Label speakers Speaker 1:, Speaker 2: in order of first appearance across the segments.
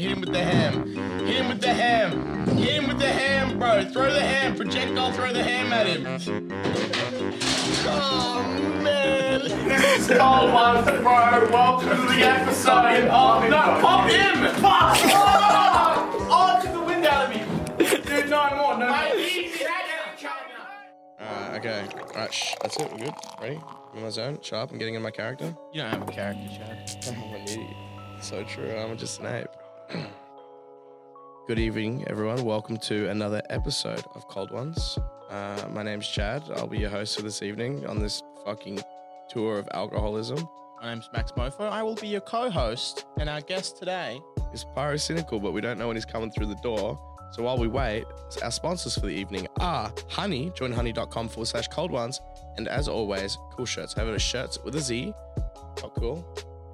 Speaker 1: Hit him with the ham. Hit him with the ham. Hit him with the ham, bro. Throw the ham. Projectile, throw the ham at him. Oh, man. It's Cold Ones, bro. Welcome to the episode of... No, pop him. Pop. Oh, oh, took the wind out of me. Dude, no more. No more.
Speaker 2: Uh, okay. All right. Shh. That's it. We're good. Ready? I'm in my zone. Sharp. I'm getting in my character.
Speaker 1: You don't have a character, Chad.
Speaker 2: I'm an idiot. So true. I'm just an ape. good evening, everyone. Welcome to another episode of Cold Ones. Uh, my name's Chad. I'll be your host for this evening on this fucking tour of alcoholism.
Speaker 1: My name's Max Mofo. I will be your co-host, and our guest today
Speaker 2: It's pyrocynical, but we don't know when he's coming through the door. So while we wait, our sponsors for the evening are Honey, join honey.com forward slash cold ones. And as always, cool shirts. Have it as shirts with a Z, not cool,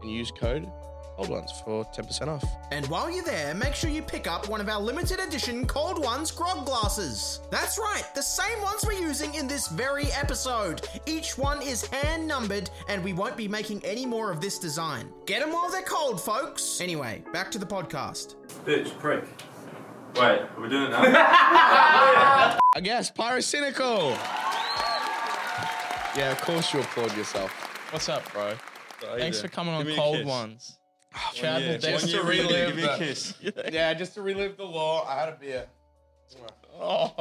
Speaker 2: and use code cold ones for 10% off.
Speaker 3: And while you're there, make sure you pick up one of our limited edition Cold Ones grog glasses. That's right, the same ones we're using in this very episode. Each one is hand numbered, and we won't be making any more of this design. Get them while they're cold, folks. Anyway, back to the podcast.
Speaker 4: Bitch, prick. Wait, are we doing it now?
Speaker 2: I guess pyrocynical. Yeah, of course you applaud yourself.
Speaker 1: What's up, bro? Thanks for coming on
Speaker 4: me a
Speaker 1: Cold
Speaker 4: kiss.
Speaker 1: Ones. Chad will
Speaker 4: Yeah,
Speaker 1: definitely
Speaker 4: one year
Speaker 1: relive
Speaker 4: give me a
Speaker 1: the-
Speaker 4: kiss.
Speaker 2: Yeah, just to relive the law, I had a beer.
Speaker 1: Oh.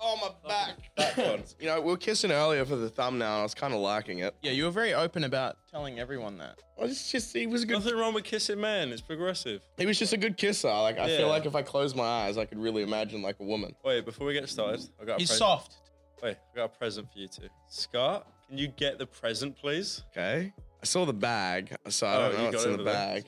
Speaker 2: Oh, my back. you know, we were kissing earlier for the thumbnail. and I was kind of liking it.
Speaker 1: Yeah, you were very open about telling everyone that.
Speaker 2: Well, It's just, he was a good
Speaker 4: Nothing wrong with kissing man, it's progressive.
Speaker 2: He was just a good kisser. Like I
Speaker 4: Yeah.
Speaker 2: feel like if I closed my eyes, I could really imagine like a woman.
Speaker 4: Wait, before we get started, I got a
Speaker 1: He's
Speaker 4: pres-
Speaker 1: soft.
Speaker 4: Wait, I got a present for you two. Scott, can you get the present, please?
Speaker 2: Okay. I saw the bag, so I
Speaker 4: Oh,
Speaker 2: don't know
Speaker 4: you
Speaker 2: what's
Speaker 4: got
Speaker 2: in the
Speaker 4: over there.
Speaker 2: bag.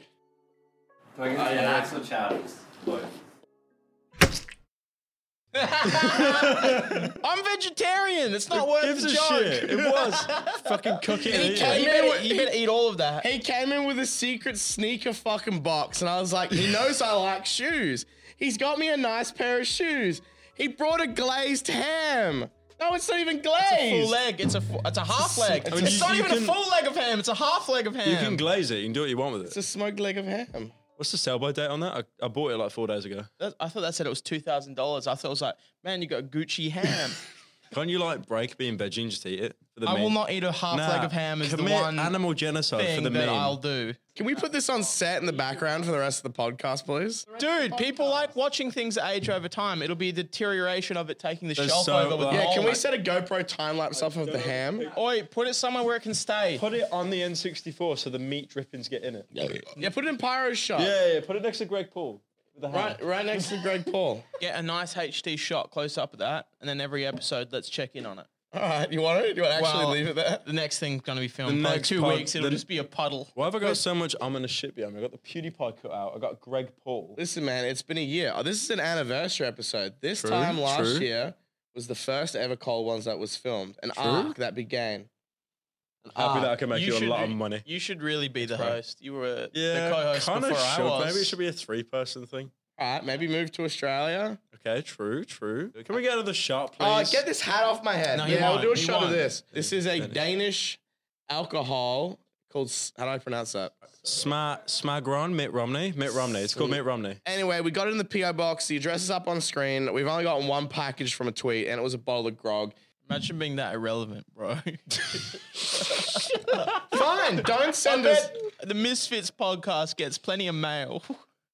Speaker 1: I'm vegetarian. It's not worth
Speaker 4: Gives
Speaker 1: the
Speaker 4: a
Speaker 1: joke.
Speaker 4: shit. It was. Fucking cook it. and eat
Speaker 1: Yeah,
Speaker 4: it.
Speaker 1: you, better, you better eat all of that.
Speaker 2: Uh, He came in with a secret sneaker fucking box, and I was like, he knows I like shoes. He's got me a nice pair of shoes. He brought a glazed ham. No, it's not even glazed.
Speaker 1: Full leg. It's a fu- it's a half leg.
Speaker 4: I mean,
Speaker 1: it's
Speaker 4: you-
Speaker 1: not
Speaker 4: you
Speaker 1: even
Speaker 4: can-
Speaker 1: a full leg of ham. It's a half leg of ham.
Speaker 4: You can glaze it. You can do what you want with
Speaker 2: it's a
Speaker 4: it.
Speaker 2: smoked leg of ham.
Speaker 4: What's the sell-by date on that? I, I bought it like four days ago.
Speaker 1: That- I thought that said it was two thousand dollars. I thought it was like, man, you got a Gucci ham.
Speaker 4: Can't you like break being veggie and just eat it? For the
Speaker 1: I
Speaker 4: meme?
Speaker 1: will not eat a half
Speaker 4: Nah,
Speaker 1: leg of ham. Is the
Speaker 4: commit
Speaker 1: one
Speaker 4: animal genocide for
Speaker 1: thing
Speaker 4: the
Speaker 1: that
Speaker 4: meme.
Speaker 1: I'll do.
Speaker 2: Can we put this on set in the background for the rest of the podcast, please?
Speaker 1: Dude, people like watching things that age over time. It'll be deterioration of it taking the
Speaker 4: They're
Speaker 1: shelf
Speaker 4: so
Speaker 1: over. With
Speaker 4: loud.
Speaker 2: Yeah,
Speaker 1: mold.
Speaker 2: can we set a GoPro time lapse up of the ham?
Speaker 1: Oi, put it somewhere where it can stay.
Speaker 4: Put it on the N64 so the meat drippings get in it. Yeah,
Speaker 2: Yeah, put it in pyro shot.
Speaker 4: yeah. Put it next to Greg Paul. With the hand.
Speaker 2: Right, right next to Greg Paul.
Speaker 1: Get a nice HD shot close up of that, and then every episode, let's check in on it.
Speaker 2: All right, you want it? You want to actually
Speaker 1: Well-
Speaker 2: leave it there?
Speaker 1: The next thing's going to be filmed
Speaker 4: The
Speaker 1: in
Speaker 4: next
Speaker 1: two
Speaker 4: pod-
Speaker 1: weeks. It'll
Speaker 4: the-
Speaker 1: just be a puddle.
Speaker 4: Why have I got so much I'm in a shit behind me? I got the PewDiePie cut out. I got Greg Paul.
Speaker 2: Listen, man, it's been a year. Oh, this is an anniversary episode. This
Speaker 4: True,
Speaker 2: time last
Speaker 4: true.
Speaker 2: year was the first ever Cold Ones that was filmed. An arc that began.
Speaker 4: Happy that I can make you,
Speaker 1: Ah, should
Speaker 4: a lot
Speaker 1: re-
Speaker 4: of money.
Speaker 1: You should really be the
Speaker 2: right.
Speaker 1: host. You were the
Speaker 4: Yeah,
Speaker 1: co-host
Speaker 4: kind
Speaker 1: before
Speaker 4: of
Speaker 1: I
Speaker 4: should.
Speaker 1: was.
Speaker 4: Maybe it should be a three-person thing.
Speaker 2: All right, maybe move to Australia.
Speaker 4: Okay, true, true. Can we get out of the shot, please?
Speaker 2: Oh,
Speaker 1: Uh,
Speaker 2: get this hat off my head.
Speaker 1: No, he
Speaker 2: yeah, I'll
Speaker 1: won't.
Speaker 2: do a
Speaker 1: He
Speaker 2: shot of
Speaker 1: won't.
Speaker 2: this. This is a
Speaker 4: Danish.
Speaker 2: Danish alcohol called. s- How do I pronounce that?
Speaker 4: Sma Smagron, Mitt Romney, Mitt Romney. It's called Mitt Romney.
Speaker 2: Anyway, we got it in the PO box. The address is up on screen. We've only gotten one package from a tweet, and it was a bottle of grog.
Speaker 1: Imagine being that irrelevant, bro.
Speaker 2: Fine, don't send us.
Speaker 1: the Misfits podcast gets plenty of mail.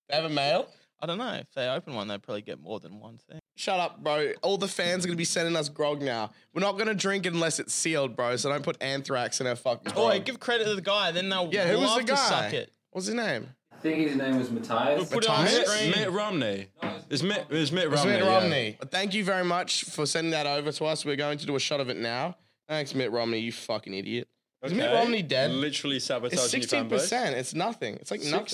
Speaker 2: They have a mail.
Speaker 1: I don't know if they open one, they probably get more than one thing.
Speaker 2: Shut up, bro. All the fans are gonna be sending us grog now. We're not gonna drink it unless it's sealed, bro. So don't put anthrax in our fucking. Grog.
Speaker 1: Oi, give credit to the guy, then they'll
Speaker 2: yeah, who was
Speaker 1: love
Speaker 2: the guy?
Speaker 1: to suck it.
Speaker 2: What's his name?
Speaker 5: I think his name was Matthias.
Speaker 1: Put it on
Speaker 2: Matthias?
Speaker 1: screen.
Speaker 4: Mitt Romney. It's Mitt. It's Mitt Romney.
Speaker 2: Mitt
Speaker 4: yeah.
Speaker 2: Romney. Thank you very much for sending that over to us. We're going to do a shot of it now. Thanks, Mitt Romney. You fucking idiot. Is Mitt
Speaker 4: Okay.
Speaker 2: Romney dead?
Speaker 4: Literally sabotaging
Speaker 2: It's sixteen
Speaker 4: your fan
Speaker 2: percent. It's nothing. It's like
Speaker 4: base.
Speaker 2: nothing.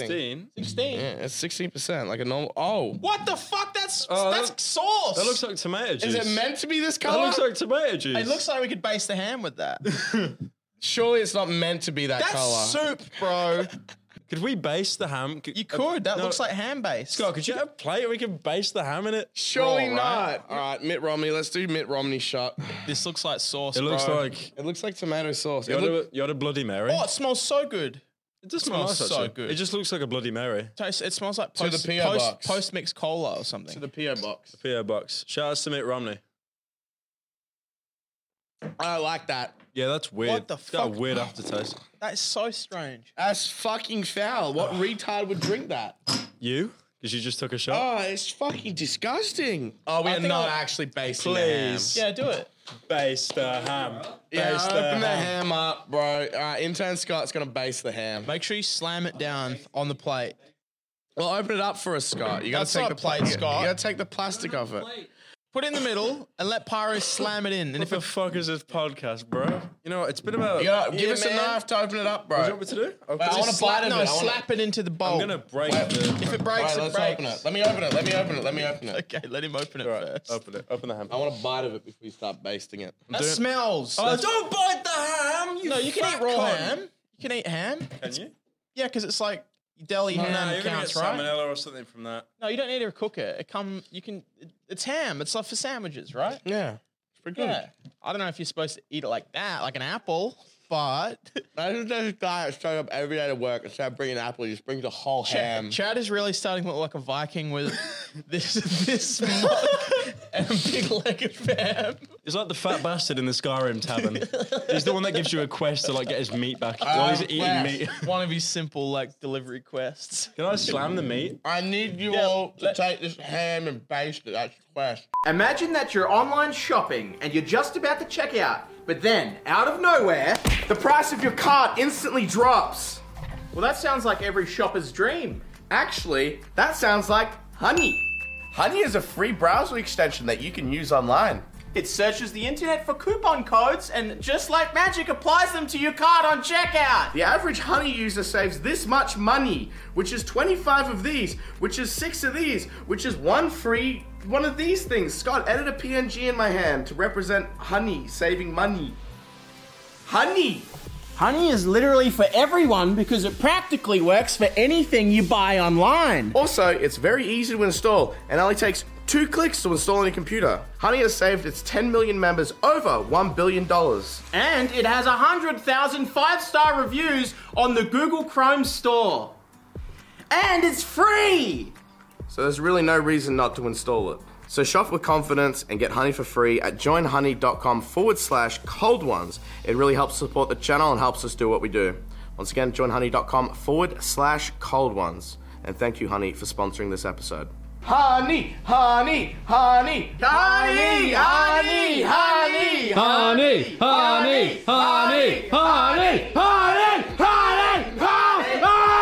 Speaker 4: Sixteen.
Speaker 1: 16.
Speaker 2: Yeah, it's sixteen percent, like a normal. Oh,
Speaker 1: What the fuck? That's
Speaker 2: Uh,
Speaker 4: Oh,
Speaker 1: that's
Speaker 4: that-
Speaker 1: sauce.
Speaker 4: That looks like tomato juice.
Speaker 2: is it meant to be this
Speaker 4: That
Speaker 2: color?
Speaker 4: looks like tomato juice.
Speaker 1: it looks like we could base the ham with that.
Speaker 2: Surely it's not meant to be that
Speaker 1: That's
Speaker 2: color.
Speaker 1: soup, bro.
Speaker 4: Could we base the ham? Could,
Speaker 2: Uh,
Speaker 1: You could. That
Speaker 4: no.
Speaker 1: looks like ham based.
Speaker 4: Scott, could you have a plate and we can base the ham in it?
Speaker 2: Surely
Speaker 1: raw, right?
Speaker 2: not. All right, Mitt Romney. Let's do Mitt Romney shot.
Speaker 1: This looks like sauce.
Speaker 4: It looks
Speaker 1: bro.
Speaker 4: like
Speaker 2: It looks like tomato sauce. It
Speaker 4: you had,
Speaker 2: look-
Speaker 4: a, you had a Bloody Mary.
Speaker 1: Oh, it smells Oh, so good.
Speaker 4: It does smell
Speaker 1: smells
Speaker 4: nice,
Speaker 1: so
Speaker 4: actually.
Speaker 1: good.
Speaker 4: It just looks like a Bloody Mary.
Speaker 1: Tastes- It smells like
Speaker 2: To the
Speaker 1: post,
Speaker 2: PO
Speaker 1: post,
Speaker 2: box.
Speaker 1: mix cola or something.
Speaker 2: To the PO box.
Speaker 4: PO box. Shout outs to Mitt Romney.
Speaker 2: I like that.
Speaker 4: Yeah, that's weird.
Speaker 1: What the
Speaker 4: It's got a
Speaker 1: fuck?
Speaker 4: weird aftertaste.
Speaker 1: That's so strange.
Speaker 2: That's fucking foul. What retard would drink that?
Speaker 4: You? Because you just took a shot.
Speaker 2: Oh, it's fucking disgusting. Oh, we are
Speaker 1: I think
Speaker 2: not
Speaker 1: I'll-
Speaker 2: actually basing
Speaker 4: Please.
Speaker 1: Yeah, do it.
Speaker 4: Base the uh, ham.
Speaker 2: the ham. Yeah,
Speaker 4: Base
Speaker 2: open the ham up, bro. All right, intern Scott's gonna base the ham.
Speaker 1: Make sure you slam it down on the plate.
Speaker 2: Well, open it up for us, Scott. You gotta
Speaker 1: That's
Speaker 2: take
Speaker 1: not
Speaker 2: the
Speaker 1: a plate,
Speaker 2: pla- you-
Speaker 1: Scott.
Speaker 2: You gotta take the plastic off it.
Speaker 1: Put it in the middle and let Pyro slam it in. And
Speaker 4: What
Speaker 1: if
Speaker 4: the
Speaker 1: it,
Speaker 4: fuck is this podcast, bro? You know, what, it's been about.
Speaker 2: You gotta give
Speaker 1: Yeah,
Speaker 2: us
Speaker 1: man.
Speaker 2: a knife to open it up,
Speaker 4: What do you
Speaker 2: bro.
Speaker 4: want me to do? Okay.
Speaker 2: I wanna
Speaker 1: just
Speaker 2: bite
Speaker 1: slap,
Speaker 2: of
Speaker 1: no,
Speaker 2: it, I wanna-
Speaker 1: slap it into the bowl.
Speaker 4: I'm gonna break the.
Speaker 1: if it breaks,
Speaker 2: All right,
Speaker 1: it
Speaker 2: let's
Speaker 1: breaks.
Speaker 2: open it. Let me open it. Let me open it. Let me open it.
Speaker 1: Okay, let him open it
Speaker 4: All right,
Speaker 1: first.
Speaker 4: open it. Open the ham.
Speaker 2: I want a bite of it before you start basting it.
Speaker 1: That
Speaker 4: Doing-
Speaker 1: smells.
Speaker 4: Oh,
Speaker 1: That's-
Speaker 4: don't bite the ham. You
Speaker 1: no, you can eat
Speaker 4: fat
Speaker 1: raw
Speaker 4: cunt.
Speaker 1: ham. You can eat ham.
Speaker 4: Can you?
Speaker 1: Yeah, because it's like deli
Speaker 4: No,
Speaker 1: ham
Speaker 4: you're
Speaker 1: counts,
Speaker 4: gonna
Speaker 1: right?
Speaker 4: get salmonella or something from that.
Speaker 1: No, you don't need to cook it. It come. You can. It, it's ham. It's like for sandwiches, right?
Speaker 2: Yeah, it's pretty good.
Speaker 1: Yeah. I don't know if you're supposed to eat it like that, like an apple, but
Speaker 2: I just this guy that showed up every day to work instead of bringing an apple, he just brings a whole ham.
Speaker 1: Chad is really starting to look like a Viking with this this mug and a big leg of ham.
Speaker 4: He's like the fat bastard in the Skyrim tavern. he's the one that gives you a quest to like get his meat
Speaker 1: Uh,
Speaker 4: back while he's eating
Speaker 2: wow.
Speaker 4: meat.
Speaker 1: One of his simple like delivery quests.
Speaker 4: Can I slam the meat?
Speaker 2: I need you
Speaker 1: Yeah,
Speaker 2: all to
Speaker 1: let-
Speaker 2: take this ham and baste it. That's the quest.
Speaker 3: Imagine that you're online shopping and you're just about to check out, but then, out of nowhere, the price of your cart instantly drops. Well, that sounds like every shopper's dream. Actually, that sounds like honey.
Speaker 2: Honey is a free browser extension that you can use online.
Speaker 3: It searches the internet for coupon codes and, just like magic, applies them to your card on checkout. The average Honey user saves this much money, which is 25 of these, which is six of these, which is one free one of these things. Scott, edit a PNG in my hand to represent Honey saving money. Honey!
Speaker 6: Honey is literally for everyone because it practically works for anything you buy online.
Speaker 3: Also, it's very easy to install and only takes two clicks to install on your computer. Honey has saved its 10 million members over $1 billion.
Speaker 6: And it has 100,000 five star reviews on the Google Chrome Store. And it's free!
Speaker 3: So there's really no reason not to install it. So shop with confidence and get honey for free at joinhoney.com forward slash cold ones. It really helps support the channel and helps us do what we do. Once again, joinhoney.com forward slash cold ones. And thank you, honey, for sponsoring this episode. Honey, honey, honey, honey, honey, honey,
Speaker 7: Honey, honey, honey, honey, honey, honey, honey,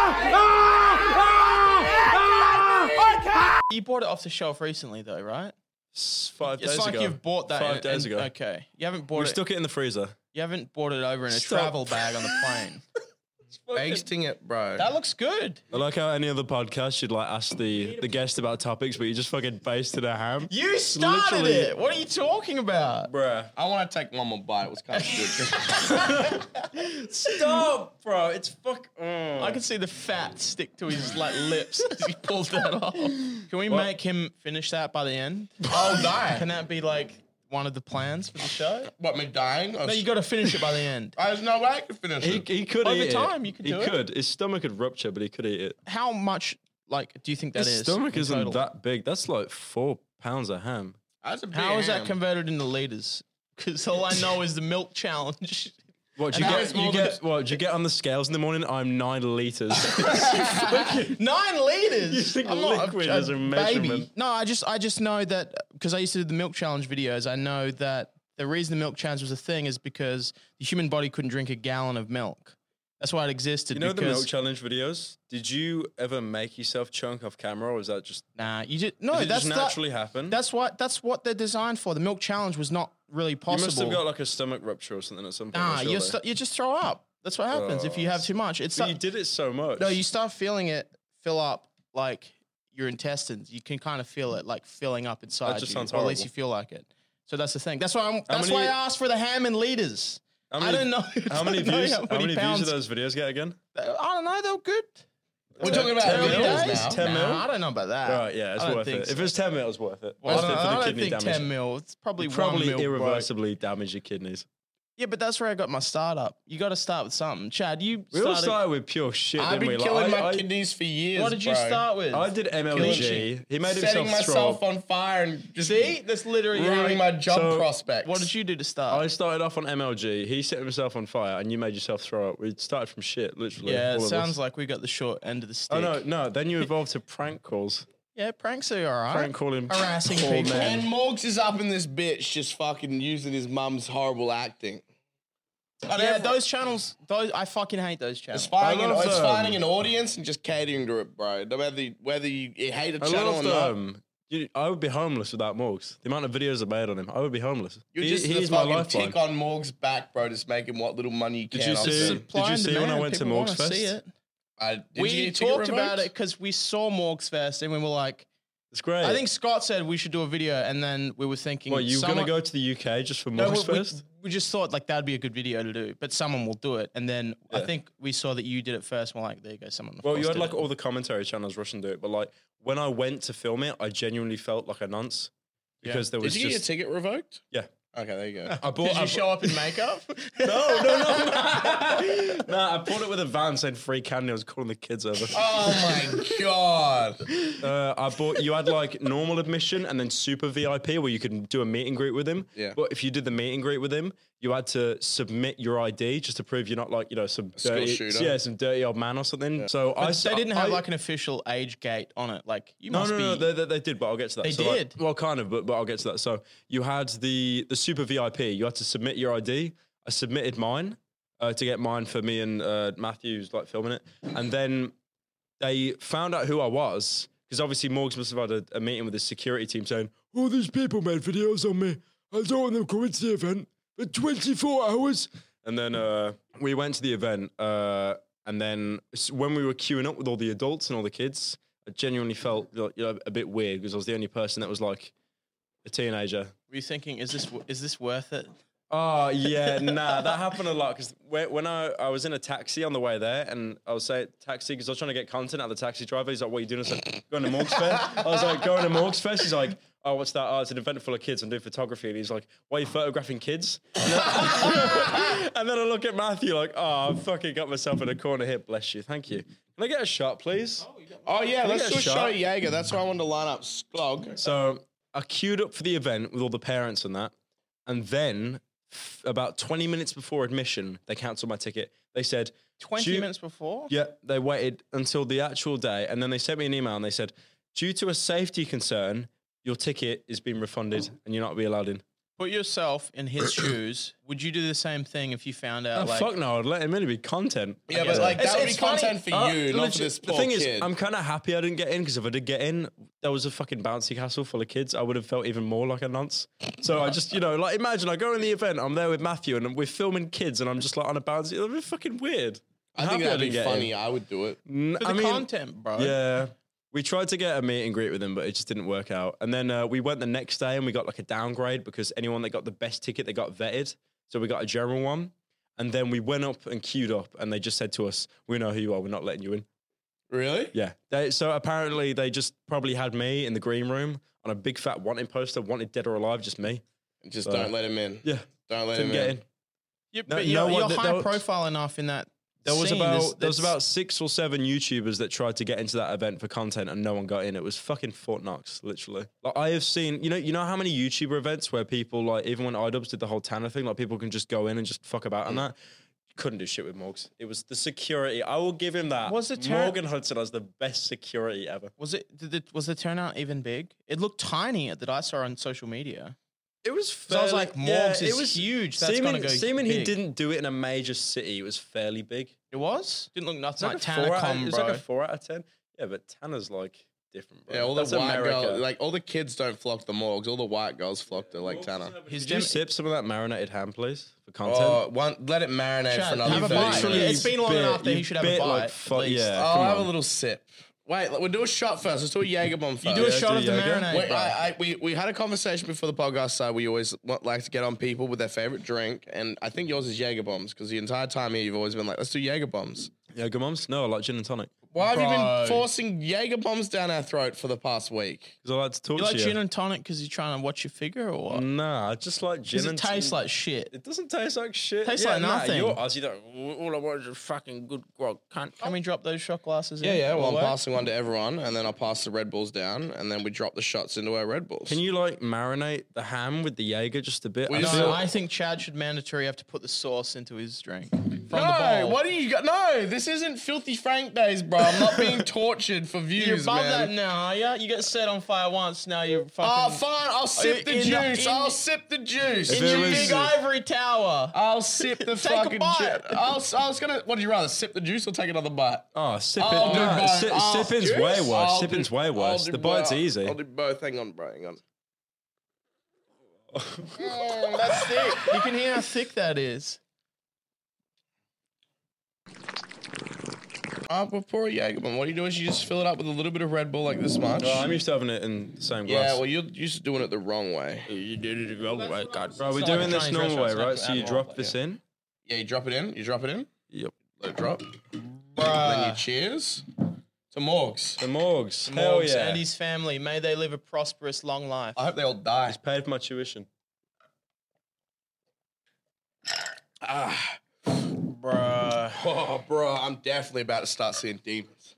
Speaker 1: You bought it off the shelf recently, though, right?
Speaker 4: It's five
Speaker 1: It's
Speaker 4: days
Speaker 1: like
Speaker 4: ago.
Speaker 1: you've bought that
Speaker 4: five
Speaker 1: and-
Speaker 4: days
Speaker 1: and-
Speaker 4: ago.
Speaker 1: Okay, you haven't bought
Speaker 4: We
Speaker 1: it.
Speaker 4: stuck it in the freezer.
Speaker 1: you haven't bought it over in a
Speaker 4: Stop.
Speaker 1: travel bag on the plane.
Speaker 2: Basting it, bro.
Speaker 1: that looks good.
Speaker 4: I like how any other podcast you'd like ask the, the guest about topics, but you just fucking basted a ham.
Speaker 1: You started
Speaker 4: Literally-
Speaker 1: it. What are you talking about?
Speaker 4: Bruh.
Speaker 2: I want to take one more bite. It was kind of good.
Speaker 4: Stop, bro. It's fuck.
Speaker 1: I can see the fat stick to his like lips as he pulls that off. Can we make him finish that by the end?
Speaker 4: Oh,
Speaker 2: I'll die.
Speaker 1: Can that be like one of the plans for the show?
Speaker 2: what, me dying? I
Speaker 1: No, you got to finish it by the end.
Speaker 2: There's no way I can finish
Speaker 4: He,
Speaker 2: it.
Speaker 4: he could
Speaker 1: Over
Speaker 4: eat it.
Speaker 1: time, you could
Speaker 4: He
Speaker 1: do it.
Speaker 4: could. His stomach could rupture, but he could eat it.
Speaker 1: How much like do you think that is?
Speaker 4: His stomach
Speaker 1: in
Speaker 4: isn't
Speaker 1: total?
Speaker 4: that big. That's like four pounds of ham.
Speaker 2: That's a big
Speaker 1: How is that
Speaker 2: ham.
Speaker 1: converted into liters? Because all I know is the milk challenge.
Speaker 4: What do you
Speaker 1: And that
Speaker 4: get?
Speaker 1: is
Speaker 4: You
Speaker 1: more
Speaker 4: get what? Do you get on the scales in the morning? I'm nine liters.
Speaker 1: Nine liters.
Speaker 4: You think liquid is a measurement?
Speaker 1: No, I just I just know that because I used to do the milk challenge videos. I know that the reason the milk challenge was a thing is because the human body couldn't drink a gallon of milk. That's why it existed.
Speaker 4: you know the
Speaker 1: because,
Speaker 4: milk challenge videos. Did you ever make yourself chunk off camera, or was that just?
Speaker 1: Nah, you just no.
Speaker 4: did it
Speaker 1: that's
Speaker 4: just
Speaker 1: the-
Speaker 4: naturally happen?
Speaker 1: That's what that's what they're designed for. The milk challenge was not really
Speaker 4: you
Speaker 1: possible.
Speaker 4: must have got like a stomach rupture or something at some point.
Speaker 1: nah,
Speaker 4: surely.
Speaker 1: you st- you just throw up. That's what happens if you have too much. It's
Speaker 4: Oh, But
Speaker 1: not-
Speaker 4: you did it so much.
Speaker 1: No, you start feeling it fill up like your intestines. You can kind of feel it like filling up inside
Speaker 4: just
Speaker 1: you.
Speaker 4: sounds
Speaker 1: or at least
Speaker 4: horrible.
Speaker 1: you feel like it. So that's the thing. That's why I'm, that's why
Speaker 4: many-
Speaker 1: I asked for the ham and liters.
Speaker 4: How
Speaker 1: I
Speaker 4: many-
Speaker 1: don't know.
Speaker 4: How many
Speaker 1: I don't know
Speaker 4: views? How many, views
Speaker 1: pounds-
Speaker 4: did those videos get again?
Speaker 1: Uh, I don't know. They're good.
Speaker 2: We're talking about
Speaker 1: Early
Speaker 2: meals
Speaker 1: days?
Speaker 2: now.
Speaker 4: Ten
Speaker 1: Nah,
Speaker 4: mil?
Speaker 1: I don't know about that.
Speaker 4: Right, yeah, it's
Speaker 1: I don't
Speaker 4: worth
Speaker 1: think
Speaker 4: it.
Speaker 1: so.
Speaker 4: If it's ten mil, it's worth it.
Speaker 1: I
Speaker 4: Worth
Speaker 1: don't,
Speaker 4: it for
Speaker 1: I
Speaker 4: the
Speaker 1: don't
Speaker 4: kidney
Speaker 1: think
Speaker 4: damage.
Speaker 1: ten mil. It's probably
Speaker 4: Probably
Speaker 1: one mil. bro.
Speaker 4: irreversibly damage your kidneys.
Speaker 1: Yeah, but that's where I got my startup. You got to start with something. Chad, you
Speaker 4: We all started with pure shit.
Speaker 8: I've
Speaker 4: didn't
Speaker 8: been
Speaker 4: we? Like,
Speaker 8: killing
Speaker 4: I-
Speaker 8: my
Speaker 4: I-
Speaker 8: kidneys for years.
Speaker 1: What did you
Speaker 8: bro.
Speaker 1: start with?
Speaker 4: I did MLG. He made
Speaker 8: Setting
Speaker 4: himself
Speaker 8: myself
Speaker 4: strong.
Speaker 8: on fire and just
Speaker 1: See, that's literally how
Speaker 8: ruining
Speaker 1: he-
Speaker 8: my job
Speaker 4: So,
Speaker 8: prospects.
Speaker 1: What did you do to
Speaker 4: I
Speaker 1: start?
Speaker 4: started off on MLG. He set himself on fire, and you made yourself throw up. We started from shit, literally.
Speaker 1: yeah, it
Speaker 4: all of
Speaker 1: sounds
Speaker 4: us.
Speaker 1: like we got the short end of the stick.
Speaker 4: Oh no, no. Then you evolved to prank calls.
Speaker 1: Yeah, pranks are all right.
Speaker 4: Prank calling
Speaker 1: Harassing
Speaker 4: poor
Speaker 1: people.
Speaker 8: And
Speaker 4: men.
Speaker 8: Morgs is up in this bitch just fucking using his mum's horrible acting.
Speaker 1: yeah, those channels, those I fucking hate those channels.
Speaker 8: It's finding, an,
Speaker 4: love
Speaker 8: it's
Speaker 4: them.
Speaker 8: finding an audience and just catering to it, bro. No matter whether you, you hate a
Speaker 4: I
Speaker 8: channel or
Speaker 4: loved
Speaker 8: not.
Speaker 4: them. um, You, I would be homeless without Morgs. The amount of videos I made on him, I would be homeless.
Speaker 8: You're
Speaker 4: He-
Speaker 8: just
Speaker 4: he's
Speaker 8: the
Speaker 4: my
Speaker 8: fucking
Speaker 4: lifeline.
Speaker 8: tick on Morg's back, bro, just making what little money you can.
Speaker 4: Did you
Speaker 8: off
Speaker 4: see-
Speaker 8: them.
Speaker 1: Supply
Speaker 4: Did you
Speaker 1: and
Speaker 4: see when
Speaker 1: demand,
Speaker 4: I went to
Speaker 1: people wanna
Speaker 4: Morgs Fest?
Speaker 1: see it.
Speaker 8: I, did you
Speaker 1: We
Speaker 8: get your
Speaker 1: talked
Speaker 8: ticket
Speaker 1: about
Speaker 8: revoked?
Speaker 1: it because we saw Morgs Fest and we were like,
Speaker 4: It's great.
Speaker 1: I think Scott said we should do a video, and then we were thinking,
Speaker 4: Well, you were gonna
Speaker 1: someone-
Speaker 4: go to the UK just for
Speaker 1: No, we-
Speaker 4: Morgs
Speaker 1: we,
Speaker 4: first?
Speaker 1: We, just thought like that'd be a good video to do, but someone will do it, and then I
Speaker 4: Yeah.
Speaker 1: think we saw that you did it first. And we're like, there you go, someone.
Speaker 4: Well, you
Speaker 1: else
Speaker 4: had
Speaker 1: did
Speaker 4: like
Speaker 1: it.
Speaker 4: all the commentary channels Russian do it, but like when I went to film it, I genuinely felt like a nonce because there was
Speaker 8: Did you get your
Speaker 4: just
Speaker 8: ticket revoked?
Speaker 4: yeah.
Speaker 8: Okay, there you go.
Speaker 4: I bought. I,
Speaker 1: Did you show up in makeup?
Speaker 4: no, no, no, no. nah, I bought it with a van saying free candy. I was calling the kids over.
Speaker 8: oh my god.
Speaker 4: Uh, I bought. You had like normal admission and then super VIP where you could do a meet and greet with him.
Speaker 8: Yeah.
Speaker 4: But if you did the meet and greet with him, you had to submit your ID just to prove you're not like you know some
Speaker 8: school
Speaker 4: dirty,
Speaker 8: shooter.
Speaker 4: yeah, some dirty old man or something. So I
Speaker 1: they didn't have
Speaker 4: I-
Speaker 1: like an official age gate on it. Like you
Speaker 4: No,
Speaker 1: must
Speaker 4: no, no,
Speaker 1: be.
Speaker 4: they, they, they did, but I'll get to that.
Speaker 1: They
Speaker 4: So, like,
Speaker 1: did?
Speaker 4: well, kind of, but, but I'll get to that. So you had the the super VIP. You had to submit your ID. I submitted mine uh, to get mine for me and uh, Matthews, like filming it. And then they found out who I was because obviously Morgs must have had a, a meeting with his security team saying, "All these people made videos on me. I don't want them coming to the event for 24 hours." And then uh, we went to the event, uh, and then s- when we were queuing up with all the adults and all the kids, I genuinely felt like, you know, a bit weird because I was the only person that was like a teenager.
Speaker 1: Were you thinking, is this w- is this worth it?
Speaker 4: Oh yeah, nah, that happened a lot because when, when I, I was in a taxi on the way there, and I was saying taxi because I was trying to get content out of the taxi driver. He's like, "What are you doing?" I said, "Going to Morgs Fest." I was like, "Going to Morgs Fest." He's like, "Oh, what's that? Oh, it's an event full of kids. I'm doing photography." And he's like, "Why are you photographing kids?" And then, and then I look at Matthew like, "Oh, I fucking got myself in a corner here. Bless you, thank you. Can I get a shot, please?"
Speaker 8: Oh yeah,
Speaker 4: we
Speaker 8: let's
Speaker 4: get
Speaker 8: do
Speaker 4: a
Speaker 8: a show
Speaker 4: shot?
Speaker 8: at Jaeger. That's why I wanted to line up Sklog.
Speaker 4: So I queued up for the event with all the parents and that. And then f- about 20 minutes before admission, they cancelled my ticket. They said,
Speaker 1: Twenty
Speaker 4: "Due-
Speaker 1: minutes before.
Speaker 4: Yeah, they waited until the actual day. And then they sent me an email and they said, due to a safety concern, your ticket is being refunded and you're not be allowed in.
Speaker 1: Put yourself in his shoes. Would you do the same thing if you found
Speaker 4: Oh,
Speaker 1: out? like,
Speaker 4: fuck no, I'd let him in. It'd be content.
Speaker 8: Yeah, but like
Speaker 4: It's-
Speaker 8: that would be
Speaker 4: it's funny.
Speaker 8: content for
Speaker 4: Uh,
Speaker 8: you, not for
Speaker 4: legit-
Speaker 8: this poor
Speaker 4: The thing
Speaker 8: kid.
Speaker 4: is, I'm kind of happy I didn't get in because if I did get in, there was a fucking bouncy castle full of kids. I would have felt even more like a nonce. So I just, you know, like imagine I go in the event, I'm there with Matthew, and we're filming kids, and I'm just like on a bouncy. It'd be fucking weird.
Speaker 8: I think
Speaker 4: happy
Speaker 8: that'd
Speaker 4: didn't
Speaker 8: be
Speaker 4: get in.
Speaker 8: funny. I would do it.
Speaker 4: N-
Speaker 1: for the
Speaker 4: I mean,
Speaker 1: content, bro.
Speaker 4: yeah. We tried to get a meet and greet with him, but it just didn't work out. And then uh, we went the next day and we got like a downgrade because anyone that got the best ticket, they got vetted. So we got a general one. And then we went up and queued up and they just said to us, We know who you are. We're not letting you in.
Speaker 8: Really?
Speaker 4: Yeah. They, so apparently they just probably had me in the green room on a big fat wanted poster, wanted dead or alive, just me.
Speaker 8: Just
Speaker 4: Uh,
Speaker 8: don't let him in.
Speaker 4: Yeah.
Speaker 8: Don't let
Speaker 4: Didn't
Speaker 8: him
Speaker 4: get
Speaker 8: in.
Speaker 4: in.
Speaker 1: Yeah,
Speaker 4: No-
Speaker 1: but
Speaker 4: no
Speaker 1: you're,
Speaker 4: one-
Speaker 1: you're
Speaker 4: there-
Speaker 1: high
Speaker 4: there-
Speaker 1: profile enough in that.
Speaker 4: There was
Speaker 1: scene.
Speaker 4: about
Speaker 1: There's-
Speaker 4: there was
Speaker 1: that's-
Speaker 4: about six or seven YouTubers that tried to get into that event for content and no one got in. It was fucking Fort Knox, literally. Like I have seen, you know, you know how many YouTuber events where people like even when iDubbbz did the whole Tanner thing, like people can just go in and just fuck about and that. Couldn't do shit with Morgs. It was the security. I will give him that.
Speaker 1: Was the Tanner-
Speaker 4: Morgan Hudson has the best security ever.
Speaker 1: Was it? Did it? Was the turnout even big? It looked tiny that I saw on social media.
Speaker 4: It was
Speaker 1: So I
Speaker 4: fairly.
Speaker 1: was like, Morgs is huge. That's
Speaker 4: seeming,
Speaker 1: gonna go
Speaker 4: seeming he
Speaker 1: big.
Speaker 4: didn't do it in a major city, it was fairly big.
Speaker 1: It was. Didn't look
Speaker 4: It's
Speaker 1: nothing
Speaker 4: like,
Speaker 1: like,
Speaker 4: a four out,
Speaker 1: Tanacom,
Speaker 4: it was
Speaker 1: bro.
Speaker 4: like a four out of ten. Yeah, but Tanner's like different. Bro.
Speaker 8: Yeah, all the
Speaker 4: That's
Speaker 8: white
Speaker 4: America.
Speaker 8: girls, like all the kids don't flock to morgues. All the white girls flock to like Tanner.
Speaker 1: His
Speaker 4: Did you
Speaker 1: dem-
Speaker 4: sip some of that marinated ham, please, for content?
Speaker 8: Oh, one, let it marinate for another
Speaker 1: have a
Speaker 8: 30
Speaker 1: bite.
Speaker 8: minutes.
Speaker 1: Literally, it's
Speaker 4: you
Speaker 1: been long enough that
Speaker 4: you
Speaker 1: he should have a
Speaker 4: bit,
Speaker 1: bite, at
Speaker 4: fu-
Speaker 1: least.
Speaker 4: yeah,
Speaker 8: I'll
Speaker 4: come
Speaker 8: have a
Speaker 4: on.
Speaker 8: little sip. Wait, we'll do a shot first. Let's do a Jaeger bomb first.
Speaker 1: you do a
Speaker 4: yeah,
Speaker 1: shot
Speaker 4: do
Speaker 1: of the
Speaker 4: yoga.
Speaker 1: marinade.
Speaker 8: Wait,
Speaker 1: bro.
Speaker 8: I, I, we, we had a conversation before the podcast started. We always want, like to get on people with their favorite drink, and I think yours is Jaeger bombs because the entire time here you've always been like, "Let's do Jaeger bombs."
Speaker 4: Yeah, good moms. No, I like gin and tonic.
Speaker 8: Why have you
Speaker 1: Bro.
Speaker 8: been forcing Jaeger bombs down our throat for the past week?
Speaker 4: Because I like to talk
Speaker 1: You like
Speaker 4: to
Speaker 1: gin
Speaker 4: you.
Speaker 1: and tonic because you're trying to watch your figure or what?
Speaker 4: Nah, I just like Mm. gin
Speaker 1: Does it
Speaker 4: and
Speaker 1: taste like shit?
Speaker 4: It doesn't taste like shit.
Speaker 1: Tastes like
Speaker 4: nah,
Speaker 1: nothing.
Speaker 4: You're Aussie. though. All I want is a fucking good grog, cunt.
Speaker 1: Can we drop those shot glasses
Speaker 8: Yeah,
Speaker 1: in?
Speaker 8: yeah. Well, I'm
Speaker 1: Away?
Speaker 8: passing one to everyone, and then I pass the Red Bulls down, and then we drop the shots into our Red Bulls.
Speaker 4: Can you like marinate the ham with the Jaeger just a bit? I
Speaker 1: No,
Speaker 4: feel-
Speaker 1: I think Chad should mandatory have to put the sauce into his drink. From the
Speaker 8: No,
Speaker 1: bowl.
Speaker 8: what do you got? No, this isn't Filthy Frank days, bro. I'm not being tortured for views,
Speaker 1: You're above
Speaker 8: man.
Speaker 1: that now, are ya? You get set on fire once, now you're
Speaker 8: Oh,
Speaker 1: fucking.
Speaker 8: fine. I'll sip the
Speaker 1: in
Speaker 8: juice.
Speaker 1: the- in-
Speaker 8: I'll sip the juice.
Speaker 4: If it
Speaker 1: your
Speaker 4: was-
Speaker 1: big ivory tower.
Speaker 8: I'll sip
Speaker 1: Take a
Speaker 8: the fucking
Speaker 1: bite.
Speaker 8: juice. I'll, s- I was gonna. What do you rather sip the juice or take another bite?
Speaker 4: Oh, sip
Speaker 8: I'll
Speaker 4: it.
Speaker 8: do
Speaker 4: Nah,
Speaker 8: both.
Speaker 4: sip,
Speaker 8: I'll
Speaker 4: sipping's
Speaker 8: do-
Speaker 4: way worse.
Speaker 8: I'll
Speaker 4: Sipping's
Speaker 8: do-
Speaker 4: way worse.
Speaker 8: I'll do
Speaker 4: The bite's
Speaker 8: both.
Speaker 4: easy.
Speaker 8: I'll do both. Hang on, bro. Hang on.
Speaker 1: That's thick. You can hear how thick that is.
Speaker 8: Uh, before a Jagerman, what you do is you just fill it up with a little bit of Red Bull, like this much.
Speaker 4: Well, I'm used to having it in the same glass.
Speaker 8: yeah, well, you're used to doing it the wrong way.
Speaker 4: you did it the wrong way, God. Bro, we're
Speaker 1: It's like
Speaker 4: doing
Speaker 1: a
Speaker 4: this
Speaker 1: Chinese
Speaker 4: normal way,
Speaker 1: restaurant,
Speaker 4: right?
Speaker 1: it's
Speaker 4: So
Speaker 1: like
Speaker 4: you
Speaker 1: an
Speaker 4: drop
Speaker 1: animal,
Speaker 4: this in.
Speaker 8: Yeah, you drop it in. You drop it in.
Speaker 4: Yep.
Speaker 8: Let it drop.
Speaker 1: Uh,
Speaker 8: Then you cheers to Morgs.
Speaker 4: The morgues. Hell
Speaker 1: Morgs
Speaker 4: yeah.
Speaker 1: and his family. May they live a prosperous, long life.
Speaker 8: I hope they all die.
Speaker 4: Paid for my tuition.
Speaker 8: Bruh. Oh, bro, I'm definitely about to start seeing demons.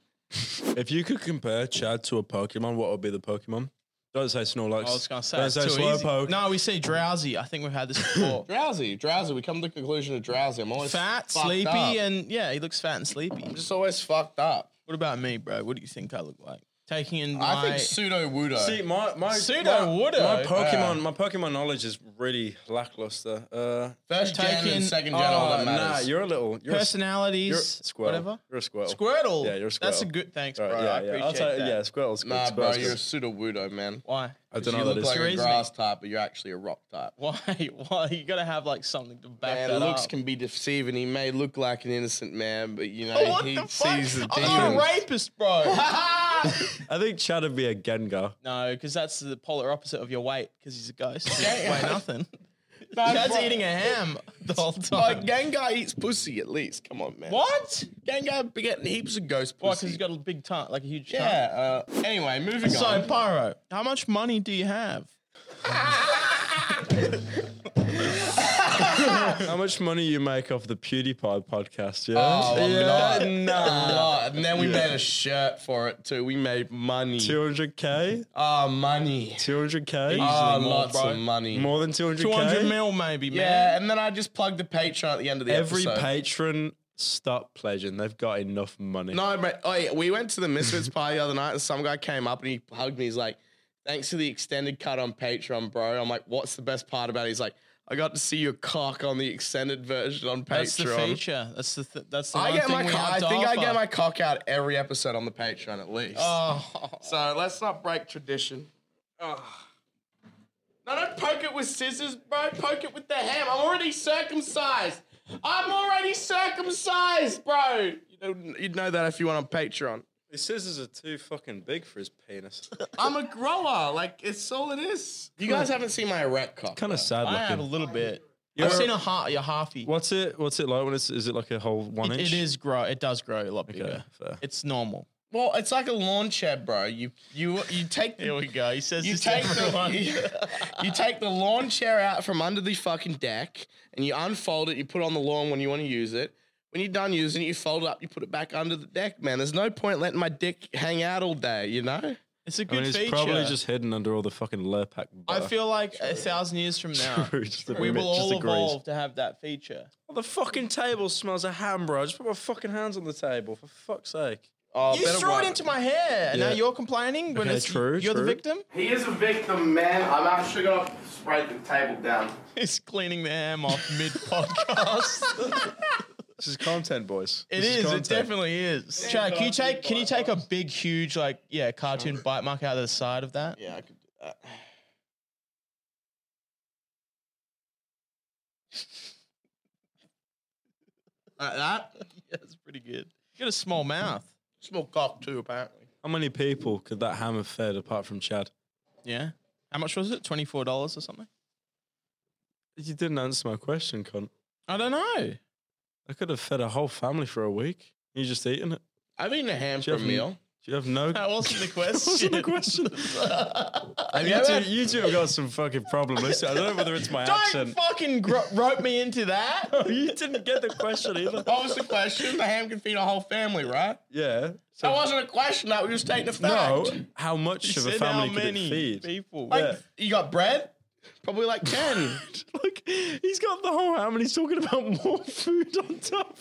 Speaker 4: If you could compare Chad to a Pokemon, what would be the Pokemon? Don't say Snorlax.
Speaker 1: I was gonna say
Speaker 4: Don't
Speaker 1: it's
Speaker 4: say
Speaker 1: too easy.
Speaker 4: Slowpoke.
Speaker 1: No, we see drowsy. I think we've had this before.
Speaker 8: Drowsy, drowsy. We come to the conclusion of drowsy. I'm always
Speaker 1: fat,
Speaker 8: fucked
Speaker 1: sleepy,
Speaker 8: up.
Speaker 1: and yeah, he looks fat and sleepy.
Speaker 8: I'm just always fucked up.
Speaker 1: What about me, bro? What do you think I look like? Taking in
Speaker 8: I
Speaker 1: my
Speaker 8: think pseudo wudo.
Speaker 4: See, my my
Speaker 1: Pseudo
Speaker 4: my,
Speaker 1: Woodo.
Speaker 4: my Pokemon, my Pokemon knowledge is really lackluster. Uh,
Speaker 8: First gen
Speaker 1: taking-
Speaker 8: and second gen, all
Speaker 4: oh,
Speaker 8: that
Speaker 4: nah,
Speaker 8: matters.
Speaker 4: you're a little you're A,
Speaker 1: personalities,
Speaker 4: you're a squirrel.
Speaker 1: whatever.
Speaker 4: You're a squirrel.
Speaker 1: Squirtle.
Speaker 4: Yeah, you're a squirrel.
Speaker 1: That's a good. Thanks,
Speaker 4: Right,
Speaker 1: bro.
Speaker 4: yeah,
Speaker 1: I
Speaker 4: yeah.
Speaker 1: appreciate
Speaker 4: I'll tell-
Speaker 1: that.
Speaker 4: Yeah, squirrel. squirrel
Speaker 8: nah,
Speaker 4: squirrel,
Speaker 8: bro, you're a
Speaker 4: squirrel.
Speaker 8: pseudo wudo, man.
Speaker 1: Why?
Speaker 4: I don't
Speaker 8: You
Speaker 4: know.
Speaker 8: look
Speaker 4: That's
Speaker 8: like a
Speaker 1: reasoning.
Speaker 8: grass type, but you're actually a rock type.
Speaker 1: Why? Why? You gotta have like something to back
Speaker 8: Man,
Speaker 1: that
Speaker 8: looks
Speaker 1: up.
Speaker 8: can be deceiving. He may look like an innocent man, but you know
Speaker 1: Oh, what
Speaker 8: he
Speaker 1: the fuck?
Speaker 8: sees the
Speaker 1: I'm not a
Speaker 8: demons.
Speaker 1: rapist, bro.
Speaker 4: I think Chad would be a Gengar.
Speaker 1: no, because that's the polar opposite of your weight. Because he's a ghost. He doesn't weigh nothing. Chad's
Speaker 8: bro.
Speaker 1: eating a ham the whole
Speaker 8: Like
Speaker 1: time.
Speaker 8: Gengar eats pussy at least. Come on, man.
Speaker 1: What?
Speaker 8: Gengar be getting heaps of ghost
Speaker 1: Why? Because
Speaker 8: pussy.
Speaker 1: he's got a big tongue, like a huge tongue.
Speaker 8: yeah. Uh, anyway, moving
Speaker 1: So,
Speaker 8: on.
Speaker 1: Pyro, how much money do you have?
Speaker 4: How much money you make off the PewDiePie podcast? Yeah,
Speaker 8: Oh, I'm
Speaker 4: yeah,
Speaker 8: not.
Speaker 4: nah.
Speaker 8: Oh, and then we made a shirt for it too. We made money.
Speaker 4: Two hundred k,
Speaker 8: Ah, money.
Speaker 4: two hundred k,
Speaker 8: Ah, lots of money.
Speaker 4: more than two hundred
Speaker 1: 200
Speaker 4: k.
Speaker 1: mil, maybe,
Speaker 8: Yeah,
Speaker 1: man.
Speaker 8: and then I just plugged the Patreon at the end of the
Speaker 4: Every
Speaker 8: episode.
Speaker 4: patron stop pledging. They've got enough money.
Speaker 8: No, but oh, yeah, we went to the Misfits party the other night, and some guy came up and he hugged me. He's like, "Thanks for the extended cut on Patreon, bro." I'm like, "What's the best part about it?" He's like, "I got to see your cock on the extended version on Patreon."
Speaker 1: That's the feature. That's the th- that's the
Speaker 8: I
Speaker 1: one
Speaker 8: get
Speaker 1: thing
Speaker 8: my.
Speaker 1: we
Speaker 8: co-
Speaker 1: have
Speaker 8: I
Speaker 1: to
Speaker 8: think I
Speaker 1: offer.
Speaker 8: get my cock out every episode on the Patreon at least.
Speaker 1: Oh,
Speaker 8: so let's not break tradition. Ugh. No, don't poke it with scissors, bro. Poke it with the ham. I'm already circumcised. I'm already circumcised, bro. You know, you'd know that if you went on Patreon.
Speaker 4: His scissors are too fucking big for his penis.
Speaker 8: I'm a grower. Like it's all it is. You guys haven't seen my erect cock.
Speaker 4: kind of sad
Speaker 1: I have a
Speaker 4: looking.
Speaker 1: little bit.
Speaker 4: You're-
Speaker 1: I've seen a half, a halfie.
Speaker 4: What's it? What's it like when it's? Is it like a whole one
Speaker 1: It,
Speaker 4: inch?
Speaker 1: it is grow. It does grow a lot bigger.
Speaker 4: Okay, fair.
Speaker 1: It's normal.
Speaker 8: Well, it's like a lawn chair, bro. You you you take the,
Speaker 1: Here we go. He says
Speaker 8: you
Speaker 1: this
Speaker 8: take
Speaker 1: to
Speaker 8: the
Speaker 1: everyone.
Speaker 8: you, you take the lawn chair out from under the fucking deck and you unfold it. You put it on the lawn when you want to use it. When you're done using it, you fold it up. You put it back under the deck, man. There's no point letting my dick hang out all day, you know.
Speaker 1: It's a
Speaker 4: I
Speaker 1: good
Speaker 4: mean, it's
Speaker 1: feature.
Speaker 4: probably just hidden under all the fucking Lurpak.
Speaker 1: I
Speaker 4: butter.
Speaker 1: feel like a thousand years from now,
Speaker 4: Just a
Speaker 1: we
Speaker 4: bit-
Speaker 1: will
Speaker 4: just
Speaker 1: all
Speaker 4: a grease.
Speaker 1: evolve to have that feature.
Speaker 4: Oh, the fucking table smells of ham, bro. I just put my fucking hands on the table for fuck's sake.
Speaker 8: Oh,
Speaker 1: You
Speaker 8: better
Speaker 1: threw
Speaker 8: one.
Speaker 1: it into my hair, and
Speaker 4: Yeah.
Speaker 1: now you're complaining when
Speaker 4: Okay,
Speaker 1: it's
Speaker 4: true,
Speaker 1: you're
Speaker 4: true.
Speaker 1: the victim.
Speaker 2: He is a victim, man. I'm actually gonna spray the table down.
Speaker 1: He's cleaning the ham off mid podcast.
Speaker 4: This is content, boys.
Speaker 1: it is. It definitely is. Chad, can you take can you take a big, huge, like yeah, cartoon bite mark out of the side of that?
Speaker 8: Yeah, I could do that.
Speaker 1: Like that? Yeah, that's pretty good. You got a small mouth.
Speaker 8: Small cock too, apparently.
Speaker 4: How many people could that ham have fed apart from Chad?
Speaker 1: Yeah. How much was it? Twenty four dollars or something?
Speaker 4: You didn't answer my question, cunt.
Speaker 1: I don't know.
Speaker 4: I could have fed a whole family for a week. You just eating it.
Speaker 8: I've eaten a ham for a
Speaker 4: hasn't-
Speaker 8: meal.
Speaker 4: You have no.
Speaker 8: That wasn't the question.
Speaker 4: That's the question. you,
Speaker 8: ever-
Speaker 4: two, you two have got some fucking problem. Listen, I don't know whether it's my
Speaker 8: Don't
Speaker 4: accent.
Speaker 8: fucking gro- rope me into that.
Speaker 4: you didn't get the question either.
Speaker 8: What was the question? The ham can feed a whole family, right?
Speaker 4: Yeah. So,
Speaker 8: That wasn't a question. That was just stating a fact.
Speaker 4: no. How much of a
Speaker 8: Said
Speaker 4: family
Speaker 8: how
Speaker 4: could it
Speaker 8: many
Speaker 4: feed?
Speaker 8: people?
Speaker 4: Yeah.
Speaker 8: Like, you got bread? Probably like 10.
Speaker 4: Look, he's got the whole ham and he's talking about more food on top.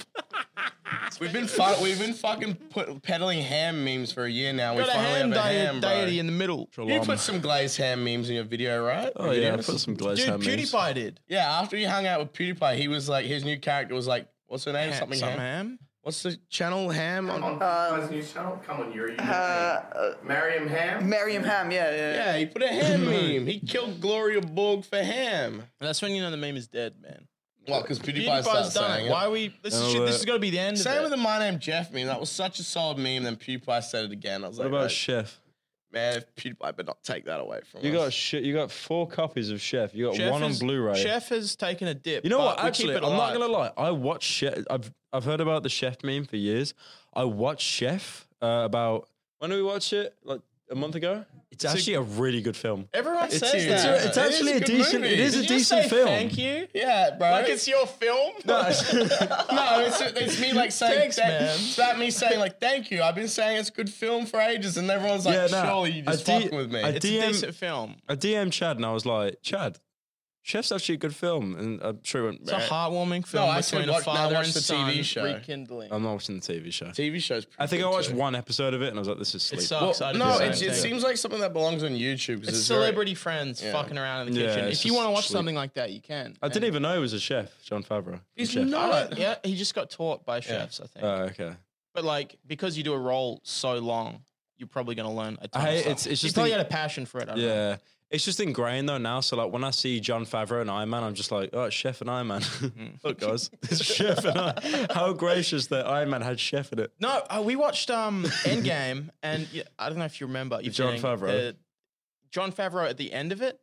Speaker 8: we've been fu- we've been fucking put, peddling ham memes for a year now. We
Speaker 1: Got a
Speaker 8: finally
Speaker 1: ham,
Speaker 8: have a
Speaker 1: di-
Speaker 8: ham, bro.
Speaker 1: deity in the middle.
Speaker 8: You put some glazed ham memes in your video, right?
Speaker 4: oh yeah, I put some glazed
Speaker 1: Dude,
Speaker 4: ham. memes.
Speaker 1: PewDiePie did.
Speaker 8: Yeah, after he hung out with PewDiePie, he was like, his new character was like, what's her name? something
Speaker 1: Some
Speaker 8: ham.
Speaker 1: ham.
Speaker 8: What's the channel ham
Speaker 9: Uh,
Speaker 8: on?
Speaker 10: Guys, new channel. Come on, Yuri. Uh, Mariam Ham.
Speaker 9: Mariam Ham, yeah, yeah.
Speaker 8: Yeah, he put a ham meme. He killed Gloria Borg for ham.
Speaker 1: That's when you know the meme is dead, man.
Speaker 8: Well, because PewDiePie started
Speaker 1: PewDiePie's done
Speaker 8: saying
Speaker 1: it.
Speaker 8: it.
Speaker 1: Why are we? This is shit. This
Speaker 4: but-
Speaker 1: is gonna be the end.
Speaker 8: Same
Speaker 1: of it.
Speaker 8: with the My Name Jeff meme. That was such a solid meme. Then PewDiePie said it again. I was
Speaker 4: What
Speaker 8: like,
Speaker 4: about
Speaker 8: right,
Speaker 4: chef?
Speaker 8: man, if PewDiePie but not take that away from
Speaker 4: You
Speaker 8: us.
Speaker 4: got shit. You got four copies of Chef. You got
Speaker 1: Chef
Speaker 4: one on
Speaker 1: is-
Speaker 4: Blu-ray.
Speaker 1: Chef has taken a dip.
Speaker 4: You know
Speaker 1: but
Speaker 4: what?
Speaker 1: we keep
Speaker 4: Actually,
Speaker 1: it
Speaker 4: I'm not
Speaker 1: alive.
Speaker 4: gonna lie. I watched Chef. I've I've heard about the Chef meme for years. I watched Chef uh, about when did we watch it? Like a month ago. It's actually a really good film.
Speaker 1: Everyone says
Speaker 8: it's-
Speaker 1: that.
Speaker 8: it's- it's It is actually a a good decent- movie. it is
Speaker 1: Did you say Thank you.
Speaker 8: yeah, bro.
Speaker 1: Like it's your film.
Speaker 8: no, it's, it's me like saying
Speaker 1: Thanks,
Speaker 8: thank-
Speaker 1: man.
Speaker 8: It's not me saying like thank you. I've been saying it's a good film for ages, and everyone's like,
Speaker 4: Yeah, no.
Speaker 8: surely you
Speaker 4: I
Speaker 8: just
Speaker 4: de-
Speaker 8: fucking with me.
Speaker 4: I
Speaker 8: It's-
Speaker 1: It's a
Speaker 4: DM
Speaker 1: decent film.
Speaker 4: I DM Chad and I was like, Chad, Chef's actually a good film, and I'm sure he went.
Speaker 1: It's a
Speaker 4: "Meh."
Speaker 1: heartwarming film
Speaker 8: No, I
Speaker 1: between
Speaker 8: actually
Speaker 1: a
Speaker 8: watched- now
Speaker 1: father
Speaker 8: watch
Speaker 1: and
Speaker 8: the
Speaker 1: son
Speaker 8: TV show.
Speaker 1: rekindling.
Speaker 4: I'm not watching the TV show.
Speaker 8: TV shows.
Speaker 4: I think I
Speaker 8: pretty
Speaker 4: watched
Speaker 8: good, too.
Speaker 4: one episode of it, and I was like, this is
Speaker 1: It
Speaker 4: sleep.
Speaker 1: sucks. I did
Speaker 8: No,
Speaker 1: the
Speaker 8: it,
Speaker 1: same
Speaker 8: it
Speaker 1: thing.
Speaker 8: seems like something that belongs on YouTube. 'cause
Speaker 1: It's
Speaker 8: very-
Speaker 1: celebrity friends fucking around in the
Speaker 4: Yeah,
Speaker 1: kitchen.
Speaker 4: it's
Speaker 1: If you
Speaker 4: just
Speaker 1: want to watch
Speaker 4: sleep.
Speaker 1: something like that, you can.
Speaker 4: I didn't even know he was a chef, John Favreau.
Speaker 8: He's
Speaker 4: chef.
Speaker 8: not.
Speaker 1: Yeah, he just got taught by chefs, I think.
Speaker 4: Oh, okay.
Speaker 1: but like, because you do a role so long, you're probably going to learn a ton.
Speaker 4: I-
Speaker 1: of stuff.
Speaker 4: it's- it's
Speaker 1: you
Speaker 4: just
Speaker 1: probably
Speaker 4: in-
Speaker 1: had a passion for it. I don't know.
Speaker 4: Yeah. It's just ingrained though now. So like when I see John Favreau and Iron Man, I'm just like, oh, it's Chef and Iron Man. Look, guys, it's Chef and Iron. How gracious that Iron Man had Chef in it.
Speaker 1: No, uh, we watched um, Endgame, and yeah, I don't know if you remember. You've
Speaker 4: Jon
Speaker 1: seen
Speaker 4: Favreau.
Speaker 1: the- John Favreau at the end of it.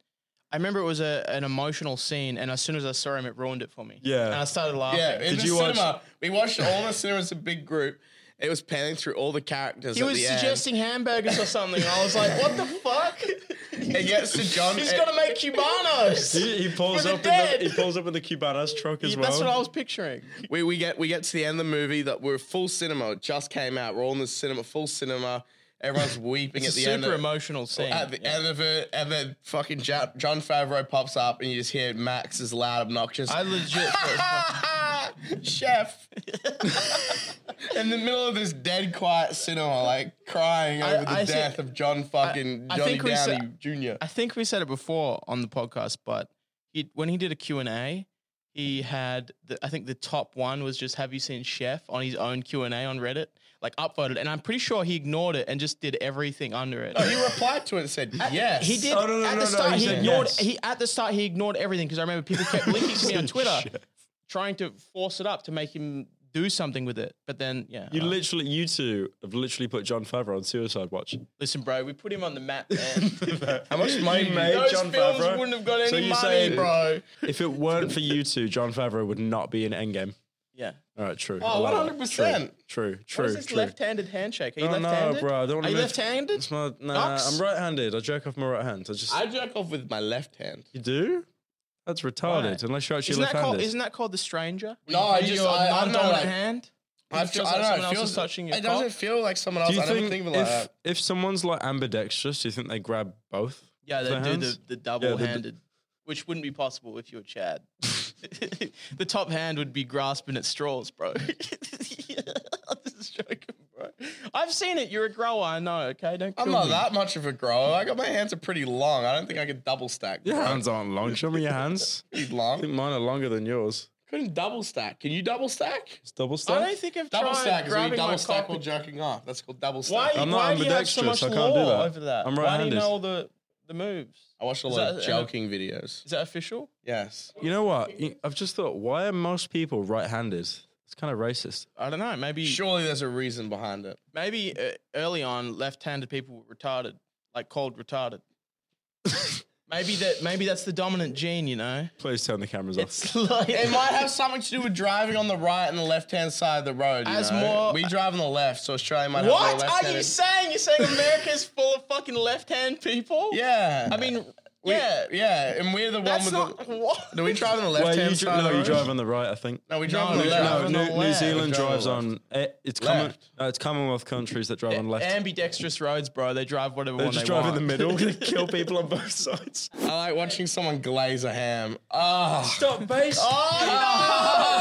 Speaker 1: I remember it was a, an emotional scene, and as soon as I saw him, it ruined it for me.
Speaker 4: Yeah.
Speaker 1: and I started laughing.
Speaker 8: Yeah, in
Speaker 4: Did
Speaker 8: the
Speaker 4: you watch-
Speaker 8: cinema, we watched all in the cinema as a big group. It was panning through all the characters.
Speaker 1: he
Speaker 8: at
Speaker 1: was
Speaker 8: the end.
Speaker 1: suggesting hamburgers or something. I was like, "What the fuck?
Speaker 8: It gets to John.
Speaker 1: He's
Speaker 8: it-
Speaker 1: got to make cubanos."
Speaker 4: He, he pulls
Speaker 1: For the
Speaker 4: up in
Speaker 1: dead.
Speaker 4: the, he pulls up in the Cubanos truck as well.
Speaker 1: That's what I was picturing.
Speaker 8: we, we get we get to the end of the movie that we're full cinema. It just came out. We're all in the cinema, full cinema. Everyone's weeping at the
Speaker 1: Super
Speaker 8: end. Of,
Speaker 1: emotional scene.
Speaker 8: At the end of it, and then fucking Ja- John Favreau pops up, and you just hear Max's loud, obnoxious
Speaker 1: I legit.
Speaker 8: chef in the middle of this dead quiet cinema, like crying
Speaker 1: I-
Speaker 8: over the
Speaker 1: I see-
Speaker 8: death of John fucking
Speaker 1: I- I
Speaker 8: Johnny
Speaker 1: think we
Speaker 8: Downey
Speaker 1: said-
Speaker 8: Jr.
Speaker 1: I think we said it before on the podcast, but he, when he did a Q&A, he had, the, I think the top one was just, have you seen Chef on his own Q&A on Reddit? Like upvoted. And I'm pretty sure he ignored it and just did everything under it.
Speaker 8: he replied to it and said, "Yes."
Speaker 1: He did
Speaker 4: Oh, no, no,
Speaker 1: at
Speaker 4: no, no,
Speaker 1: the start.
Speaker 4: he
Speaker 1: He,
Speaker 4: said
Speaker 1: ignored.
Speaker 4: yes.
Speaker 1: He at the start he ignored everything because I remember people kept linking to me on Twitter, trying to force it up to make him do something with it. But then, yeah,
Speaker 4: you
Speaker 1: uh,
Speaker 4: literally, you two have literally put John Favreau on Suicide Watch.
Speaker 1: listen, bro, we put him on the map. Man.
Speaker 4: How much money made
Speaker 1: Those
Speaker 4: John
Speaker 1: films
Speaker 4: Favreau?
Speaker 1: wouldn't have got
Speaker 4: So
Speaker 1: any
Speaker 4: you're
Speaker 1: money,
Speaker 4: saying-
Speaker 1: bro.
Speaker 4: If it weren't for you two, John Favreau would not be in Endgame.
Speaker 1: Yeah.
Speaker 4: All right, true.
Speaker 8: Oh,
Speaker 4: I like that.
Speaker 8: 100%.
Speaker 4: True, true,
Speaker 1: What is
Speaker 4: true.
Speaker 1: this
Speaker 4: true.
Speaker 1: left-handed handshake? Are you
Speaker 4: Oh,
Speaker 1: left-handed?
Speaker 4: No, bro. I don't want to
Speaker 1: Are you
Speaker 4: move-
Speaker 1: left-handed?
Speaker 4: It's my, nah,
Speaker 1: Knox?
Speaker 4: I'm right-handed. I jerk off my right hand. I just
Speaker 8: I jerk off with my left hand.
Speaker 4: you do. That's retarded.
Speaker 1: Why?
Speaker 4: Unless you're actually
Speaker 1: Isn't that,
Speaker 4: left-handed.
Speaker 1: called, isn't that called the stranger?
Speaker 8: No, I just- I- I don't know,
Speaker 1: non-dominant
Speaker 8: like-
Speaker 1: hand.
Speaker 8: I've
Speaker 1: feels like
Speaker 8: I don't know,
Speaker 1: someone
Speaker 8: it
Speaker 1: else is
Speaker 8: feels-
Speaker 1: touching your
Speaker 8: It doesn't
Speaker 1: cock?
Speaker 8: feel like someone else.
Speaker 4: do you
Speaker 8: I
Speaker 4: think
Speaker 8: don't think of it like
Speaker 4: if,
Speaker 8: that.
Speaker 4: if someone's like ambidextrous, do you think they grab both?
Speaker 1: Yeah,
Speaker 4: their
Speaker 1: they do
Speaker 4: hands?
Speaker 1: the, the double-handed, which wouldn't be possible if you were Chad. the top hand would be grasping at straws, bro. I'm just joking, bro. I've seen it. You're a grower, I know. Okay, don't.
Speaker 8: I'm
Speaker 1: kill
Speaker 8: not
Speaker 1: me.
Speaker 8: that much of a grower. I got my hands are pretty long. I don't think I could double stack.
Speaker 4: Your
Speaker 8: bro.
Speaker 4: hands aren't long. Show me your hands. I
Speaker 8: Pretty long.
Speaker 4: think mine are longer than yours.
Speaker 8: Couldn't double stack. Can you double stack?
Speaker 4: It's double
Speaker 1: I
Speaker 4: stack.
Speaker 1: don't think I've
Speaker 8: Double
Speaker 1: tried
Speaker 8: stack is when you
Speaker 1: grabbing my
Speaker 8: double stack
Speaker 1: cock
Speaker 8: while
Speaker 1: with-
Speaker 8: jerking off. That's called double
Speaker 1: Why,
Speaker 8: stack.
Speaker 4: I'm not
Speaker 1: why do you have so much
Speaker 4: ambidextrous, I can't do
Speaker 1: law
Speaker 4: that.
Speaker 1: over that?
Speaker 4: I'm
Speaker 1: Why do you
Speaker 4: right-handed.
Speaker 1: know all the, the moves?
Speaker 8: I watched a
Speaker 1: Is
Speaker 8: lot of
Speaker 1: that-
Speaker 8: joking videos.
Speaker 1: Is that official?
Speaker 8: Yes.
Speaker 4: You know what? You- I've just thought. Why are most people right-handed? It's kind of racist.
Speaker 1: I don't know. Maybe
Speaker 8: Surely there's a reason behind it.
Speaker 1: maybe uh, early on, left-handed people were retarded, like cold retarded. Maybe that maybe that's the dominant gene, you know.
Speaker 4: Please turn the cameras off.
Speaker 1: It's like
Speaker 8: It might have something to do with driving on the right and the left hand side of the road. you
Speaker 1: As
Speaker 8: know?
Speaker 1: more-
Speaker 8: we drive on the left, so Australia might have more
Speaker 1: What
Speaker 8: left
Speaker 1: are you saying? You're saying America's full of fucking left-hand people?
Speaker 8: Yeah,
Speaker 1: I mean,
Speaker 8: We-
Speaker 1: yeah.
Speaker 8: yeah, and we're the one
Speaker 1: That's
Speaker 8: with
Speaker 1: not
Speaker 8: the.
Speaker 1: what.
Speaker 8: Do we drive on the
Speaker 4: Where
Speaker 8: left
Speaker 4: you
Speaker 8: hand
Speaker 4: dri-
Speaker 8: side? of
Speaker 4: no,
Speaker 8: the
Speaker 4: you
Speaker 8: road?
Speaker 4: drive on the right, I think.
Speaker 8: No, we drive on the
Speaker 1: we
Speaker 8: left.
Speaker 1: drive
Speaker 4: No,
Speaker 1: on
Speaker 4: New,
Speaker 1: the
Speaker 4: New
Speaker 1: left.
Speaker 4: Zealand
Speaker 8: We drive on
Speaker 4: drives
Speaker 8: the
Speaker 4: on. eh, It's common.
Speaker 8: Left.
Speaker 4: No, it's Commonwealth countries that drive on left.
Speaker 1: Ambidextrous roads, bro. They drive whatever
Speaker 4: they
Speaker 1: one
Speaker 4: just
Speaker 1: they
Speaker 4: drive
Speaker 1: want.
Speaker 4: in the middle. They kill people on both sides.
Speaker 8: I like watching someone glaze a ham. Oh,
Speaker 4: Stop base. Oh,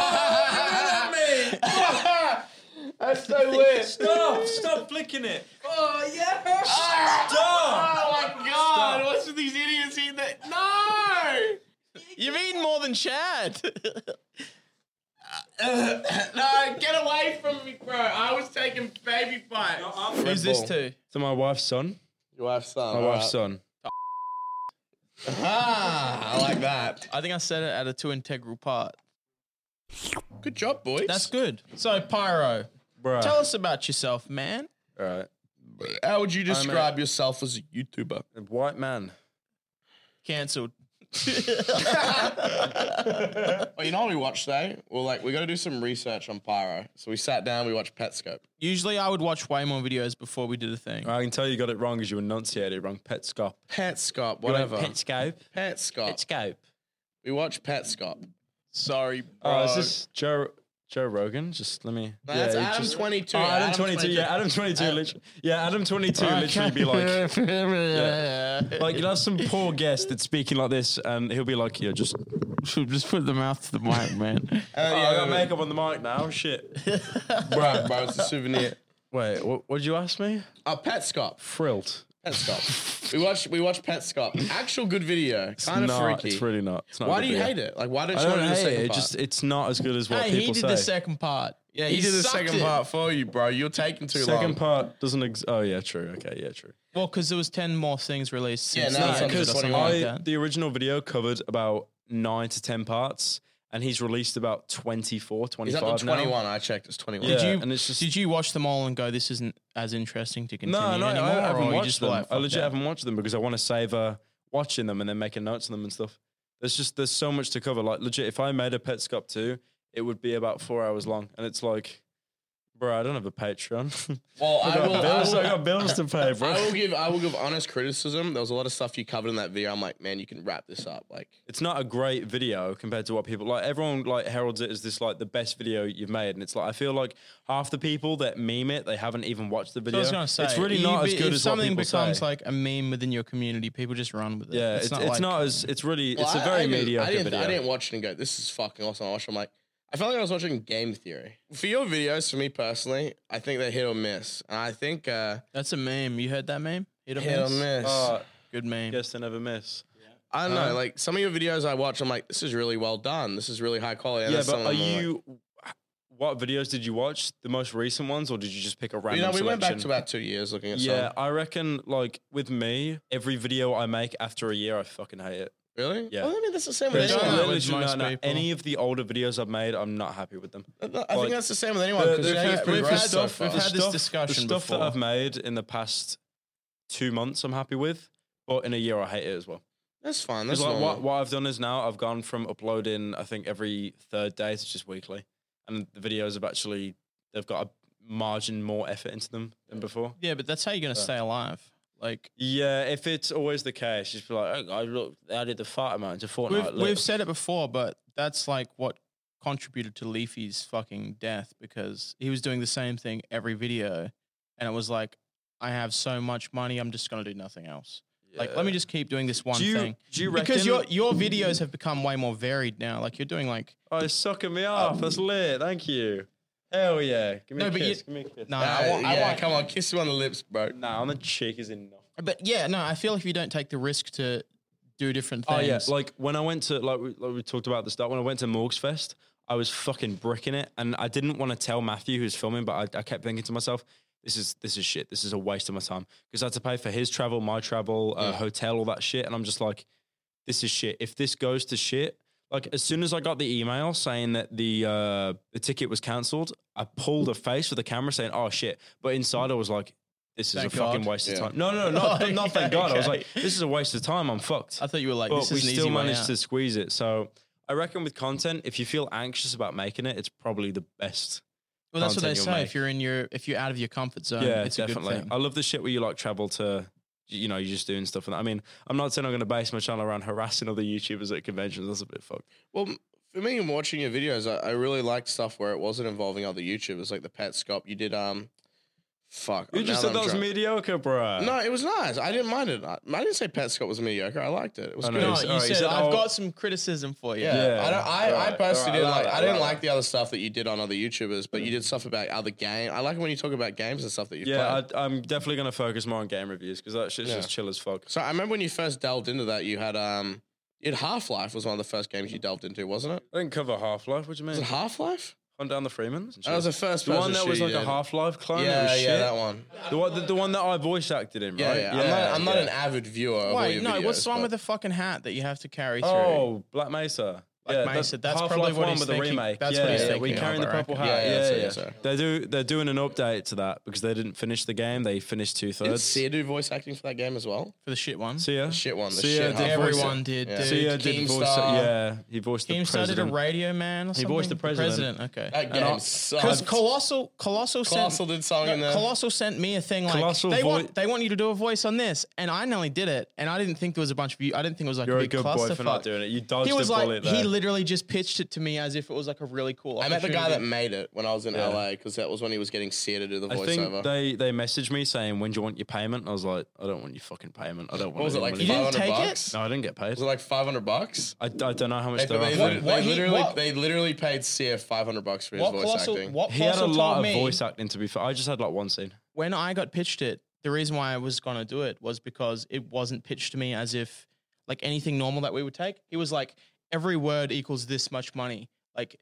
Speaker 8: that's so weird.
Speaker 4: stop! Stop flicking it.
Speaker 6: Oh, yeah.
Speaker 4: Stop!
Speaker 8: Oh my god, what's with these idiots eating that? No!
Speaker 1: You've eaten more than Chad.
Speaker 8: No, get away from me, bro. I was taking baby bites.
Speaker 1: Who's this to?
Speaker 4: To my wife's son.
Speaker 8: Your wife's son.
Speaker 4: My
Speaker 8: all
Speaker 4: wife's
Speaker 8: right.
Speaker 4: son.
Speaker 8: Ah, I like that.
Speaker 1: I think I said it at a two integral part.
Speaker 2: Good job, boys.
Speaker 1: That's good. So Pyro,
Speaker 4: Bruh.
Speaker 1: tell us about yourself, man.
Speaker 4: All right.
Speaker 8: How would you
Speaker 4: describe
Speaker 8: yourself as a YouTuber?
Speaker 4: A white man.
Speaker 1: Cancelled.
Speaker 8: Oh, you know what we watched today? Well, like, we got to do some research on Pyro. So we sat down, we watched Petscope.
Speaker 1: Usually, I would watch way more videos before we did a thing.
Speaker 4: I can tell you got it wrong because you enunciated it wrong. Petscop.
Speaker 8: Petscope, whatever.
Speaker 4: Petscope.
Speaker 8: Petscope.
Speaker 4: Petscope.
Speaker 8: We watched Petscope.
Speaker 1: Sorry, bro.
Speaker 4: Oh, is this Joe Joe Rogan? Just let me.
Speaker 8: No, that's
Speaker 4: yeah,
Speaker 8: Adam
Speaker 4: just-
Speaker 8: 22.
Speaker 4: Oh, Adam, 22, yeah, Adam 22, literally. Yeah, Adam 22 literally be like, yeah. like, you'll have some poor guest that's speaking like this, and he'll be like, yeah, just,
Speaker 1: should just put the mouth to the mic, man.
Speaker 8: Uh,
Speaker 4: oh,
Speaker 8: yeah,
Speaker 4: I got makeup on the mic now, shit.
Speaker 8: bro, bro, it's a souvenir.
Speaker 4: Wait, what did you ask me?
Speaker 8: Oh, Petscope.
Speaker 4: Frilled.
Speaker 8: Petscope. we watched, we watched Petscope. Actual good video. Kind of
Speaker 4: no,
Speaker 8: freaky.
Speaker 4: it's really not. It's not good
Speaker 8: Why do you
Speaker 4: beer.
Speaker 8: hate it? Like, why don't
Speaker 4: I
Speaker 8: you
Speaker 4: don't
Speaker 8: want to do the
Speaker 4: hate
Speaker 8: second
Speaker 4: it. It
Speaker 8: part?
Speaker 4: just, it's not as good as what
Speaker 1: hey, he
Speaker 4: people
Speaker 1: did
Speaker 4: say.
Speaker 1: the second part. Yeah,
Speaker 8: he did the second
Speaker 1: it.
Speaker 8: part for you, bro. You're taking too long.
Speaker 4: Second part doesn't. Ex- oh yeah, true. Okay, yeah, true.
Speaker 1: Well, because there was ten more things released.
Speaker 8: Yeah,
Speaker 1: Since
Speaker 8: no,
Speaker 1: the
Speaker 8: it's
Speaker 1: end
Speaker 8: on
Speaker 1: of it or
Speaker 8: the
Speaker 1: something
Speaker 8: 21.
Speaker 1: like
Speaker 4: I,
Speaker 1: that.
Speaker 4: the original video covered about nine to ten parts, and he's released about 24,
Speaker 8: He's
Speaker 4: 25
Speaker 8: up to
Speaker 4: now.
Speaker 8: 21. I checked. It's 21.
Speaker 4: Yeah,
Speaker 1: Did you
Speaker 4: and it's just
Speaker 1: did you watch them all and go, "This isn't as interesting to continue"?
Speaker 4: no, no,
Speaker 1: anymore,
Speaker 4: I
Speaker 1: or
Speaker 4: haven't
Speaker 1: you
Speaker 4: watched
Speaker 1: just were
Speaker 4: them.
Speaker 1: like,
Speaker 4: I
Speaker 1: "Fuck
Speaker 4: legit
Speaker 1: that"?
Speaker 4: haven't watched them because I want to savor watching them and then making notes on them and stuff. There's just there's so much to cover. Like legit, if I made a Petscop two, it would be about four hours long, and it's like, bro, I don't have a Patreon.
Speaker 8: Well, I will, I,
Speaker 4: bills, I
Speaker 8: will,
Speaker 4: got bills to pay, bro.
Speaker 8: I will give I will give honest criticism. There was a lot of stuff you covered in that video. I'm like, man, you can wrap this up. Like,
Speaker 4: it's not a great video compared to what people like. Everyone like heralds it as this like the best video you've made, and it's like I feel like half the people that meme it they haven't even watched the
Speaker 1: So
Speaker 4: video.
Speaker 1: I was gonna say,
Speaker 4: it's really
Speaker 1: you
Speaker 4: not as
Speaker 1: be-
Speaker 4: good
Speaker 1: if
Speaker 4: as what
Speaker 1: something
Speaker 4: people
Speaker 1: becomes
Speaker 4: say.
Speaker 1: like a meme within your community. People just run with it.
Speaker 4: yeah, it's, it's, not,
Speaker 1: like-
Speaker 4: as it's really it's
Speaker 8: well,
Speaker 4: a
Speaker 8: I-
Speaker 4: very
Speaker 8: I didn't-
Speaker 4: mediocre
Speaker 8: I didn't,
Speaker 4: video.
Speaker 8: I didn't watch it and go, this is fucking awesome. I watched. it, I'm like, I felt like I was watching Game Theory. For your videos, for me personally, I think they hit or miss. And I think uh,
Speaker 1: That's a meme. You heard that meme? Hit or
Speaker 8: hit or
Speaker 1: miss.
Speaker 8: miss.
Speaker 4: Oh,
Speaker 1: Good meme.
Speaker 4: guess they never miss.
Speaker 8: I don't know. Like some of your videos I watch, I'm like, this is really well done. This is really high quality. And
Speaker 4: yeah,
Speaker 8: then some
Speaker 4: but are
Speaker 8: of them I'm like-
Speaker 4: you? What videos did you watch? The most recent ones, or did you just pick a random?
Speaker 8: you know, we went back
Speaker 4: selection?
Speaker 8: to about two years looking at
Speaker 4: Yeah,
Speaker 8: some.
Speaker 4: I reckon like with me, every video I make after a year, I fucking hate it.
Speaker 8: Really?
Speaker 4: Yeah.
Speaker 8: Well, I mean, that's the same
Speaker 4: But
Speaker 8: with
Speaker 1: There's
Speaker 4: no,
Speaker 1: not
Speaker 8: anyone.
Speaker 1: with
Speaker 4: literally,
Speaker 1: most
Speaker 4: no, no.
Speaker 1: people.
Speaker 4: Any of the older videos I've made, I'm not happy with them.
Speaker 8: I think
Speaker 4: like-
Speaker 8: that's the same with anyone.
Speaker 4: The-
Speaker 8: 'cause
Speaker 4: the-
Speaker 8: you know, you've
Speaker 4: we've
Speaker 8: progressed
Speaker 4: had
Speaker 8: so
Speaker 1: stuff- we've
Speaker 8: far.
Speaker 1: had this discussion
Speaker 4: The stuff
Speaker 1: before.
Speaker 4: that I've made in the past two months, I'm happy with, but in a year, I hate it as well.
Speaker 8: That's fine. That's
Speaker 4: Because like
Speaker 8: normal.
Speaker 4: what, what I've done is now I've gone from uploading, I think every third day to just weekly, and the videos have actually they've got a margin more effort into them than before.
Speaker 1: Yeah, but that's how you're gonna stay alive. Like
Speaker 4: Yeah, if it's always the case, just be like, oh, I look, I did the fart amount to
Speaker 1: we've
Speaker 4: Fortnite.
Speaker 1: we've said it before, but that's like what contributed to Leafy's fucking death because he was doing the same thing every video, and it was like, I have so much money, I'm just gonna do nothing else. Like, let me just keep doing this one
Speaker 4: do you,
Speaker 1: thing.
Speaker 4: Do you reckon?
Speaker 1: Because your your videos have become way more varied now. Like you're doing like
Speaker 4: oh, it's sucking me off. That's lit. Thank you. Hell yeah. Give me
Speaker 1: Um, No,
Speaker 4: a
Speaker 1: but
Speaker 4: kiss.
Speaker 1: you-
Speaker 4: Give me a kiss.
Speaker 1: no,
Speaker 8: Uh,
Speaker 1: I want, I
Speaker 8: yeah,
Speaker 1: want
Speaker 8: come on, kiss you on the lips, bro.
Speaker 4: Nah, on the cheek is enough.
Speaker 1: But yeah, no, I feel if you don't take the risk to do different things.
Speaker 4: Oh yeah, like when I went to like we, like we talked about at the start. When I went to Morgs Fest, I was fucking bricking it, and I didn't want to tell Matthew who's filming, but I, I kept thinking to myself, "This is this is shit. This is a waste of my time because I had to pay for his travel, my travel, uh, hotel, all that shit." And I'm just like, "This is shit. If this goes to shit." Like as soon as I got the email saying that the uh, the ticket was cancelled, I pulled a face with the camera saying, "Oh shit!" But inside I was like, this is
Speaker 1: Thank
Speaker 4: a fucking
Speaker 1: God.
Speaker 4: waste of time. No, no, no, not,
Speaker 1: Oh,
Speaker 4: not thank
Speaker 1: yeah,
Speaker 4: God. I was
Speaker 1: okay.
Speaker 4: like, this is a waste of time. I'm fucked.
Speaker 1: I thought you were like,
Speaker 4: but
Speaker 1: this
Speaker 4: we
Speaker 1: is an
Speaker 4: still
Speaker 1: easy way
Speaker 4: managed
Speaker 1: out.
Speaker 4: to squeeze it. So I reckon with content, if you feel anxious about making it, it's probably the best.
Speaker 1: Well, that's what they
Speaker 4: content you'll
Speaker 1: say. If
Speaker 4: make.
Speaker 1: you're in your, if you're out of your comfort zone,
Speaker 4: yeah,
Speaker 1: Um, it's
Speaker 4: definitely.
Speaker 1: a good thing.
Speaker 4: I love the shit where you like travel to, you know, you're just doing stuff. And I mean, I'm not saying I'm going to base my channel around harassing other YouTubers at conventions. That's a bit fucked.
Speaker 8: Well, m- for me, in watching your videos, I, I really liked stuff where it wasn't involving other YouTubers, like the Pat Scop. You did, um, fuck.
Speaker 4: You
Speaker 8: now
Speaker 4: just said
Speaker 8: I'm
Speaker 4: that was
Speaker 8: drunk.
Speaker 4: mediocre, bro.
Speaker 8: No, it was nice. I didn't mind it. I, I didn't say Pat Scott was mediocre. I liked it. It was
Speaker 4: I
Speaker 8: good.
Speaker 4: know.
Speaker 1: No,
Speaker 4: Alright,
Speaker 1: you
Speaker 4: alright, he
Speaker 1: said,
Speaker 4: said,
Speaker 1: I've
Speaker 4: oh-
Speaker 1: got some criticism for you.
Speaker 8: Yeah.
Speaker 4: Yeah.
Speaker 8: I, don't, I, I
Speaker 4: Alright,
Speaker 8: personally
Speaker 4: alright,
Speaker 8: didn't
Speaker 4: alright,
Speaker 8: like. I didn't
Speaker 4: alright.
Speaker 8: like the other stuff that you did on other YouTubers, but you did stuff about other game. I like it when you talk about games and stuff that you've
Speaker 4: Mm. Yeah,
Speaker 8: played.
Speaker 4: I, I'm definitely going to focus more on game reviews because that shit's just chill as fuck.
Speaker 8: so I remember when you first delved into that, you had um, you had Half Life was one of the first games you delved into, wasn't it?
Speaker 4: I didn't cover Half Life. What do you
Speaker 8: Was
Speaker 4: mean?
Speaker 8: it Half Life?
Speaker 4: Hunt down the Freemans. and
Speaker 8: That was
Speaker 4: shit.
Speaker 8: the first
Speaker 4: the one
Speaker 8: person
Speaker 4: that was
Speaker 8: she
Speaker 4: like a
Speaker 8: did.
Speaker 4: Half Life clone. it
Speaker 8: Yeah,
Speaker 4: was
Speaker 8: yeah,
Speaker 4: shit.
Speaker 8: that one.
Speaker 4: The one, the, the one that I voice acted in, right?
Speaker 8: Yeah, yeah. I'm not, I'm not an avid viewer. Of all
Speaker 1: Wait,
Speaker 8: your
Speaker 1: no, what's
Speaker 8: videos,
Speaker 1: the one
Speaker 8: but-
Speaker 1: with the fucking hat that you have to carry through?
Speaker 4: Oh, Black Mesa.
Speaker 1: Black Mesa, that's probably
Speaker 4: Half-Life
Speaker 1: what
Speaker 4: one
Speaker 1: he's
Speaker 4: with
Speaker 1: thinking-
Speaker 4: the remake.
Speaker 1: that's
Speaker 4: yeah,
Speaker 1: what he's
Speaker 4: yeah,
Speaker 1: thinking
Speaker 4: We
Speaker 1: of,
Speaker 4: carrying the
Speaker 1: I
Speaker 4: purple
Speaker 1: reckon.
Speaker 4: hat.
Speaker 8: Yeah, yeah,
Speaker 4: Yeah,
Speaker 8: so-
Speaker 4: yeah.
Speaker 8: so-
Speaker 4: They do. They're doing an update to that because they didn't finish the game. They finished two
Speaker 8: Did
Speaker 4: thirds.
Speaker 8: Sia do voice acting for that game as well?
Speaker 1: For the shit one.
Speaker 4: See ya.
Speaker 8: Shit one. The
Speaker 4: See ya,
Speaker 8: shit
Speaker 4: did
Speaker 8: half voice
Speaker 1: Everyone
Speaker 8: act-
Speaker 1: did,
Speaker 8: Yeah.
Speaker 1: dude.
Speaker 4: See ya did voice.
Speaker 8: Keemstar.
Speaker 4: Yeah, he voiced the
Speaker 1: Game started a
Speaker 4: president.
Speaker 1: radio man or
Speaker 4: He
Speaker 1: something.
Speaker 4: voiced the president.
Speaker 1: Okay.
Speaker 8: That
Speaker 4: I-
Speaker 8: game
Speaker 4: 'cause
Speaker 1: Because
Speaker 8: sucked.
Speaker 1: Colossal, Colossal,
Speaker 8: Colossal
Speaker 1: sent,
Speaker 8: did something in there.
Speaker 1: Colossal sent me a thing like
Speaker 4: Colossal
Speaker 1: they
Speaker 4: voi-
Speaker 1: want they want you to do a voice on this, and I nearly did it, and I didn't think there was a bunch of you. I didn't think it was like
Speaker 4: You're
Speaker 1: a
Speaker 4: a
Speaker 1: big
Speaker 4: good boy for not
Speaker 1: clusterfuck.
Speaker 4: doing it. You dodged
Speaker 1: He
Speaker 4: a
Speaker 1: was
Speaker 4: bullet
Speaker 1: like,
Speaker 4: there.
Speaker 1: he literally just pitched it to me as if it was like a really cool.
Speaker 8: I met the guy that
Speaker 1: opportunity.
Speaker 8: made it when I was in
Speaker 4: Yeah.
Speaker 8: LA because that was when he was getting Sia to do the
Speaker 4: I think
Speaker 8: voiceover.
Speaker 4: they, they messaged me saying, when do you want your payment? I was like, I don't want your fucking payment. I don't want
Speaker 8: what was it
Speaker 4: any
Speaker 8: like?
Speaker 4: money."
Speaker 1: You
Speaker 8: Five
Speaker 1: didn't
Speaker 8: hundred
Speaker 1: take it?
Speaker 8: bucks?
Speaker 4: No, I didn't get paid.
Speaker 8: Was it like five hundred bucks?
Speaker 4: I, I don't know how
Speaker 8: They,
Speaker 4: much
Speaker 8: they,
Speaker 4: they're
Speaker 8: literally-
Speaker 4: offering.
Speaker 8: they
Speaker 1: what he-
Speaker 8: literally
Speaker 1: what-
Speaker 8: they literally paid Sia five hundred bucks for his
Speaker 1: What
Speaker 8: voice
Speaker 1: Colossal?
Speaker 8: acting.
Speaker 1: What
Speaker 4: He had a
Speaker 1: Colossal
Speaker 4: lot
Speaker 1: told
Speaker 4: of
Speaker 1: me,
Speaker 4: voice acting, to be fair. I just had like one scene.
Speaker 1: when I got pitched it, the reason why I was going to do it was because it wasn't pitched to me as if like anything normal that we would take. He was like, every word equals this much money. Like,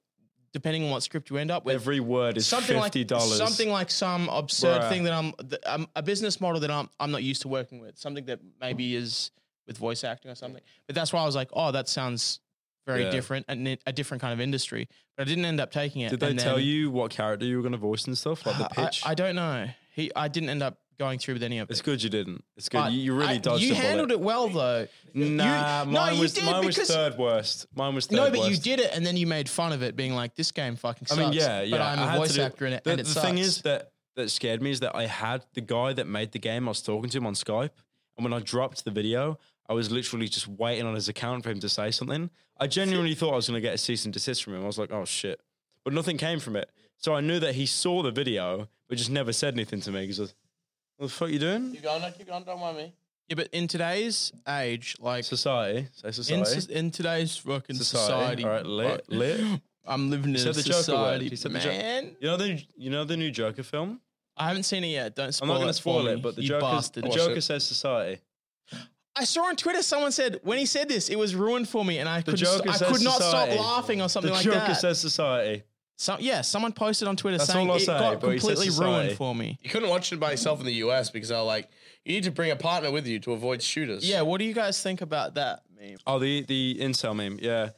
Speaker 1: depending on what script you end up with,
Speaker 4: Every word is
Speaker 1: something like
Speaker 4: fifty dollars.
Speaker 1: something like some absurd
Speaker 4: Bruh.
Speaker 1: thing that I'm, th- I'm a business model that I'm I'm not used to working with. Something that maybe is with voice acting or something. But that's why I was like, oh, that sounds very
Speaker 4: Yeah.
Speaker 1: different and it- a different kind of industry. But I didn't end up taking it.
Speaker 4: Did they
Speaker 1: And
Speaker 4: tell
Speaker 1: then-
Speaker 4: you what character you were going to voice and stuff, like the
Speaker 1: I-
Speaker 4: pitch?
Speaker 1: I, don't know. He I didn't end up going through with any of it.
Speaker 4: it's good you didn't. It's good.
Speaker 1: But
Speaker 4: You, you really
Speaker 1: I-
Speaker 4: dodged.
Speaker 1: You
Speaker 4: a bullet.
Speaker 1: handled it well though.
Speaker 4: Nah,
Speaker 1: You- no,
Speaker 4: mine
Speaker 1: you
Speaker 4: was
Speaker 1: did
Speaker 4: mine was
Speaker 1: because-
Speaker 4: third worst. Mine was third
Speaker 1: No, but you
Speaker 4: worst.
Speaker 1: did it, and then you made fun of it, being like, "This game fucking
Speaker 4: I
Speaker 1: sucks."
Speaker 4: mean, yeah, yeah.
Speaker 1: But I'm
Speaker 4: I
Speaker 1: a
Speaker 4: had
Speaker 1: voice
Speaker 4: to do-
Speaker 1: actor in it,
Speaker 4: The,
Speaker 1: and it
Speaker 4: the
Speaker 1: sucks.
Speaker 4: thing is that that scared me is that I had the guy that made the game. I was talking to him on Skype, and when I dropped the video, I was literally just waiting on his account for him to say something. I genuinely thought I was going to get a cease and desist from him. I was like, oh shit, but nothing came from it. So I knew that he saw the video, but just never said anything to me because, what the fuck you doing?
Speaker 8: Keep going, no, keep going, don't mind me.
Speaker 1: yeah, but in today's age, like
Speaker 4: Society, say
Speaker 1: in,
Speaker 4: society.
Speaker 1: so- in today's fucking
Speaker 4: society.
Speaker 1: society,
Speaker 4: All right, lit,
Speaker 1: fuck,
Speaker 4: lit.
Speaker 1: I'm living in
Speaker 4: said
Speaker 1: a
Speaker 4: the Joker
Speaker 1: society,
Speaker 4: word. He said the Jo-
Speaker 1: man.
Speaker 4: You know the you know the new Joker film.
Speaker 1: I haven't seen it yet. Don't
Speaker 4: I'm
Speaker 1: spoil
Speaker 4: not going to
Speaker 1: it
Speaker 4: spoil
Speaker 1: for
Speaker 4: it,
Speaker 1: me,
Speaker 4: but the
Speaker 1: you
Speaker 4: Joker
Speaker 1: bastard.
Speaker 4: the Joker says society.
Speaker 1: I saw on Twitter someone said when he said this, it was ruined for me, and I could
Speaker 4: Joker
Speaker 1: I
Speaker 4: says
Speaker 1: could not
Speaker 4: society.
Speaker 1: stop laughing or something
Speaker 4: the
Speaker 1: like
Speaker 4: Joker
Speaker 1: that.
Speaker 4: says society.
Speaker 1: So, yeah, someone posted on Twitter
Speaker 4: That's
Speaker 1: saying
Speaker 4: all I'll
Speaker 1: it
Speaker 4: say,
Speaker 1: got
Speaker 4: but he says
Speaker 1: completely
Speaker 4: society.
Speaker 1: ruined for me.
Speaker 8: You couldn't watch it by yourself in the US because they were like, you need to bring a partner with you to avoid shooters.
Speaker 1: Yeah, what do you guys think about that meme?
Speaker 4: Oh, the the incel meme. Yeah,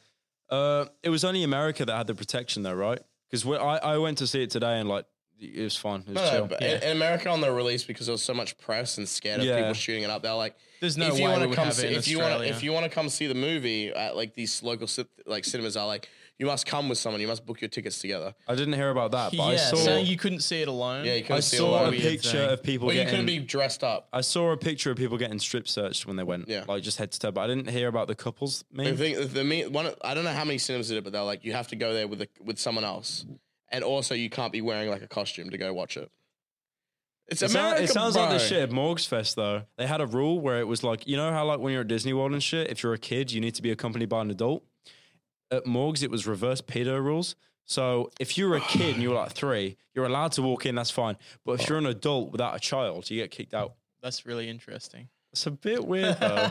Speaker 4: uh, it was only America that had the protection though, right? Because I I went to see it today and like it was fine. It was
Speaker 8: No, no,
Speaker 4: chill.
Speaker 8: but in, in America on the release because there was so much press and scared of
Speaker 4: Yeah.
Speaker 8: people shooting it up. They're like,
Speaker 1: There's no
Speaker 8: if you
Speaker 1: way
Speaker 8: wanna
Speaker 1: we would
Speaker 8: come
Speaker 1: have
Speaker 8: see,
Speaker 1: it in
Speaker 8: if you want
Speaker 1: Australia.
Speaker 8: if you want to come see the movie at like these local ci- like cinemas are like, you must come with someone. You must book your tickets together.
Speaker 4: I didn't hear about that, but
Speaker 1: yeah,
Speaker 4: I saw
Speaker 1: saying you couldn't see it alone.
Speaker 8: Yeah, you couldn't
Speaker 4: I
Speaker 8: see
Speaker 4: saw a
Speaker 8: it. alone.
Speaker 4: picture
Speaker 1: thing.
Speaker 4: of people
Speaker 8: Well, you
Speaker 4: getting.
Speaker 8: couldn't be dressed up.
Speaker 4: I saw a picture of people getting strip searched when they went,
Speaker 8: Yeah.
Speaker 4: like just head to toe. But I didn't hear about the couples
Speaker 8: The
Speaker 4: meme.
Speaker 8: thing, the me, one, I don't know how many cinemas did it, but they're like, you have to go there with a, with someone else, and also you can't be wearing like a costume to go watch it. It's
Speaker 4: It, sound-
Speaker 8: America.
Speaker 4: it sounds like
Speaker 8: bro.
Speaker 4: this shit at Morgs Fest though. They had a rule where it was like, you know how like when you're at Disney World and shit, if you're a kid, you need to be accompanied by an adult. At Morgs, it was reverse pedo rules. So if you were a kid and you were like three, you're allowed to walk in, that's fine. But if you're an adult without a child, you get kicked out.
Speaker 1: That's really interesting.
Speaker 4: It's a bit weird though.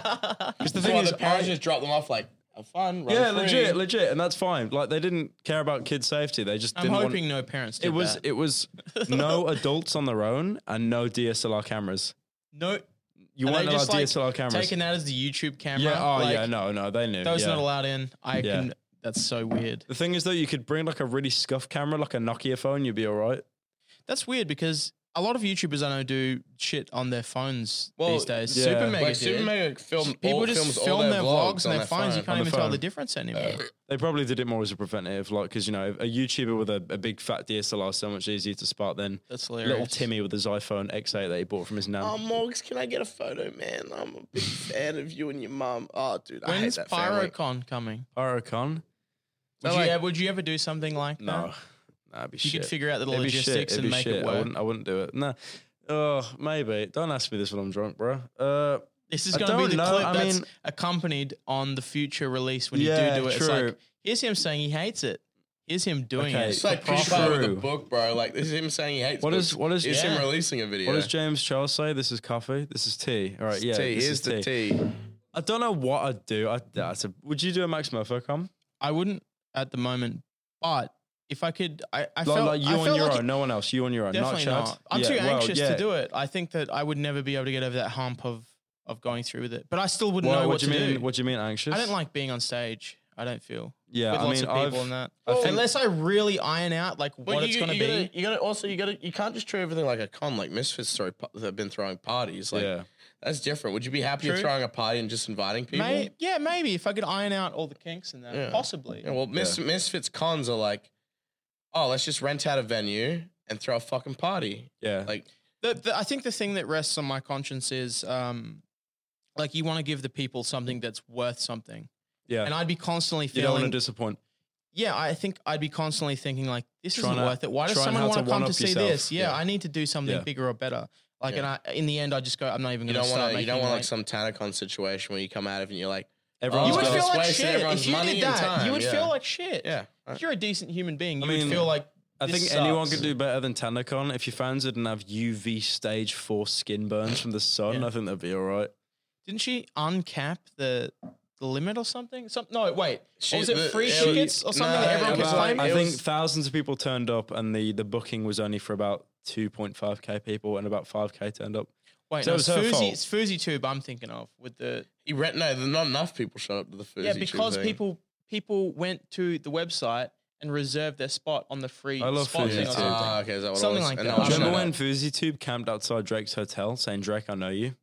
Speaker 4: Because the
Speaker 8: So
Speaker 4: thing
Speaker 8: what,
Speaker 4: is,
Speaker 8: the parents
Speaker 4: I-
Speaker 8: just drop them off like, have fun. Run
Speaker 4: yeah,
Speaker 8: free.
Speaker 4: legit, legit, and that's fine. Like they didn't care about kid safety. They just
Speaker 1: I'm
Speaker 4: didn't want-
Speaker 1: hoping no parents did
Speaker 4: it was
Speaker 1: that.
Speaker 4: it was no adults on their own and no DSLR cameras.
Speaker 1: no,
Speaker 4: You
Speaker 1: Are they
Speaker 4: weren't allowed
Speaker 1: just, like,
Speaker 4: DSLR cameras.
Speaker 1: taking that as the YouTube camera.
Speaker 4: Yeah. Oh,
Speaker 1: like,
Speaker 4: yeah. No, no, they knew.
Speaker 1: That was
Speaker 4: yeah.
Speaker 1: not allowed in. I
Speaker 4: Yeah.
Speaker 1: can. That's so weird.
Speaker 4: The thing is, though, you could bring like a really scuffed camera, like a Nokia phone, you'd be all right.
Speaker 1: That's weird because a lot of YouTubers I know do shit on their phones these days.
Speaker 4: yeah.
Speaker 1: Super Mega
Speaker 8: Like
Speaker 1: did.
Speaker 8: Super Mega film.
Speaker 1: People
Speaker 8: all, films
Speaker 1: just
Speaker 8: all
Speaker 1: film their vlogs
Speaker 8: on
Speaker 1: and their phones. You
Speaker 8: phone. Uh,
Speaker 1: can't even tell
Speaker 4: phone.
Speaker 1: the difference anymore.
Speaker 4: They probably did it more as a preventative, like because you know a YouTuber with a, a big fat DSLR is so much easier to spot than
Speaker 1: That's
Speaker 4: little
Speaker 1: hilarious. Um,
Speaker 4: Timmy with his iPhone X8 that he bought from his nan.
Speaker 8: Oh, Morgs, can I get a photo, man? I'm a big fan of you and your mum. Oh, dude, I hate
Speaker 1: When's
Speaker 8: that family.
Speaker 1: PyroCon coming?
Speaker 4: Pyrocon?
Speaker 1: Would,
Speaker 4: like-
Speaker 1: you, ever- would you ever do something like
Speaker 4: No,
Speaker 1: that?
Speaker 4: that'd be
Speaker 1: You
Speaker 4: shit.
Speaker 1: could figure out the
Speaker 4: It'd be shit,
Speaker 1: logistics
Speaker 4: it'd be
Speaker 1: and make
Speaker 4: shit.
Speaker 1: it
Speaker 4: I
Speaker 1: work.
Speaker 4: wouldn't, I wouldn't do it. No. Oh, maybe. Don't ask me this when I'm drunk, bro. Uh,
Speaker 1: This is
Speaker 4: I
Speaker 1: going to be
Speaker 4: don't
Speaker 1: the
Speaker 4: know,
Speaker 1: clip
Speaker 4: I
Speaker 1: that's
Speaker 4: mean-
Speaker 1: accompanied on the future release when
Speaker 4: Yeah,
Speaker 1: you do do it. It's
Speaker 4: true.
Speaker 1: like, here's him saying he hates it. Here's him doing
Speaker 4: Okay,
Speaker 1: it.
Speaker 8: It's like
Speaker 4: Proper.
Speaker 8: Pitch Boy with the
Speaker 4: True.
Speaker 8: book, bro. Like this is him saying he hates.
Speaker 4: What is-
Speaker 8: books.
Speaker 4: what is-
Speaker 8: It's
Speaker 1: yeah.
Speaker 8: him releasing a video.
Speaker 4: What does James Charles say? This is coffee. This is tea. All right, yeah.
Speaker 8: tea?
Speaker 4: this is
Speaker 8: Here's the tea.
Speaker 4: I don't know what I'd do. I, that's a, would you do a Max Murphy come?
Speaker 1: I wouldn't at the moment, but if I could, I, I
Speaker 4: Like,
Speaker 1: felt
Speaker 4: like you
Speaker 1: I
Speaker 4: on
Speaker 1: felt
Speaker 4: your
Speaker 1: like
Speaker 4: own, no one else. You on your own,
Speaker 1: Definitely
Speaker 4: not
Speaker 1: not.
Speaker 4: Chad.
Speaker 1: I'm
Speaker 4: Yeah,
Speaker 1: too
Speaker 4: well,
Speaker 1: anxious
Speaker 4: yeah.
Speaker 1: to do it. I think that I would never be able to get over that hump of of going through with it. But I still wouldn't
Speaker 4: Well,
Speaker 1: know
Speaker 4: what,
Speaker 1: what,
Speaker 4: do
Speaker 1: to
Speaker 4: you mean?
Speaker 1: do.
Speaker 4: What do you mean anxious?
Speaker 1: I don't like being on stage. I don't feel
Speaker 4: Yeah,
Speaker 1: with
Speaker 4: I
Speaker 1: lots
Speaker 4: mean,
Speaker 1: of people
Speaker 4: I've-
Speaker 1: and that.
Speaker 4: I think-
Speaker 1: Unless I really iron out like what it's going to
Speaker 8: you
Speaker 1: be.
Speaker 8: Gotta, you gotta also you gotta you can't just treat everything like a con. Like misfits throw pa- they've been throwing parties. Like
Speaker 4: yeah.
Speaker 8: that's different. Would you be happier
Speaker 1: True.
Speaker 8: throwing a party and just inviting people?
Speaker 1: May- yeah, maybe if I could iron out all the kinks in that,
Speaker 8: Yeah.
Speaker 1: possibly.
Speaker 8: Yeah, well, mis- misfits cons are like, oh, let's just rent out a venue and throw a fucking party.
Speaker 4: Yeah.
Speaker 8: Like
Speaker 1: The, the, I think the thing that rests on my conscience is um, like you want to give the people something that's worth something,
Speaker 4: yeah.
Speaker 1: and I'd be constantly
Speaker 4: you don't want
Speaker 1: feeling.
Speaker 4: to disappoint.
Speaker 1: yeah, I think I'd be constantly thinking like this
Speaker 4: Trying
Speaker 1: isn't
Speaker 4: to-
Speaker 1: worth it. Why does
Speaker 4: trying
Speaker 1: someone
Speaker 4: how
Speaker 1: want
Speaker 4: to
Speaker 1: to come
Speaker 4: one-up
Speaker 1: to see
Speaker 4: yourself.
Speaker 1: this? Yeah,
Speaker 4: Yeah.
Speaker 1: I need to do something
Speaker 4: Yeah.
Speaker 1: bigger or better. Like, and I, in the end, I just go, I'm not even
Speaker 8: you
Speaker 1: going to
Speaker 8: don't
Speaker 1: start
Speaker 8: want to
Speaker 1: making.
Speaker 8: you don't want
Speaker 1: like,
Speaker 8: like some Tanacon situation where you come out of it and you're like,
Speaker 4: Everyone's
Speaker 1: you would
Speaker 8: Oh,
Speaker 4: got
Speaker 1: feel
Speaker 8: it's
Speaker 1: like
Speaker 8: wasting
Speaker 1: shit
Speaker 8: everyone's
Speaker 1: if you
Speaker 8: money
Speaker 1: did
Speaker 8: and
Speaker 1: that.
Speaker 8: time,
Speaker 1: You would
Speaker 8: yeah.
Speaker 1: feel like shit.
Speaker 8: yeah,
Speaker 1: If you're a decent human being, you
Speaker 4: mean,
Speaker 1: would feel like.
Speaker 4: I
Speaker 1: this
Speaker 4: think anyone
Speaker 1: sucks.
Speaker 4: could do better than Tanacon. If your fans didn't have UV stage four skin burns from the sun,
Speaker 1: Yeah.
Speaker 4: I think that'd be all right.
Speaker 1: Didn't she uncap the the limit or something? Some no, wait. Or was
Speaker 8: She-
Speaker 1: it
Speaker 8: the-
Speaker 1: free
Speaker 8: it was-
Speaker 1: tickets or something
Speaker 8: no,
Speaker 1: that
Speaker 8: it
Speaker 1: everyone could
Speaker 8: was-
Speaker 1: claim?
Speaker 4: Uh, I
Speaker 8: it
Speaker 4: think
Speaker 8: was-
Speaker 4: thousands of people turned up, and the the booking was only for about two point five k people, and about five k turned up.
Speaker 1: Wait,
Speaker 4: so
Speaker 1: no,
Speaker 4: it
Speaker 1: it's
Speaker 4: was her
Speaker 1: Fuzi,
Speaker 4: fault.
Speaker 1: it's Fuzi Tube. I'm thinking of with the
Speaker 8: you rent. No, not enough people showed up to the food.
Speaker 1: yeah because people people went to the website and reserved their spot on the free
Speaker 4: I love
Speaker 1: spot
Speaker 4: Fuzi
Speaker 1: thing or
Speaker 4: Tube.
Speaker 1: something.
Speaker 8: Ah, okay, is that what
Speaker 1: Something
Speaker 8: it was?
Speaker 1: like
Speaker 8: And
Speaker 1: that.
Speaker 8: no one
Speaker 4: Do you
Speaker 8: showed
Speaker 4: remember
Speaker 8: up.
Speaker 4: when FoozyTube camped outside Drake's hotel saying, Drake, I know you?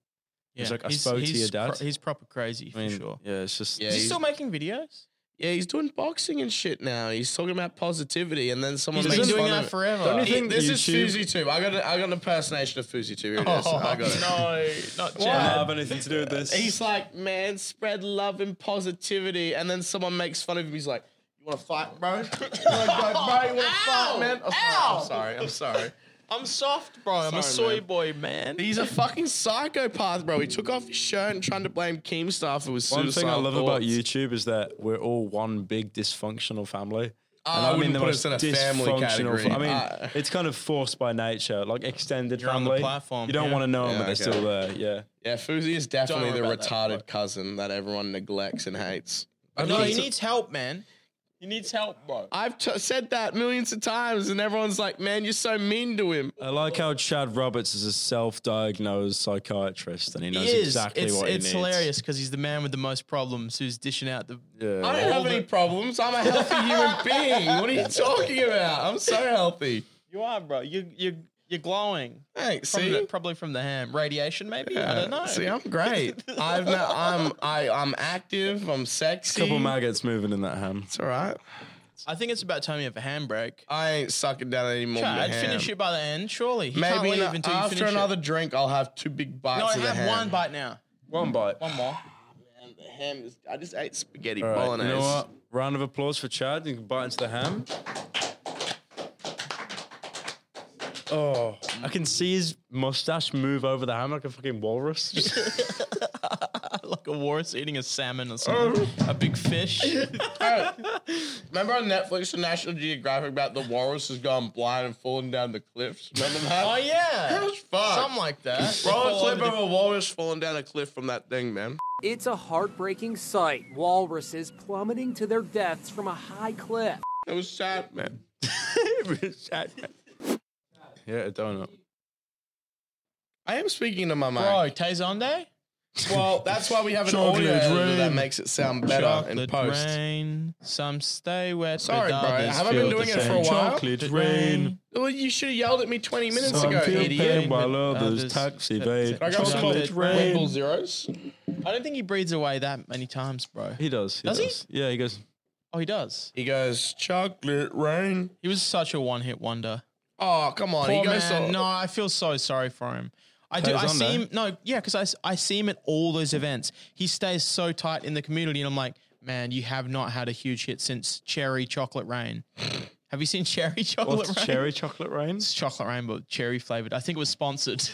Speaker 1: yeah.
Speaker 4: like, I spoke to your dad.
Speaker 1: he's proper crazy for
Speaker 4: I mean,
Speaker 1: sure.
Speaker 4: yeah, it's just.
Speaker 8: Yeah,
Speaker 1: Is he
Speaker 8: he's-
Speaker 1: still making videos?
Speaker 8: Yeah, he's doing boxing and shit now. He's talking about positivity, and then someone
Speaker 1: He's
Speaker 8: makes
Speaker 1: been doing
Speaker 8: fun
Speaker 1: that
Speaker 8: of it.
Speaker 1: forever.
Speaker 4: Don't you
Speaker 8: He-
Speaker 4: think
Speaker 8: this
Speaker 4: YouTube-
Speaker 8: is Fuzi Tube. I got a, I got an impersonation of Fuzi Tube. Here it is.
Speaker 1: Oh,
Speaker 8: I got it.
Speaker 1: no, not
Speaker 4: I don't
Speaker 1: Chad.
Speaker 4: have anything to do with this.
Speaker 8: He's like, man, spread love and positivity, and then someone makes fun of him. He's like, you want to fight, bro? you want to go, bro? You want to fight, man? I'm sorry. I'm sorry. I'm sorry.
Speaker 1: I'm soft, bro. I'm a soy
Speaker 8: Sorry,
Speaker 1: boy, man.
Speaker 8: He's a fucking psychopath, bro. He took off his shirt and trying to blame Keemstar for his
Speaker 4: One thing I
Speaker 8: suicidal
Speaker 4: love about
Speaker 8: thoughts.
Speaker 4: YouTube is that we're all one big dysfunctional family.
Speaker 8: I wouldn't put us in a family category. Uh,
Speaker 4: I mean,
Speaker 8: I-
Speaker 4: it's kind of forced by nature, like extended
Speaker 1: You're on
Speaker 4: family.
Speaker 1: the platform,
Speaker 4: You don't
Speaker 1: yeah.
Speaker 4: want to know them,
Speaker 8: Yeah,
Speaker 4: but they're
Speaker 8: okay.
Speaker 4: still there. Yeah.
Speaker 8: Yeah, Fuzi is definitely the
Speaker 1: Don't worry about that,
Speaker 8: retarded cousin that everyone neglects and hates.
Speaker 1: No, he needs help, man. He needs help, bro.
Speaker 8: I've t- said that millions of times, and everyone's like, man, you're so mean to him.
Speaker 4: I like how Chad Roberts is a self-diagnosed psychiatrist, and he knows
Speaker 1: He is.
Speaker 4: exactly
Speaker 1: it's
Speaker 4: what he
Speaker 1: it's
Speaker 4: needs.
Speaker 1: hilarious because he's the man with the most problems who's dishing out the.
Speaker 8: I don't have any problems. I'm a healthy human being. What are you talking about? I'm so healthy.
Speaker 1: You are, bro. You you you're glowing.
Speaker 8: Hey,
Speaker 1: From
Speaker 8: see,
Speaker 1: the- probably from the ham radiation, maybe. I don't know.
Speaker 8: See, I'm great. I've no, I'm I, I'm active. I'm sexy.
Speaker 4: Couple maggots moving in that ham.
Speaker 8: it's all right.
Speaker 1: I think it's about time you have a ham break.
Speaker 8: I ain't sucking down any more.
Speaker 1: Chad,
Speaker 8: ham.
Speaker 1: finish it by the end, surely. You can't
Speaker 8: Maybe
Speaker 1: leave
Speaker 8: not-
Speaker 1: until you
Speaker 8: after
Speaker 1: finish it.
Speaker 8: another drink, I'll have two big bites.
Speaker 1: No,
Speaker 8: of the
Speaker 1: have
Speaker 8: ham.
Speaker 1: one bite now.
Speaker 4: One bite.
Speaker 1: One more.
Speaker 8: And the ham is. I just ate spaghetti
Speaker 4: All right,
Speaker 8: bolognese.
Speaker 4: You know what? Round of applause for Chad. You can bite into the ham. Oh, I can see his mustache move over the ham like a fucking walrus. Just-
Speaker 1: Like a walrus eating a salmon
Speaker 8: Oh.
Speaker 1: or something. a big fish.
Speaker 8: Remember on Netflix, the National Geographic about the walrus has gone blind and falling down the cliffs. Remember that?
Speaker 1: oh, yeah.
Speaker 8: That's fucked.
Speaker 1: Something like that.
Speaker 8: Roll a clip of a walrus falling down a cliff from that thing, man.
Speaker 11: It's a heartbreaking sight. Walruses plummeting to their deaths from a high cliff.
Speaker 8: It was sad, man.
Speaker 4: yeah, a donut.
Speaker 8: I am speaking to my mic.
Speaker 1: Bro, Tezonde?
Speaker 8: Well, that's why we have an
Speaker 4: Chocolate
Speaker 8: audio editor
Speaker 4: rain.
Speaker 8: that makes it sound better in
Speaker 1: Chocolate
Speaker 8: post.
Speaker 1: rain, some stay wet.
Speaker 8: Sorry,
Speaker 1: but
Speaker 8: bro, I
Speaker 1: others
Speaker 8: haven't been
Speaker 1: feel
Speaker 8: doing
Speaker 1: the
Speaker 8: it for a
Speaker 1: same.
Speaker 8: while.
Speaker 4: Chocolate
Speaker 1: rain.
Speaker 4: rain.
Speaker 8: Well, you should have yelled at me 20 minutes
Speaker 4: Some
Speaker 8: ago,
Speaker 4: feel
Speaker 8: idiot.
Speaker 4: pain while others
Speaker 1: Others-
Speaker 4: taxi evade.
Speaker 8: I got some
Speaker 1: Chocolate
Speaker 4: rain.
Speaker 8: Wimble zeros.
Speaker 1: I don't think he breathes away that many times, bro.
Speaker 4: He does. He
Speaker 1: Does he?
Speaker 4: does. Yeah, he goes.
Speaker 1: Oh, he does.
Speaker 8: He goes, chocolate rain.
Speaker 1: He was such a one-hit wonder.
Speaker 8: Oh, come on.
Speaker 1: Poor
Speaker 8: he goes,
Speaker 1: man.
Speaker 8: to-
Speaker 1: No, I feel so sorry for him. I do.
Speaker 4: Plays
Speaker 1: I
Speaker 4: on,
Speaker 1: see him. No, yeah, because I, s- I see him at all those events. He stays so tight in the community, and I'm like, man, you have not had a huge hit since Cherry Chocolate Rain. have you seen Cherry Chocolate
Speaker 4: What's
Speaker 1: Rain?
Speaker 4: cherry chocolate rain?
Speaker 1: It's chocolate rain, but cherry flavored. I think it was sponsored.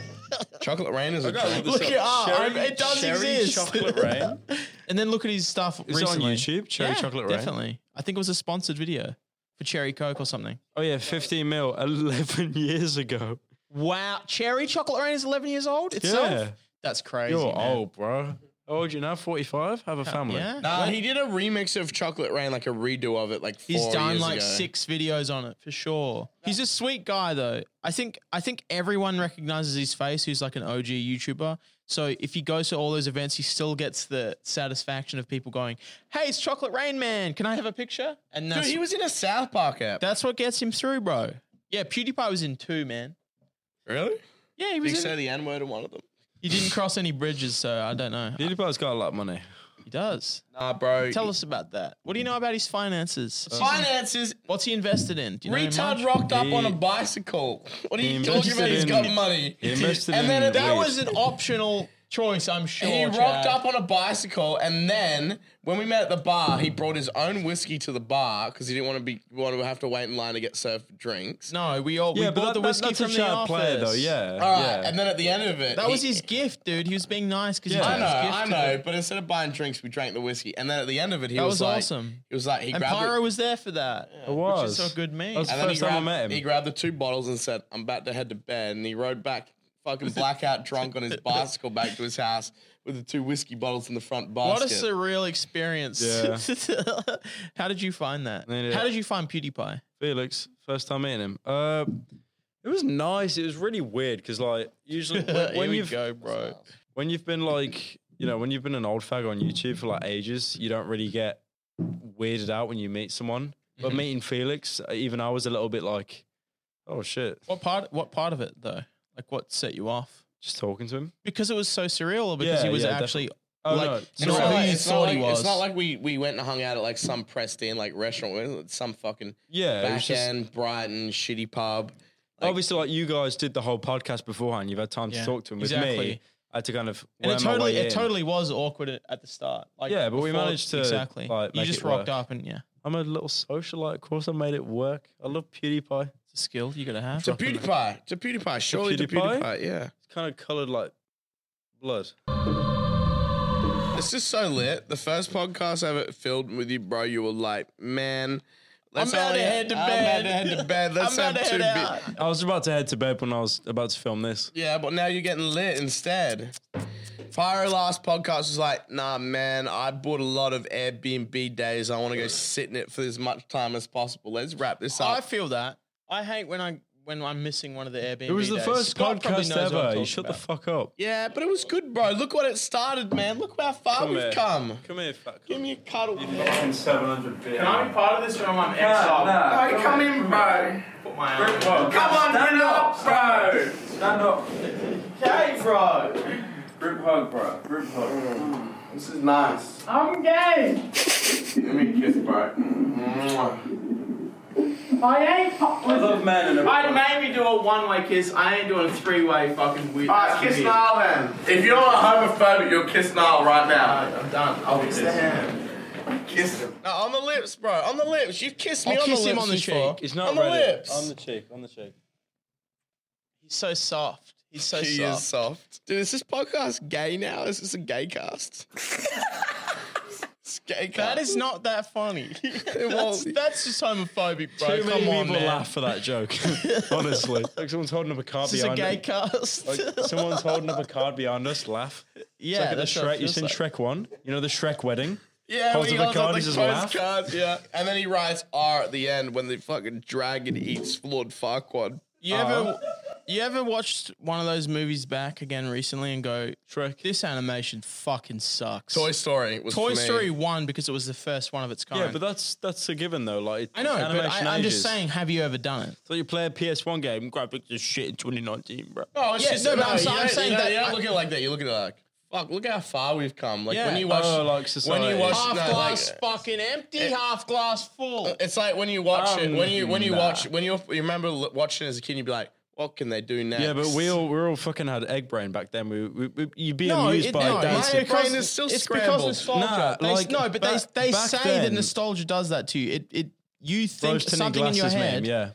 Speaker 8: chocolate rain is a drink.
Speaker 1: Look it up.
Speaker 4: Cherry-
Speaker 1: it does
Speaker 4: cherry
Speaker 1: exist.
Speaker 4: chocolate rain.
Speaker 1: and then look at his stuff
Speaker 4: Is it on
Speaker 1: recently.
Speaker 4: YouTube? Cherry
Speaker 1: Yeah,
Speaker 4: chocolate rain.
Speaker 1: Definitely. I think it was a sponsored video for Cherry Coke or something.
Speaker 4: Oh yeah, 15 mil, 11 years ago.
Speaker 1: Wow, Cherry Chocolate Rain is 11 years old itself.
Speaker 4: Yeah.
Speaker 1: That's crazy.
Speaker 4: You're
Speaker 1: man.
Speaker 4: old, bro. How old you now? 45? Have a family.
Speaker 1: Yeah.
Speaker 8: Nah, he did a remix of Chocolate Rain, like a redo of it, like four
Speaker 1: He's done
Speaker 8: years
Speaker 1: like
Speaker 8: ago.
Speaker 1: six videos on it for sure. He's a sweet guy though. I think I think everyone recognizes his face who's like an OG YouTuber. So if he goes to all those events, he still gets the satisfaction of people going, "Hey, it's Chocolate Rain Man. Can I have a picture?" And
Speaker 8: Dude,
Speaker 1: that's
Speaker 8: he was in a South Park app.
Speaker 1: that's what gets him through, bro. Yeah, PewDiePie was in two, man.
Speaker 8: really?
Speaker 1: Yeah, he
Speaker 8: Did he
Speaker 1: was.
Speaker 8: say
Speaker 1: In,
Speaker 8: the N word in one of them?
Speaker 1: he didn't cross any bridges, so I don't know.
Speaker 4: PewDiePie's got a lot of money.
Speaker 1: He does.
Speaker 8: Nah, bro.
Speaker 1: Tell us about that. What do you know about his finances?
Speaker 8: Finances.
Speaker 1: What's he invested in? Do you know much?
Speaker 8: Retard rocked up
Speaker 4: He-
Speaker 8: on a bicycle. What are you
Speaker 4: he
Speaker 8: talking about?
Speaker 4: invested
Speaker 8: He's got
Speaker 4: in-
Speaker 8: money.
Speaker 4: He invested
Speaker 8: And
Speaker 4: in
Speaker 8: then it-
Speaker 1: That
Speaker 4: weed.
Speaker 1: was an optional choice, I'm sure.
Speaker 8: He
Speaker 1: Chad.
Speaker 8: rocked up on a bicycle, and then when we met at the bar, he brought his own whiskey to the bar because he didn't want to be want to have to wait in line to get served drinks.
Speaker 1: No, we all
Speaker 4: Yeah,
Speaker 1: we
Speaker 4: but
Speaker 1: bought
Speaker 4: that,
Speaker 1: the
Speaker 4: that,
Speaker 1: whiskey
Speaker 4: that's
Speaker 1: from
Speaker 4: a
Speaker 1: the
Speaker 4: child
Speaker 1: office.
Speaker 4: player though. Yeah.
Speaker 8: All right,
Speaker 4: yeah.
Speaker 8: and then at the end of it,
Speaker 1: that was
Speaker 8: he-
Speaker 1: his gift, dude. He was being nice because
Speaker 4: Yeah.
Speaker 8: I
Speaker 1: he
Speaker 8: know,
Speaker 1: got his
Speaker 8: I
Speaker 1: gift.
Speaker 8: know, but instead of buying drinks, we drank the whiskey, and then at the end of it, he
Speaker 1: That
Speaker 8: was,
Speaker 1: was
Speaker 8: like,
Speaker 1: awesome.
Speaker 8: He was like, he
Speaker 1: And
Speaker 8: grabbed
Speaker 1: Pyro
Speaker 8: it,
Speaker 1: was there for that.
Speaker 4: it
Speaker 1: Which
Speaker 4: was
Speaker 1: is so good mean.
Speaker 4: That was the
Speaker 8: and then he
Speaker 4: first time I
Speaker 8: grabbed,
Speaker 4: met
Speaker 8: he
Speaker 4: him.
Speaker 8: grabbed the two bottles and said, "I'm about to head to bed," and he rode back, fucking blackout drunk on his bicycle back to his house with the two whiskey bottles in the front
Speaker 1: What
Speaker 8: basket.
Speaker 1: a surreal experience. How did you find that?
Speaker 4: Yeah.
Speaker 1: How did you find PewDiePie?
Speaker 4: Felix, first time meeting him. Uh, it was nice. It was really weird because, like, usually when,
Speaker 1: Here
Speaker 4: when
Speaker 1: we
Speaker 4: you've
Speaker 1: go, bro.
Speaker 4: when you've been like, you know, when you've been an old fag on YouTube for like ages, you don't really get weirded out when you meet someone. But
Speaker 1: Mm-hmm.
Speaker 4: meeting Felix, uh, even I was a little bit like, oh shit,
Speaker 1: What part? What part of it though? Like, what set you off?
Speaker 4: just talking to him.
Speaker 1: Because it was so surreal, or because
Speaker 4: Yeah,
Speaker 1: he was
Speaker 4: yeah,
Speaker 1: actually
Speaker 4: Oh
Speaker 1: like,
Speaker 4: no,
Speaker 8: It's
Speaker 1: not
Speaker 8: not,
Speaker 1: who
Speaker 8: like,
Speaker 1: you
Speaker 8: it's, not
Speaker 1: thought he
Speaker 8: like, it's
Speaker 1: was.
Speaker 8: not like we, we went and hung out at like some pressed in like restaurant, We went to some fucking
Speaker 4: yeah, it was
Speaker 8: back
Speaker 4: just,
Speaker 8: end Brighton shitty pub.
Speaker 4: obviously like you guys did the whole podcast beforehand. You've had time
Speaker 1: Yeah,
Speaker 4: to talk to him. With
Speaker 1: exactly.
Speaker 4: me, I had to kind of
Speaker 1: And it
Speaker 4: worm my
Speaker 1: totally,
Speaker 4: way
Speaker 1: it
Speaker 4: in.
Speaker 1: totally was awkward at- at the start. Like
Speaker 4: Yeah, but we
Speaker 1: before-
Speaker 4: managed to,
Speaker 1: exactly.
Speaker 4: like,
Speaker 1: you
Speaker 4: make
Speaker 1: just
Speaker 4: it
Speaker 1: rocked
Speaker 4: work.
Speaker 1: up, and yeah,
Speaker 4: I'm a little socialite. Of course, I made it work. I love PewDiePie.
Speaker 1: it's a skill you gotta have.
Speaker 8: To PewDiePie, to PewDiePie, surely to
Speaker 4: PewDiePie?
Speaker 8: PewDiePie? yeah.
Speaker 4: kind of colored like blood.
Speaker 8: It's just so lit. The first podcast I ever filmed with you, bro, you were like, man, let's
Speaker 1: I'm about
Speaker 8: only-
Speaker 1: to head to
Speaker 8: I'm
Speaker 1: bed.
Speaker 8: about to head to bed. Let's
Speaker 1: I'm about
Speaker 8: have
Speaker 1: to
Speaker 8: two
Speaker 1: head
Speaker 8: beers.
Speaker 1: out.
Speaker 4: I was about to head to bed when I was about to film this.
Speaker 8: Yeah, but now you're getting lit instead. Pyro last podcast was like, nah, man, I bought a lot of Airbnb days. I want to go sit in it for as much time as possible. Let's wrap this up.
Speaker 1: I feel that. I hate when I when I'm missing one of the Airbnb.
Speaker 4: It was the
Speaker 1: days.
Speaker 4: first
Speaker 1: Scott probably
Speaker 4: podcast
Speaker 1: knows what
Speaker 4: ever.
Speaker 1: I'm
Speaker 4: You
Speaker 1: talking
Speaker 4: shut
Speaker 1: about.
Speaker 4: the fuck up.
Speaker 8: yeah, but it was good, bro. Look what it started, man. Look how far we've
Speaker 4: here.
Speaker 8: come.
Speaker 4: Come here, fuck.
Speaker 8: Give me a cuddle.
Speaker 12: Can I be part of this or am I exiled?
Speaker 13: Nah, nah. Come in, bro.
Speaker 12: Put my arm.
Speaker 13: Come on, stand up, bro. Stand up.
Speaker 12: Okay, bro.
Speaker 13: Group hug, bro. Group hug. This is nice.
Speaker 12: I'm gay.
Speaker 13: Give me a kiss, bro.
Speaker 12: I ain't.
Speaker 13: I love men in a
Speaker 12: I maybe do a one-way kiss. I ain't doing a three-way fucking weird.
Speaker 13: Alright, kiss Nile then. If you're not homophobic, you'll kiss Nile right now.
Speaker 12: I'm done. I'll kiss the hand.
Speaker 13: Kiss him.
Speaker 8: No, on the lips, bro. On the lips. You've kissed me
Speaker 1: I'll
Speaker 8: on
Speaker 1: kiss
Speaker 8: the lips.
Speaker 1: him on the
Speaker 8: before.
Speaker 1: cheek.
Speaker 4: It's not
Speaker 8: on the
Speaker 4: Reddit.
Speaker 8: lips.
Speaker 4: On the cheek. On the cheek.
Speaker 1: He's so soft. He's so
Speaker 8: He
Speaker 1: soft.
Speaker 8: is soft. Dude, is this podcast gay now? Is this a gay cast? it's gay cast.
Speaker 1: That is not that funny. that's,
Speaker 8: was-
Speaker 1: that's just homophobic, bro.
Speaker 4: Too
Speaker 1: Come
Speaker 4: many
Speaker 1: on,
Speaker 4: people
Speaker 1: man.
Speaker 4: laugh for that joke. Honestly, like someone's holding up a card
Speaker 1: This is a
Speaker 4: behind.
Speaker 1: gay
Speaker 4: us.
Speaker 1: cast.
Speaker 4: Like, someone's holding up a card behind us. Laugh.
Speaker 1: yeah,
Speaker 4: Look at the
Speaker 1: that's what it
Speaker 4: Shrek. You
Speaker 1: feels
Speaker 4: seen
Speaker 1: like.
Speaker 4: Shrek One? You know the Shrek wedding.
Speaker 8: Yeah,
Speaker 4: Holds
Speaker 8: when he
Speaker 4: up
Speaker 8: holds
Speaker 4: the
Speaker 8: up
Speaker 4: card,
Speaker 8: the
Speaker 4: he just
Speaker 8: cards,
Speaker 4: laugh.
Speaker 8: cards, yeah. And then he writes R at the end when the fucking dragon eats Lord Farquaad.
Speaker 1: You ever You ever watched one of those movies back again recently and go,
Speaker 4: Shrek.
Speaker 1: this animation fucking sucks.
Speaker 8: Toy Story was
Speaker 1: Toy
Speaker 8: for me.
Speaker 1: Story 1 because it was the first one of its kind.
Speaker 4: Yeah, but that's that's a given though. Like
Speaker 1: I know, but
Speaker 4: animation
Speaker 1: I, I'm just
Speaker 4: ages.
Speaker 1: sayes. saying, have you ever done it?
Speaker 4: So you play a PS1 game, graphics is shit in 2019, bro.
Speaker 8: Oh, it's
Speaker 1: Yeah,
Speaker 8: just
Speaker 1: no, but I'm
Speaker 8: you
Speaker 1: saying- I'm
Speaker 8: don't-
Speaker 1: saying
Speaker 8: you don't-
Speaker 1: that
Speaker 8: you don't
Speaker 1: I-
Speaker 8: look at it like that. You look at it like, fuck, look how far we've come. Like
Speaker 1: Yeah.
Speaker 8: when you watch,
Speaker 4: Oh, like
Speaker 8: when
Speaker 4: society.
Speaker 8: you watch,
Speaker 1: Half
Speaker 8: no, like,
Speaker 1: glass fucking empty, half glass full.
Speaker 8: it's like when you watch it.
Speaker 4: Um,
Speaker 8: When you when you
Speaker 4: nah.
Speaker 8: watch when you you remember l- watching as a kid, you'd be like, what can they do next?
Speaker 4: Yeah, but we all we all fucking had egg brain back then. We, we, we you'd be
Speaker 1: No,
Speaker 4: amused
Speaker 1: it-
Speaker 4: by
Speaker 1: no,
Speaker 4: dancing.
Speaker 8: My
Speaker 1: because-
Speaker 8: brain is still
Speaker 1: it's
Speaker 8: scrambled.
Speaker 1: because nostalgia.
Speaker 4: Nah,
Speaker 1: They s-
Speaker 4: like,
Speaker 1: no, but
Speaker 4: back-
Speaker 1: they they
Speaker 4: back
Speaker 1: say that
Speaker 4: then-
Speaker 1: nostalgia does that to you. It it you think
Speaker 4: Rose tinted
Speaker 1: something in your
Speaker 4: glasses meme,
Speaker 1: head,
Speaker 4: yeah.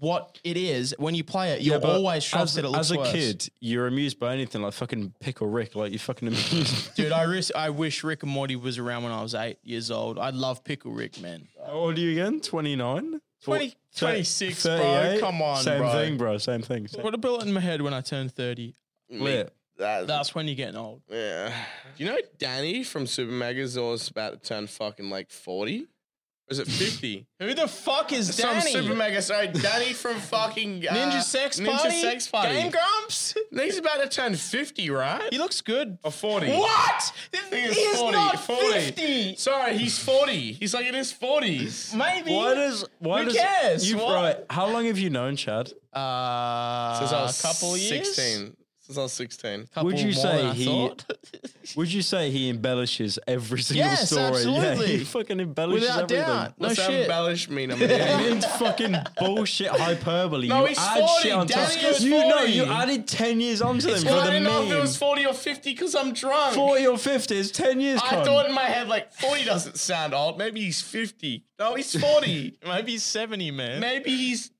Speaker 1: what it is when you play it. You're
Speaker 4: Yeah, but
Speaker 1: always shocked
Speaker 4: as,
Speaker 1: that it looks
Speaker 4: as a
Speaker 1: worse.
Speaker 4: kid, you're amused by anything like fucking Pickle Rick. Like you fucking amused.
Speaker 1: Dude, I, ris- I wish Rick and Morty was around when I was eight years old. I love Pickle Rick, man.
Speaker 4: How old are you again? 29?
Speaker 1: 20
Speaker 4: Four-
Speaker 1: 26, bro.
Speaker 4: 38?
Speaker 1: Come on,
Speaker 4: Same
Speaker 1: bro.
Speaker 4: thing, bro. Same thing. Same.
Speaker 1: Put a bullet in my head when I turn 30.
Speaker 4: Lit.
Speaker 8: That-
Speaker 1: That's when you're getting old.
Speaker 8: yeah. You know, Danny from Super Megazord's about to turn fucking like forty. Or Is it fifty?
Speaker 1: Who the fuck is
Speaker 8: Some
Speaker 1: Danny?
Speaker 8: Super Mega. Sorry, Danny from fucking uh,
Speaker 1: Ninja Sex
Speaker 8: Ninja
Speaker 1: Party?
Speaker 8: Sex Party.
Speaker 1: Game Grumps?
Speaker 8: He's about to turn fifty, right?
Speaker 1: He looks good.
Speaker 8: Or Oh, forty.
Speaker 1: What? He
Speaker 8: think it's
Speaker 1: is
Speaker 8: 40,
Speaker 1: not
Speaker 8: 40.
Speaker 1: 50.
Speaker 8: Sorry, he's 40. He's like in his 40s.
Speaker 1: Maybe.
Speaker 4: Why does why
Speaker 1: Who
Speaker 4: does
Speaker 1: cares?
Speaker 4: you
Speaker 1: What?
Speaker 4: right? How long have you known Chad?
Speaker 1: Uh,
Speaker 8: Since I was
Speaker 1: a couple years?
Speaker 8: 16. Since I was 16.
Speaker 1: Couple
Speaker 4: Would you
Speaker 1: more
Speaker 4: say
Speaker 1: than I
Speaker 4: he-
Speaker 1: thought.
Speaker 4: Would you say he embellishes every single
Speaker 1: Yes,
Speaker 4: story? Yeah,
Speaker 1: absolutely.
Speaker 4: he fucking embellishes
Speaker 1: Without
Speaker 4: everything.
Speaker 1: doubt. No
Speaker 8: What's that
Speaker 1: shit.
Speaker 8: embellish mean? I'm an
Speaker 4: It's fucking bullshit hyperbole.
Speaker 8: No,
Speaker 4: you
Speaker 8: he's
Speaker 4: add
Speaker 8: 40.
Speaker 4: shit on top.
Speaker 8: Danny is
Speaker 4: You know,
Speaker 8: 40.
Speaker 4: you added 10 years onto them
Speaker 8: well,
Speaker 4: for
Speaker 8: I
Speaker 4: the
Speaker 8: didn't know if it
Speaker 4: meme.
Speaker 8: was 40 or 50 because I'm drunk.
Speaker 4: 40 or 50 is 10 years.
Speaker 8: I
Speaker 4: cunt.
Speaker 8: thought in my head, like, 40 doesn't sound old. Maybe he's 50. No, he's 40.
Speaker 1: Maybe he's 70, man.
Speaker 8: Maybe he's,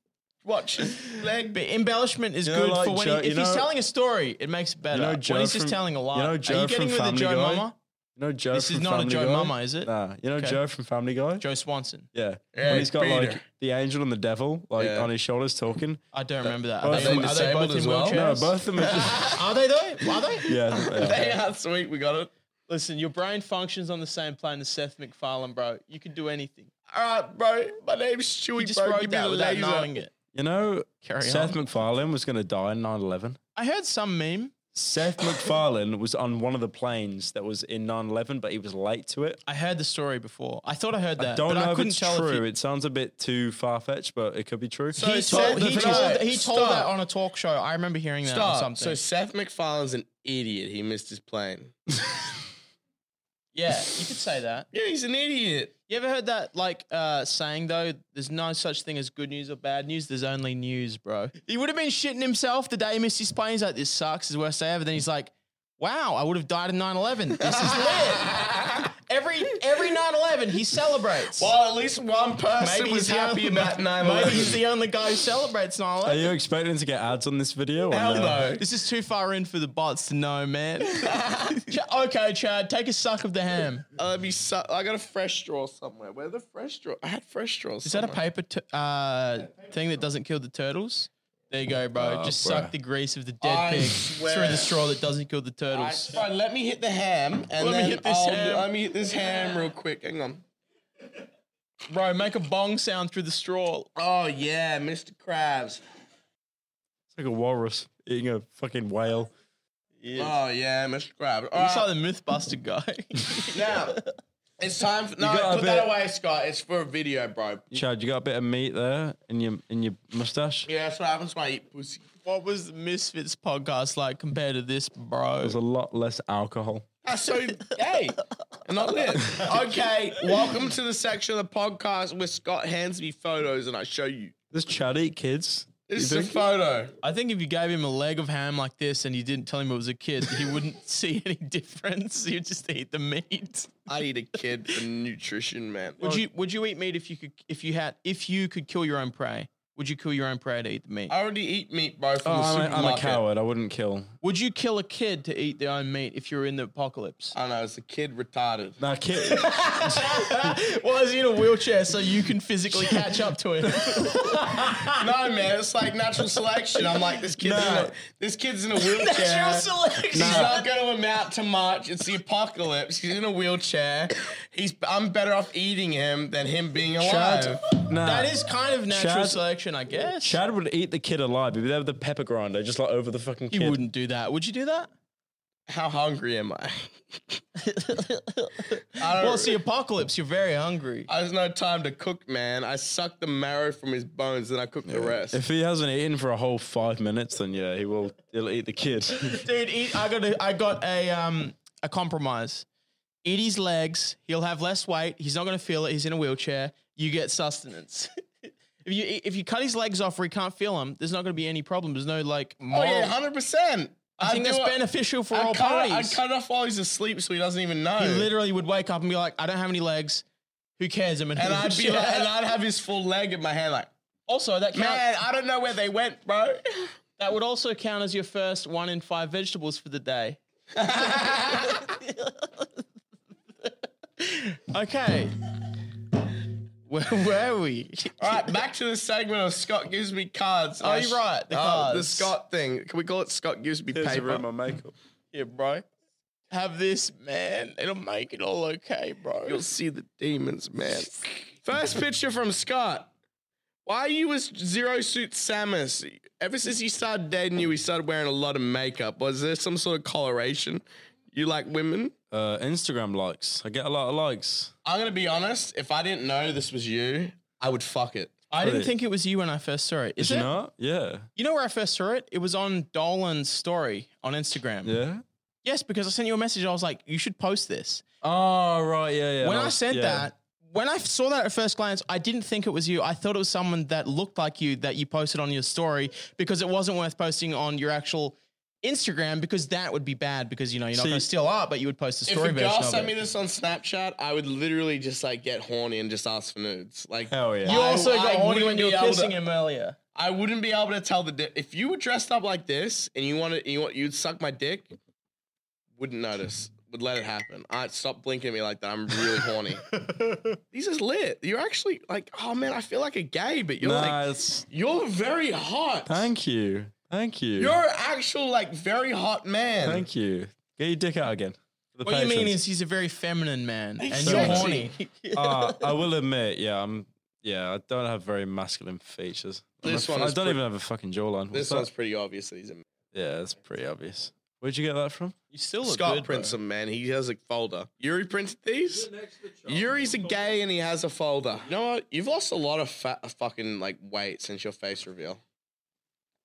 Speaker 8: what, just leg
Speaker 1: But embellishment is
Speaker 4: know,
Speaker 1: good
Speaker 4: like
Speaker 1: for when
Speaker 4: Joe-
Speaker 1: he, if
Speaker 4: you
Speaker 1: he's
Speaker 4: know-
Speaker 1: telling a story, it makes it better.
Speaker 4: know Joe
Speaker 1: when he's just
Speaker 4: from-
Speaker 1: telling a lie.
Speaker 4: you know Joe
Speaker 1: Are you getting
Speaker 4: from
Speaker 1: with
Speaker 4: Family
Speaker 1: the Joe
Speaker 4: Guy?
Speaker 1: Mama?
Speaker 4: You know Joe
Speaker 1: This
Speaker 4: from
Speaker 1: is not a
Speaker 4: Family
Speaker 1: Joe
Speaker 4: Guy?
Speaker 1: Mama, is it?
Speaker 4: Nah, you know
Speaker 1: Okay.
Speaker 4: Joe from Family Guy?
Speaker 1: Joe Swanson.
Speaker 4: Yeah.
Speaker 8: Yeah,
Speaker 4: when he's got like
Speaker 8: Peter.
Speaker 4: the angel and the devil like
Speaker 8: Yeah.
Speaker 4: on his shoulders talking.
Speaker 1: I don't remember that.
Speaker 4: Are
Speaker 1: Are
Speaker 4: they
Speaker 1: they, are they
Speaker 8: disabled
Speaker 1: both in
Speaker 8: as well?
Speaker 4: No,
Speaker 1: wheelchairs?
Speaker 4: both of them are just
Speaker 1: Are they though? Are they?
Speaker 4: Yeah. yeah.
Speaker 8: Hey, that's sweet. We got it.
Speaker 1: Listen, your brain functions on the same plane as Seth MacFarlane, bro. You could do anything.
Speaker 8: All right, bro. My name's Stewie,
Speaker 1: You just
Speaker 8: bro.
Speaker 1: wrote
Speaker 8: Give me
Speaker 1: that
Speaker 8: the
Speaker 1: without
Speaker 8: laser.
Speaker 1: knowing it.
Speaker 4: You know,
Speaker 1: Carry
Speaker 4: Seth
Speaker 1: on.
Speaker 4: MacFarlane was going to die in 9 11.
Speaker 1: I heard some meme.
Speaker 4: Seth MacFarlane was on one of the planes that was in 9 11, but he was late to it.
Speaker 1: I heard the story before. I thought I heard that.
Speaker 4: I don't
Speaker 1: but
Speaker 4: know
Speaker 1: I
Speaker 4: if
Speaker 1: couldn't
Speaker 4: it's
Speaker 1: tell
Speaker 4: true.
Speaker 1: If
Speaker 4: it sounds a bit too far fetched, but it could be true.
Speaker 1: he, he told, he,
Speaker 8: Seth
Speaker 1: told,
Speaker 8: MacFarlane-
Speaker 1: he told
Speaker 8: Stop.
Speaker 1: that on a talk show. I remember hearing that or
Speaker 8: Stop. So
Speaker 1: something.
Speaker 8: Seth MacFarlane's an idiot. He missed his plane.
Speaker 1: yeah, you could say that.
Speaker 8: Yeah, he's an idiot.
Speaker 1: You ever heard that like uh, saying though? There's no such thing as good news or bad news. There's only news, bro. He would have been shitting himself the day he missed his plane. He's like, "This sucks. This is the worst day ever." Then he's like, "Wow, I would have died in 9/11. This is lit." every every 9/11, he celebrates.
Speaker 8: Well, at least one person
Speaker 1: Maybe
Speaker 8: was
Speaker 1: he's
Speaker 8: happy
Speaker 1: young.
Speaker 8: about 9
Speaker 1: Maybe
Speaker 8: 11.
Speaker 1: he's the only guy who celebrates
Speaker 4: Are
Speaker 1: 9/11.
Speaker 4: you expecting to get ads on this video? Or
Speaker 8: Hell no.
Speaker 1: This is too far in for the bots to know, man. Ch- okay, Chad, take a suck of the ham.
Speaker 8: Uh, let me su- I got a fresh straw somewhere. Where the fresh straw? I had fresh straws.
Speaker 1: Is that a paper t- uh, thing that doesn't kill the turtles? There you go, bro. Just suck the grease of the dead
Speaker 8: I
Speaker 1: pig
Speaker 8: swear.
Speaker 1: through the straw that doesn't kill the
Speaker 8: All
Speaker 1: turtles.
Speaker 8: right, fine, let me hit the ham and
Speaker 1: Let me
Speaker 8: then
Speaker 1: hit this
Speaker 8: I'll do-
Speaker 1: ham.
Speaker 8: let me hit this ham real quick. Hang on.
Speaker 1: Bro, make a bong sound through the straw.
Speaker 8: Oh yeah, Mr. Krabs.
Speaker 4: It's like a walrus eating a fucking whale.
Speaker 8: Oh yeah, Mr. Krabs. All
Speaker 1: Looks
Speaker 8: right,
Speaker 1: like the MythBuster guy.
Speaker 8: now it's time for no.
Speaker 4: got a
Speaker 8: Put that
Speaker 4: bit-
Speaker 8: away, Scott. It's for a video, bro.
Speaker 4: Chad, you got a bit of meat there in your in your mustache.
Speaker 8: Yeah, that's what happens when I eat pussy.
Speaker 1: what was the Misfits podcast like compared to this, bro?
Speaker 4: There's a lot less alcohol.
Speaker 8: That's so gay. I'm not lit. Okay, welcome to the section of the podcast where Scott hands me photos and I show you.
Speaker 4: Does Chad eat kids?
Speaker 8: This is a photo.
Speaker 1: I think if you gave him a leg of ham like this and you didn't tell him it was a kid, he wouldn't see any difference. He'd just eat the meat.
Speaker 8: I eat a kid for nutrition, man.
Speaker 1: Would you would you eat meat if you could if you had if you could kill your own prey? Would you kill your own prey to eat the meat?
Speaker 8: I already eat meat, bro, from
Speaker 4: Oh,
Speaker 8: the
Speaker 4: I'm, a,
Speaker 8: supermarket.
Speaker 4: I'm a coward. I wouldn't kill.
Speaker 1: Would you kill a kid to eat their own meat if you were in the apocalypse?
Speaker 8: I know, it's a kid retarded.
Speaker 4: Nah, kid.
Speaker 1: well, is he in a wheelchair so you can physically catch up to him?
Speaker 8: No, man, it's like natural selection. I'm like, this kid's, in, a, this kid's in a wheelchair.
Speaker 1: selection.
Speaker 8: He's not going to amount to much. It's the apocalypse. He's in a wheelchair. He's. I'm better off eating him than him being alive.
Speaker 4: Chad. Nah.
Speaker 1: That is kind of natural
Speaker 4: Chad,
Speaker 1: option, I guess.
Speaker 4: Chad would eat the kid alive. He'd be there with the pepper grinder, just like over the fucking
Speaker 1: you
Speaker 4: kid.
Speaker 1: wouldn't do that. Would you do that?
Speaker 8: How hungry am I? I don't.
Speaker 1: Well, it's the apocalypse. You're very hungry.
Speaker 8: I there's no time to cook, man. I suck the marrow from his bones, then I cook the rest.
Speaker 4: If he hasn't eaten for a whole five minutes, then yeah, he will. He'll eat the kid.
Speaker 1: Dude, eat, I got a, I got a um a compromise. Eat his legs. He'll have less weight. He's not going to feel it. He's in a wheelchair. You get sustenance. if you eat- if you cut his legs off where he can't feel them, there's not going to be any problem. There's no like
Speaker 8: oh
Speaker 1: moral.
Speaker 8: yeah, hundred percent.
Speaker 1: I think that's beneficial for all
Speaker 8: I cut, it- I
Speaker 1: parties.
Speaker 8: cut it off while he's asleep, so he doesn't even know.
Speaker 1: he literally would wake up and be like, "I don't have any legs. Who cares?" I'm in a
Speaker 8: and I'd be
Speaker 1: wheelchair."
Speaker 8: like, and I'd have his full leg in my hand, like,
Speaker 1: also, that count,
Speaker 8: man, I don't know where they went, bro.
Speaker 1: that would also count as your first one in five vegetables for the day. okay. Where were we?
Speaker 8: All right, back to the segment of Scott gives me cards. Oh,
Speaker 1: Are you Oh, right? The
Speaker 8: the
Speaker 1: cards.
Speaker 8: Scott thing. Can we call it Scott gives me
Speaker 4: Here's a
Speaker 8: paper?
Speaker 4: room of makeup.
Speaker 1: Yeah, bro. Have this, man. It'll make it all okay, bro.
Speaker 8: You'll see the demons, man. First picture from Scott. Why you was Zero Suit Samus? Ever since he started dating you, he started wearing a lot of makeup. Was there some sort of coloration? You like women?
Speaker 4: Uh, Instagram likes. I get a lot of likes.
Speaker 8: I'm gonna be honest. If I didn't know this was you, I would fuck it.
Speaker 1: I didn't think it was you when I first saw it. Is
Speaker 4: Do
Speaker 1: it?
Speaker 4: you know? Yeah,
Speaker 1: You know where I first saw it? It was on Dolan's story on Instagram.
Speaker 4: yeah.
Speaker 1: Yes, because I sent you a message. I was like, you should post this.
Speaker 4: Oh right, yeah, yeah.
Speaker 1: when
Speaker 4: no,
Speaker 1: I sent
Speaker 4: yeah.
Speaker 1: that, when I saw that at first glance, I didn't think it was you. I thought it was someone that looked like you that you posted on your story because it wasn't worth posting on your actual Instagram because that would be bad because you know you're not
Speaker 4: See-
Speaker 1: going to steal art, but you would post a
Speaker 8: If
Speaker 1: story
Speaker 8: a
Speaker 1: version
Speaker 8: girl
Speaker 1: of
Speaker 8: sent
Speaker 1: it.
Speaker 8: me this on Snapchat, I would literally just like get horny and just ask for nudes. Like,
Speaker 4: Hell yeah.
Speaker 8: I-
Speaker 4: You
Speaker 1: also
Speaker 8: I
Speaker 1: got horny
Speaker 8: wouldn't
Speaker 1: when you
Speaker 8: be
Speaker 1: were
Speaker 8: able to-
Speaker 1: kissing him earlier.
Speaker 8: I wouldn't be able to tell the di- if you were dressed up like this and you wanted you want you'd suck my dick, wouldn't notice. Would let it happen. I'd stop blinking at me like that. I'm really horny. These is lit. You're actually like, oh man, I feel like a gay, but you're
Speaker 4: Nah,
Speaker 8: like
Speaker 4: it's-
Speaker 8: you're very hot.
Speaker 4: thank you, thank you,
Speaker 8: You're an actual like very hot man.
Speaker 4: thank you. Get your dick out again. For the
Speaker 1: What you mean
Speaker 4: patrons.
Speaker 1: is he's a very feminine man and
Speaker 8: Exactly.
Speaker 1: you're horny.
Speaker 4: uh, I will admit, yeah, I'm. Yeah, I don't have very masculine features. I'm
Speaker 8: This
Speaker 4: a-
Speaker 8: one
Speaker 4: I
Speaker 8: is
Speaker 4: don't
Speaker 8: pre-
Speaker 4: even have a fucking jawline.
Speaker 8: This
Speaker 4: What's that?
Speaker 8: one's pretty obvious. That he's a
Speaker 4: yeah, that's pretty obvious. Where'd you get that from?
Speaker 1: You still look
Speaker 8: Scott
Speaker 1: good. bro.
Speaker 8: prints them, man. He has a folder. Yuri printed these. Yuri's a gay and he has a folder. You know what? You've lost a lot of fat, fucking like weight since your face reveal.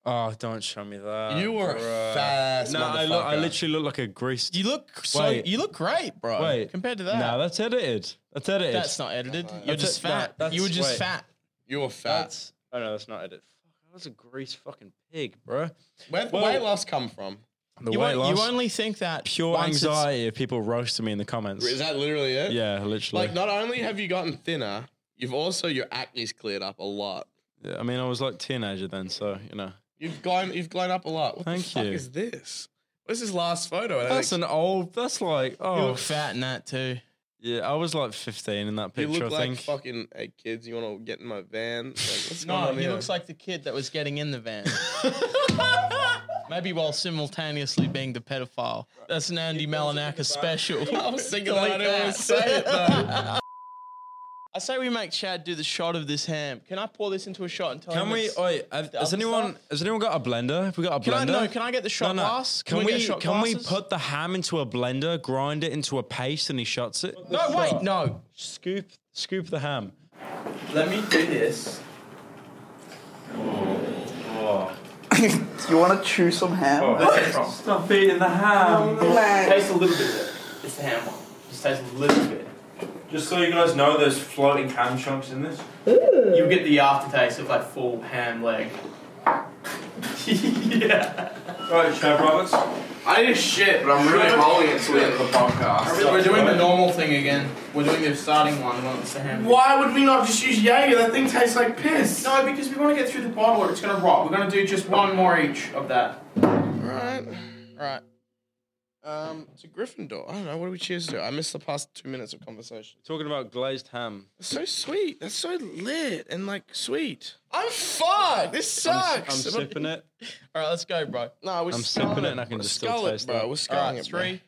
Speaker 4: Oh, don't show me that.
Speaker 8: you were a
Speaker 4: bruh.
Speaker 8: fat ass
Speaker 4: No, I, look, I
Speaker 8: motherfucker.
Speaker 4: literally look like a greased.
Speaker 1: You look so.
Speaker 4: Wait.
Speaker 1: You look great, bro.
Speaker 4: Wait.
Speaker 1: compared to
Speaker 4: no,
Speaker 1: that,
Speaker 4: that's edited. That's edited.
Speaker 1: that's not edited. You're
Speaker 4: That's
Speaker 1: just
Speaker 4: it. No,
Speaker 1: fat.
Speaker 4: that's-
Speaker 1: you were just
Speaker 4: wait.
Speaker 1: fat.
Speaker 8: You were fat.
Speaker 4: That's. Oh no, that's not edited. Fuck, I was a greased fucking pig, bro.
Speaker 8: Where'd the
Speaker 4: well-
Speaker 8: weight loss come from?
Speaker 4: The
Speaker 1: You,
Speaker 4: weight
Speaker 1: on-
Speaker 4: loss.
Speaker 1: you only think that
Speaker 4: pure
Speaker 1: once it's-
Speaker 4: anxiety if people roasting me in the comments.
Speaker 8: Is that literally it?
Speaker 4: yeah, literally.
Speaker 8: Like, not only have you gotten thinner, you've also your acne's cleared up a lot.
Speaker 4: Yeah, I mean, I was like teenager then, so you know.
Speaker 8: You've gone, you've gone up a lot. What
Speaker 4: Thank
Speaker 8: the fuck
Speaker 4: you.
Speaker 8: is this? What's this last photo? I don't
Speaker 4: That's
Speaker 8: think-
Speaker 4: an old. That's like
Speaker 1: You
Speaker 4: oh
Speaker 1: look fat in that too.
Speaker 4: yeah. I was like 15 in that
Speaker 8: you
Speaker 4: picture.
Speaker 8: look
Speaker 4: I
Speaker 8: like
Speaker 4: think.
Speaker 8: fucking hey kids. You want to get in my van? Like, what's going
Speaker 1: No,
Speaker 8: on
Speaker 1: he
Speaker 8: here?
Speaker 1: looks like the kid that was getting in the van. Maybe while simultaneously being the pedophile. That's an Andy Malinakis special.
Speaker 8: I was thinking that I didn't want
Speaker 1: that.
Speaker 8: to say it though.
Speaker 1: I say we make Chad do the shot of this ham. Can I pour this into a shot and tell
Speaker 4: Can
Speaker 1: him?
Speaker 4: we?
Speaker 1: it's-
Speaker 4: Oi, have, has
Speaker 1: other
Speaker 4: anyone?
Speaker 1: stuff?
Speaker 4: Has anyone got a blender? Have we got a
Speaker 1: Can I-
Speaker 4: blender?
Speaker 1: no, can I get the shot glass?
Speaker 4: Can,
Speaker 1: Can we
Speaker 4: we?
Speaker 1: get shot
Speaker 4: can we
Speaker 1: glasses?
Speaker 4: put the ham into a blender, grind it into a paste, and he shots it?
Speaker 1: No, wait, no.
Speaker 4: Scoop, scoop the ham.
Speaker 6: Let me do this.
Speaker 14: You want to chew some ham?
Speaker 6: Oh,
Speaker 14: Oh,
Speaker 6: Stop beating the ham. Taste a little bit of it. It's the ham one. Just taste a little bit.
Speaker 15: Just so you guys know, there's floating ham chunks in this.
Speaker 6: You'll get the aftertaste of like full ham leg. yeah.
Speaker 15: Right, Chef Roberts.
Speaker 8: I did shit, but I'm really holding it to the end of the podcast.
Speaker 6: We're doing the normal thing again. We're doing the starting one, not the ham.
Speaker 16: Why would we not just use Jaeger? That thing tastes like piss.
Speaker 6: No, because we want to get through the bottle or it's going to rot. We're going to do just one more each of that.
Speaker 8: Alright. Alright. Um, it's a Gryffindor. I don't know. What do we cheers to? I missed the past two minutes of conversation.
Speaker 4: Talking about glazed ham.
Speaker 8: That's so sweet. That's so lit and like sweet. I'm fucked. This
Speaker 4: I'm
Speaker 8: sucks.
Speaker 4: sipping it.
Speaker 1: All right, let's go, bro.
Speaker 8: no, we're
Speaker 4: I'm
Speaker 8: sculling
Speaker 4: sipping it, and I can
Speaker 8: We're
Speaker 4: just still
Speaker 8: sculling it,
Speaker 4: taste
Speaker 8: bro.
Speaker 4: it.
Speaker 8: We're
Speaker 1: All
Speaker 8: sculling
Speaker 1: right,
Speaker 8: it, bro.
Speaker 1: three.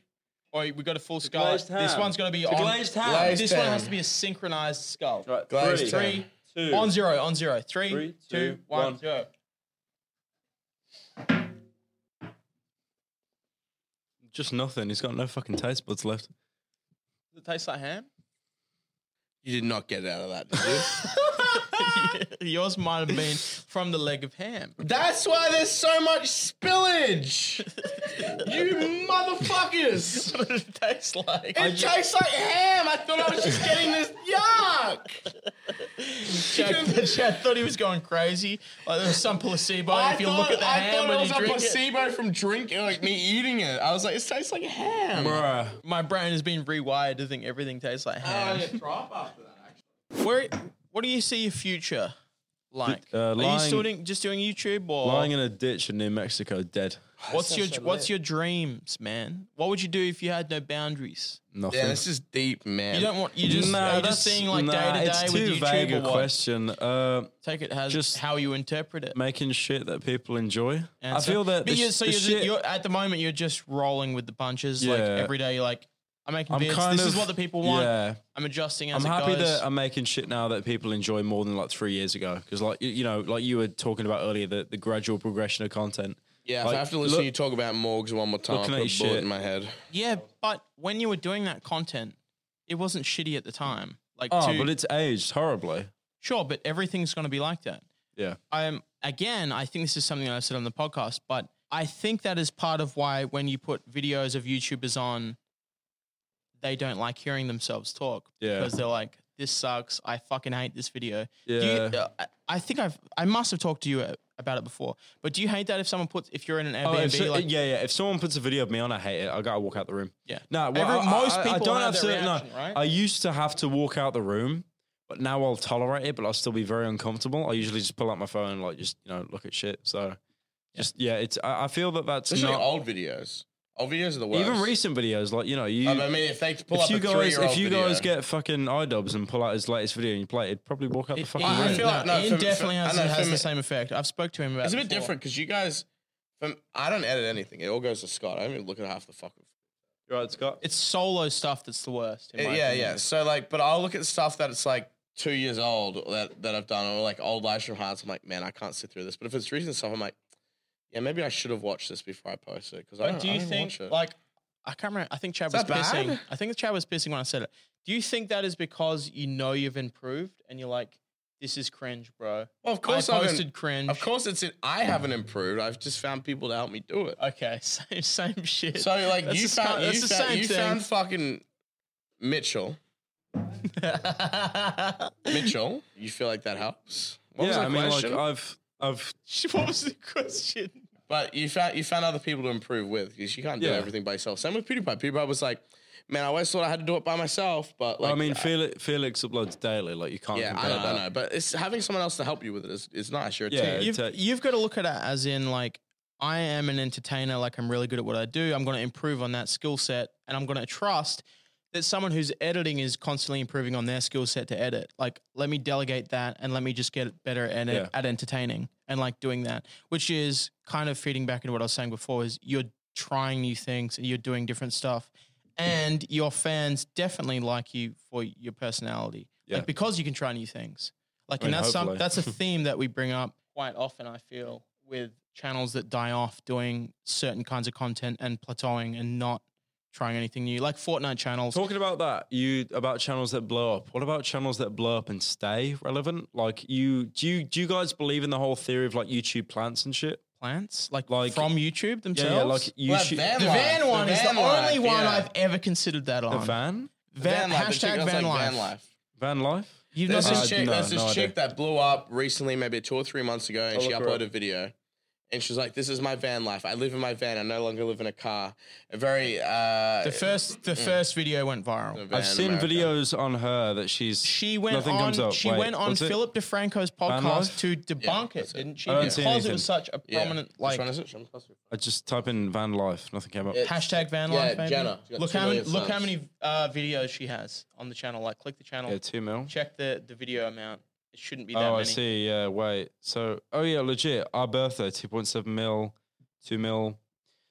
Speaker 1: Oi, we got a full skull.
Speaker 4: glazed
Speaker 1: This
Speaker 4: ham.
Speaker 1: one's gonna be
Speaker 4: The
Speaker 1: on.
Speaker 4: glazed ham.
Speaker 8: Glazed
Speaker 1: This
Speaker 8: ham.
Speaker 1: one has to be a synchronized skull.
Speaker 4: Right,
Speaker 8: Glazed
Speaker 4: three,
Speaker 8: ham.
Speaker 1: Three,
Speaker 4: two.
Speaker 1: On zero, on zero. Three, two, one,
Speaker 4: Three,
Speaker 1: zero.
Speaker 4: two, one. Just nothing. He's got no fucking taste buds left.
Speaker 1: Does it taste like ham?
Speaker 8: You did not get out of that, did
Speaker 1: Yours might have been from the leg of ham.
Speaker 8: you? That's why there's so much spillage. you motherfuckers.
Speaker 1: What does it taste like?
Speaker 8: It tastes like ham. I thought I was just getting this. Yuck.
Speaker 1: Jack, Jack thought he was going crazy. Like there was some placebo.
Speaker 8: I
Speaker 1: if you
Speaker 8: thought,
Speaker 1: look at the
Speaker 8: I
Speaker 1: ham
Speaker 8: thought
Speaker 1: when
Speaker 8: it
Speaker 1: you
Speaker 8: was a
Speaker 1: drink
Speaker 8: placebo from drinking, like me eating it. I was like, it tastes like ham.
Speaker 4: Bruh.
Speaker 1: it, my brain has been rewired to think everything tastes like ham. Where? What do you see your future like?
Speaker 4: Uh,
Speaker 1: Are you
Speaker 4: lying-
Speaker 1: still doing, just doing YouTube or
Speaker 4: Lying in a ditch in New Mexico, dead.
Speaker 1: what's your what's your dreams, man? What would you do if you had no boundaries?
Speaker 4: Nothing. Yeah, this
Speaker 8: is deep, man.
Speaker 1: You don't want you just are you just seeing like day to day with
Speaker 4: too
Speaker 1: YouTube
Speaker 4: vague
Speaker 1: or
Speaker 4: a
Speaker 1: what?
Speaker 4: question. Uh,
Speaker 1: Take it as
Speaker 4: Just-
Speaker 1: how you interpret it.
Speaker 4: making shit that people enjoy.
Speaker 1: And
Speaker 4: I
Speaker 1: so-
Speaker 4: feel that
Speaker 1: but
Speaker 4: the,
Speaker 1: you're,
Speaker 4: sh-
Speaker 1: so
Speaker 4: the
Speaker 1: you're, ju-
Speaker 4: shit-
Speaker 1: you're- at the moment you're just rolling with the punches like
Speaker 4: Yeah.
Speaker 1: every day. Like I'm making
Speaker 4: I'm
Speaker 1: bits.
Speaker 4: kind
Speaker 1: this is
Speaker 4: of-
Speaker 1: what the people want.
Speaker 4: yeah.
Speaker 1: I'm adjusting
Speaker 4: I'm
Speaker 1: as it
Speaker 4: happy
Speaker 1: goes.
Speaker 4: that I'm making shit now that people enjoy more than like three years ago. Because like you, you know, like you were talking about earlier, the, the gradual progression of content.
Speaker 8: Yeah,
Speaker 4: Like,
Speaker 8: if I have to listen
Speaker 4: look-
Speaker 8: to you talk about morgues one more time, I'll
Speaker 4: Looking
Speaker 8: put
Speaker 4: at
Speaker 8: a bullet
Speaker 4: your shit.
Speaker 8: in my head.
Speaker 1: yeah, but when you were doing that content, it wasn't shitty at the time. Like
Speaker 4: Oh,
Speaker 1: to-
Speaker 4: but it's aged horribly.
Speaker 1: sure, but everything's going to be like that.
Speaker 4: Yeah.
Speaker 1: I'm Um, again, I think this is something that I said on the podcast, but I think that is part of why when you put videos of YouTubers on, they don't like hearing themselves talk
Speaker 4: Yeah.
Speaker 1: because they're like, "This sucks. I fucking hate this video." Do you-
Speaker 4: Yeah.
Speaker 1: uh, I- I think I've I must have talked to you uh, about it before, but do you hate that if someone puts if you're in an
Speaker 4: Oh,
Speaker 1: Airbnb
Speaker 4: if so-
Speaker 1: like
Speaker 4: yeah, yeah. If someone puts a video of me on, I hate it. I gotta walk out the room.
Speaker 1: Yeah.
Speaker 4: No, well,
Speaker 1: Every-
Speaker 4: I- I-
Speaker 1: most
Speaker 4: I- I
Speaker 1: people
Speaker 4: don't
Speaker 1: have
Speaker 4: have
Speaker 1: that
Speaker 4: to. No,
Speaker 1: reaction, right?
Speaker 4: I used to have to walk out the room, but now I'll tolerate it. But I'll still be very uncomfortable. I usually just pull out my phone, and, like just you know, look at shit. So, just yeah, it's. I, I feel that that's
Speaker 8: Especially
Speaker 4: not
Speaker 8: old videos. Old videos are the worst.
Speaker 4: even recent videos. Like you know, you.
Speaker 8: I mean, if they pull
Speaker 4: if
Speaker 8: up
Speaker 4: you
Speaker 8: a
Speaker 4: guys,
Speaker 8: three-year-old
Speaker 4: if you guys
Speaker 8: video-
Speaker 4: get fucking iDubbbz and pull out his latest video and you play it, it'd probably walk out the fucking
Speaker 8: I
Speaker 4: room.
Speaker 8: feel like- no,
Speaker 1: Ian
Speaker 8: for me- for-
Speaker 1: definitely has,
Speaker 8: I know,
Speaker 1: has
Speaker 8: for
Speaker 1: the
Speaker 8: me-
Speaker 1: same effect. I've spoke to him about
Speaker 8: It's a
Speaker 1: it
Speaker 8: bit
Speaker 1: before.
Speaker 8: different because you guys, from, I don't edit anything. It all goes to Scott. I don't even look at half the fucking.
Speaker 4: You're right, Scott.
Speaker 1: It's solo stuff that's the worst. in
Speaker 8: Yeah,
Speaker 1: my
Speaker 8: Uh, yeah,
Speaker 1: opinion.
Speaker 8: So like, but I'll look at stuff that it's like two years old that that I've done, or like old lives from hearts. I'm like, man, I can't sit through this. But if it's recent stuff, I'm like, yeah, maybe I should have watched this before I posted it because Oh, I
Speaker 1: But
Speaker 8: don't,
Speaker 1: do you think like I can't remember? I think Chad was
Speaker 8: that bad?
Speaker 1: pissing. I think Chad was pissing when I said it. Do you think that is because you know you've improved and you're like, this is cringe, bro?
Speaker 8: Well, of course
Speaker 1: I
Speaker 8: I've im-
Speaker 1: posted cringe.
Speaker 8: of course it's it. I haven't improved. I've just found people to help me do it.
Speaker 1: Okay, same same shit.
Speaker 8: So like,
Speaker 1: That's
Speaker 8: you
Speaker 1: the-
Speaker 8: found
Speaker 1: that's
Speaker 8: you,
Speaker 1: the
Speaker 8: found,
Speaker 1: same
Speaker 8: you
Speaker 1: thing.
Speaker 8: found fucking Mitchell. Mitchell, you feel like that helps? What was
Speaker 4: yeah,
Speaker 8: that
Speaker 4: I mean,
Speaker 8: question?
Speaker 4: like I've, I've,
Speaker 1: what was the question?
Speaker 8: But you found you found other people to improve with because you can't do
Speaker 4: Yeah.
Speaker 8: everything by yourself. Same with PewDiePie. PewDiePie was like, man, I always thought I had to do it by myself, but like,
Speaker 4: I mean,
Speaker 8: uh,
Speaker 4: Felix, Felix uploads daily. Like you can't.
Speaker 8: yeah, I
Speaker 4: compare
Speaker 8: know,
Speaker 4: that.
Speaker 8: I know. But it's having someone else to help you with it is, is nice. You're a
Speaker 4: Yeah,
Speaker 8: team.
Speaker 1: You've,
Speaker 4: take-
Speaker 1: you've got to look at it as in like I am an entertainer. Like I'm really good at what I do. I'm going to improve on that skill set, and I'm going to trust that someone who's editing is constantly improving on their skill set to edit. Like, let me delegate that, and let me just get better at,
Speaker 4: Yeah.
Speaker 1: at entertaining and like doing that, which is kind of feeding back into what I was saying before. Is you're trying new things and you're doing different stuff, and your fans definitely like you for your personality,
Speaker 4: Yeah.
Speaker 1: like because you can try new things. Like,
Speaker 4: I mean,
Speaker 1: and that's some,
Speaker 4: hopefully.
Speaker 1: that's a theme that we bring up quite often. I feel with channels that die off doing certain kinds of content and plateauing and not trying anything new, like Fortnite channels.
Speaker 4: Talking about that, you about channels that blow up. What about channels that blow up and stay relevant? Like you, do you do you guys believe in the whole theory of like YouTube plants and shit?
Speaker 1: Plants like,
Speaker 4: Like-
Speaker 1: from YouTube
Speaker 4: Yeah,
Speaker 1: themselves.
Speaker 4: yeah like YouTube.
Speaker 8: van
Speaker 1: the
Speaker 8: life,
Speaker 1: van one is
Speaker 8: van
Speaker 1: the
Speaker 8: life,
Speaker 1: only one
Speaker 8: yeah.
Speaker 1: I've ever considered that
Speaker 4: the
Speaker 1: on.
Speaker 4: van,
Speaker 1: Van-
Speaker 8: life, the chick
Speaker 1: hashtag
Speaker 8: that's
Speaker 1: van
Speaker 8: like
Speaker 1: life.
Speaker 8: van life.
Speaker 4: van life.
Speaker 1: You've not seen
Speaker 8: There's this
Speaker 4: Uh,
Speaker 8: chick,
Speaker 4: no,
Speaker 8: there's this
Speaker 4: no
Speaker 8: chick
Speaker 4: idea.
Speaker 8: that blew up recently, maybe two or three months ago, and
Speaker 4: I'll
Speaker 8: she
Speaker 4: look her up.
Speaker 8: uploaded a video. And she's like, "This is my van life. I live in my van. I no longer live in a car." A very uh,
Speaker 1: the first the first video went viral.
Speaker 8: van
Speaker 4: I've seen
Speaker 8: America.
Speaker 4: videos on her that she's.
Speaker 1: She went
Speaker 4: Nothing
Speaker 1: on.
Speaker 4: comes up.
Speaker 1: She
Speaker 4: Wait,
Speaker 1: went on
Speaker 4: what's it?
Speaker 1: Philip DeFranco's
Speaker 4: Life?
Speaker 1: podcast to debunk it,
Speaker 8: that's it.
Speaker 1: didn't she?
Speaker 4: I don't
Speaker 1: because
Speaker 4: see
Speaker 1: it
Speaker 4: anything.
Speaker 1: was such a
Speaker 8: Yeah.
Speaker 1: prominent
Speaker 8: Which
Speaker 1: like
Speaker 8: one is it? Sean Foster?
Speaker 4: I just type in van life. Nothing came up.
Speaker 8: Yeah.
Speaker 1: Hashtag van
Speaker 8: Yeah,
Speaker 1: life. Maybe.
Speaker 8: Jenna. She's got
Speaker 1: Look
Speaker 8: two
Speaker 1: how many
Speaker 8: million
Speaker 1: look how
Speaker 8: subs.
Speaker 1: many uh, videos she has on the channel. Like, click the channel,
Speaker 4: Yeah, two mil.
Speaker 1: check the the video amount. It shouldn't be that
Speaker 4: Oh,
Speaker 1: many.
Speaker 4: I see. Yeah, wait. So, oh yeah, legit. Our birthday, two point seven mil, two mil.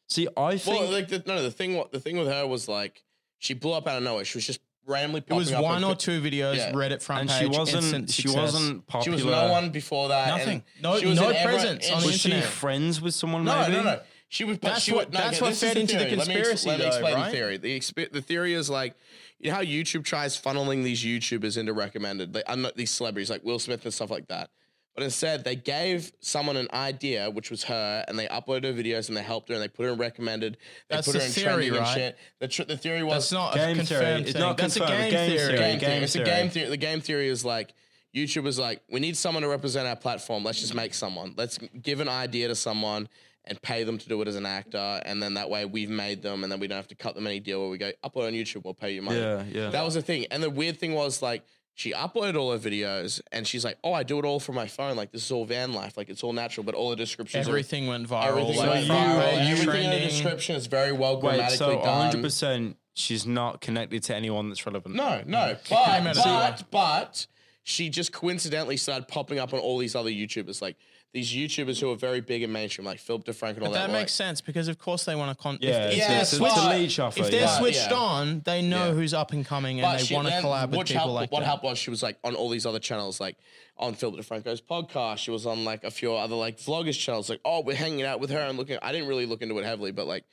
Speaker 4: See, I think
Speaker 8: Well, like the, no, the thing, wa- the thing with her was like she blew up out of nowhere. She was just randomly
Speaker 1: It was
Speaker 8: popping up
Speaker 1: one
Speaker 8: on
Speaker 1: or
Speaker 8: Twi-
Speaker 1: two videos,
Speaker 8: Yeah.
Speaker 1: Reddit front
Speaker 8: And
Speaker 1: page.
Speaker 8: she wasn't-
Speaker 1: instant
Speaker 8: she
Speaker 1: success.
Speaker 8: wasn't She was no one before that, and
Speaker 1: Nothing. No,
Speaker 8: she was
Speaker 1: no
Speaker 8: in every-
Speaker 1: presence on the
Speaker 8: Was she
Speaker 1: internet.
Speaker 4: friends with someone?
Speaker 8: No,
Speaker 4: maybe?
Speaker 8: no, no. She was. but
Speaker 1: That's
Speaker 8: she
Speaker 1: what-
Speaker 8: would- no,
Speaker 1: that's
Speaker 8: okay,
Speaker 1: what
Speaker 8: this is
Speaker 1: fed into the
Speaker 8: theory. Let me ex-
Speaker 1: conspiracy,
Speaker 8: Let me,
Speaker 1: though,
Speaker 8: explain
Speaker 1: right?
Speaker 8: the theory. The, exp- the theory is like, you know how YouTube tries funneling these YouTubers into recommended, like, un- these celebrities like Will Smith and stuff like that. But instead, they gave someone an idea, which was her, and they uploaded her videos and they helped her and they put her in recommended. They
Speaker 1: That's
Speaker 8: put her
Speaker 1: the
Speaker 8: in
Speaker 1: theory,
Speaker 8: trending and
Speaker 1: right?
Speaker 8: shit. The, tr- the theory was
Speaker 1: That's not a Game confirmed theory. It's thing. not That's a confirmed. game Game theory. theory.
Speaker 8: Game
Speaker 1: Game
Speaker 8: theory. It's a
Speaker 1: theory.
Speaker 8: game theory. The game theory is like YouTube is like, we need someone to represent our platform. Let's just make someone. Let's give an idea to someone and pay them to do it as an actor, and then that way we've made them, and then we don't have to cut them any deal where we go upload on YouTube, we'll pay you money.
Speaker 4: Yeah, yeah.
Speaker 8: That was the thing. And the weird thing was like. She uploaded all her videos and she's like, Oh, I do it all from my phone. Like, this is all van life. Like, it's all natural, but all the descriptions. are-
Speaker 1: Everything went viral,
Speaker 8: Everything
Speaker 1: like,
Speaker 8: went
Speaker 1: So
Speaker 8: viral.
Speaker 1: you-
Speaker 8: Everything in
Speaker 1: trending.
Speaker 8: the description is very well
Speaker 4: Wait,
Speaker 8: grammatically
Speaker 4: so
Speaker 8: done.
Speaker 4: 100% she's not connected to anyone that's relevant.
Speaker 8: No, no.
Speaker 4: Came
Speaker 8: But
Speaker 4: out of nowhere.
Speaker 8: but but she just coincidentally started popping up on all these other YouTubers, like these YouTubers who are very big and mainstream, like Philip DeFranco and all
Speaker 1: But that
Speaker 8: that.
Speaker 1: makes sense because, of course, they want to con.
Speaker 8: Yeah,
Speaker 1: if, they're
Speaker 8: it's- it's- it's a lead
Speaker 1: switched,
Speaker 8: shuffler,
Speaker 1: if they're
Speaker 8: yeah.
Speaker 1: switched
Speaker 8: Yeah.
Speaker 1: on, they know who's up and coming and they want to collab with people
Speaker 8: helped,
Speaker 1: like
Speaker 8: what
Speaker 1: that.
Speaker 8: helped was she was like on all these other channels, like on Philip DeFranco's podcast. She was on like a few other like vloggers channels. Like, oh, we're hanging out with her and looking. I didn't really look into it heavily, but like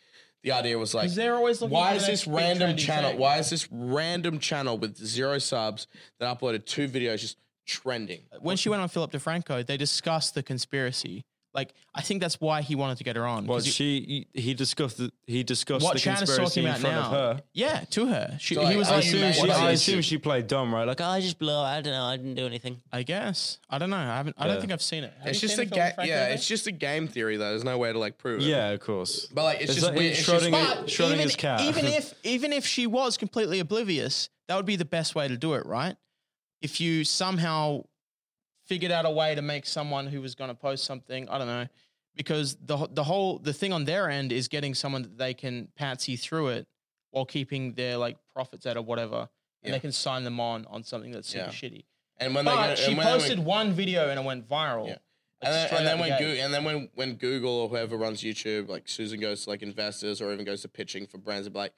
Speaker 8: the idea was like,
Speaker 1: 'Cause they're always looking
Speaker 8: why
Speaker 1: for
Speaker 8: is
Speaker 1: the
Speaker 8: this
Speaker 1: next big
Speaker 8: random
Speaker 1: trendy
Speaker 8: channel?
Speaker 1: thing.
Speaker 8: Why is this random channel with zero subs that uploaded two videos just trending?
Speaker 1: When she went on Philip DeFranco, they discussed the conspiracy. Like, I think that's why he wanted to get her on.
Speaker 4: Well,
Speaker 1: 'cause he-
Speaker 4: she he discussed the, he discussed
Speaker 1: what
Speaker 4: the
Speaker 1: China's
Speaker 4: conspiracy
Speaker 1: talking
Speaker 4: in
Speaker 1: about
Speaker 4: front
Speaker 1: now?
Speaker 4: of her.
Speaker 1: Yeah, to her. She, he was
Speaker 4: I
Speaker 1: like,
Speaker 4: assume, she, I assume she played dumb, right? Like, I just blew. up, I don't know. I didn't do anything.
Speaker 1: I guess. I don't know. I haven't. I
Speaker 8: Yeah.
Speaker 1: don't think I've seen it. Have
Speaker 8: it's
Speaker 1: you
Speaker 8: just a
Speaker 1: seen the
Speaker 8: game.
Speaker 1: Philip DeFranco
Speaker 8: Yeah,
Speaker 1: thing?
Speaker 8: it's just a game theory though. There's no way to like prove it.
Speaker 4: Yeah, of course.
Speaker 8: But like, it's,
Speaker 4: It's
Speaker 8: just
Speaker 4: like
Speaker 8: weird.
Speaker 4: it's
Speaker 8: It's just-
Speaker 4: Schrodinger- But Schrödinger's
Speaker 1: even,
Speaker 4: cat.
Speaker 1: even if even if she was completely oblivious, that would be the best way to do it, right? If you somehow figured out a way to make someone who was going to post something, I don't know, because the wh- the whole the thing on their end is getting someone that they can patsy through it while keeping their like profits out of whatever, and they can sign them on on something that's super
Speaker 8: Yeah.
Speaker 1: shitty.
Speaker 8: And when they
Speaker 1: but
Speaker 8: get-
Speaker 1: she
Speaker 8: and when they
Speaker 1: posted one video and it went viral.
Speaker 8: and then,
Speaker 1: straight
Speaker 8: and
Speaker 1: out
Speaker 8: then
Speaker 1: the
Speaker 8: when
Speaker 1: gate.
Speaker 8: Goo- and then when when Google or whoever runs YouTube, like Susan goes to like investors or even goes to pitching for brands, and be like,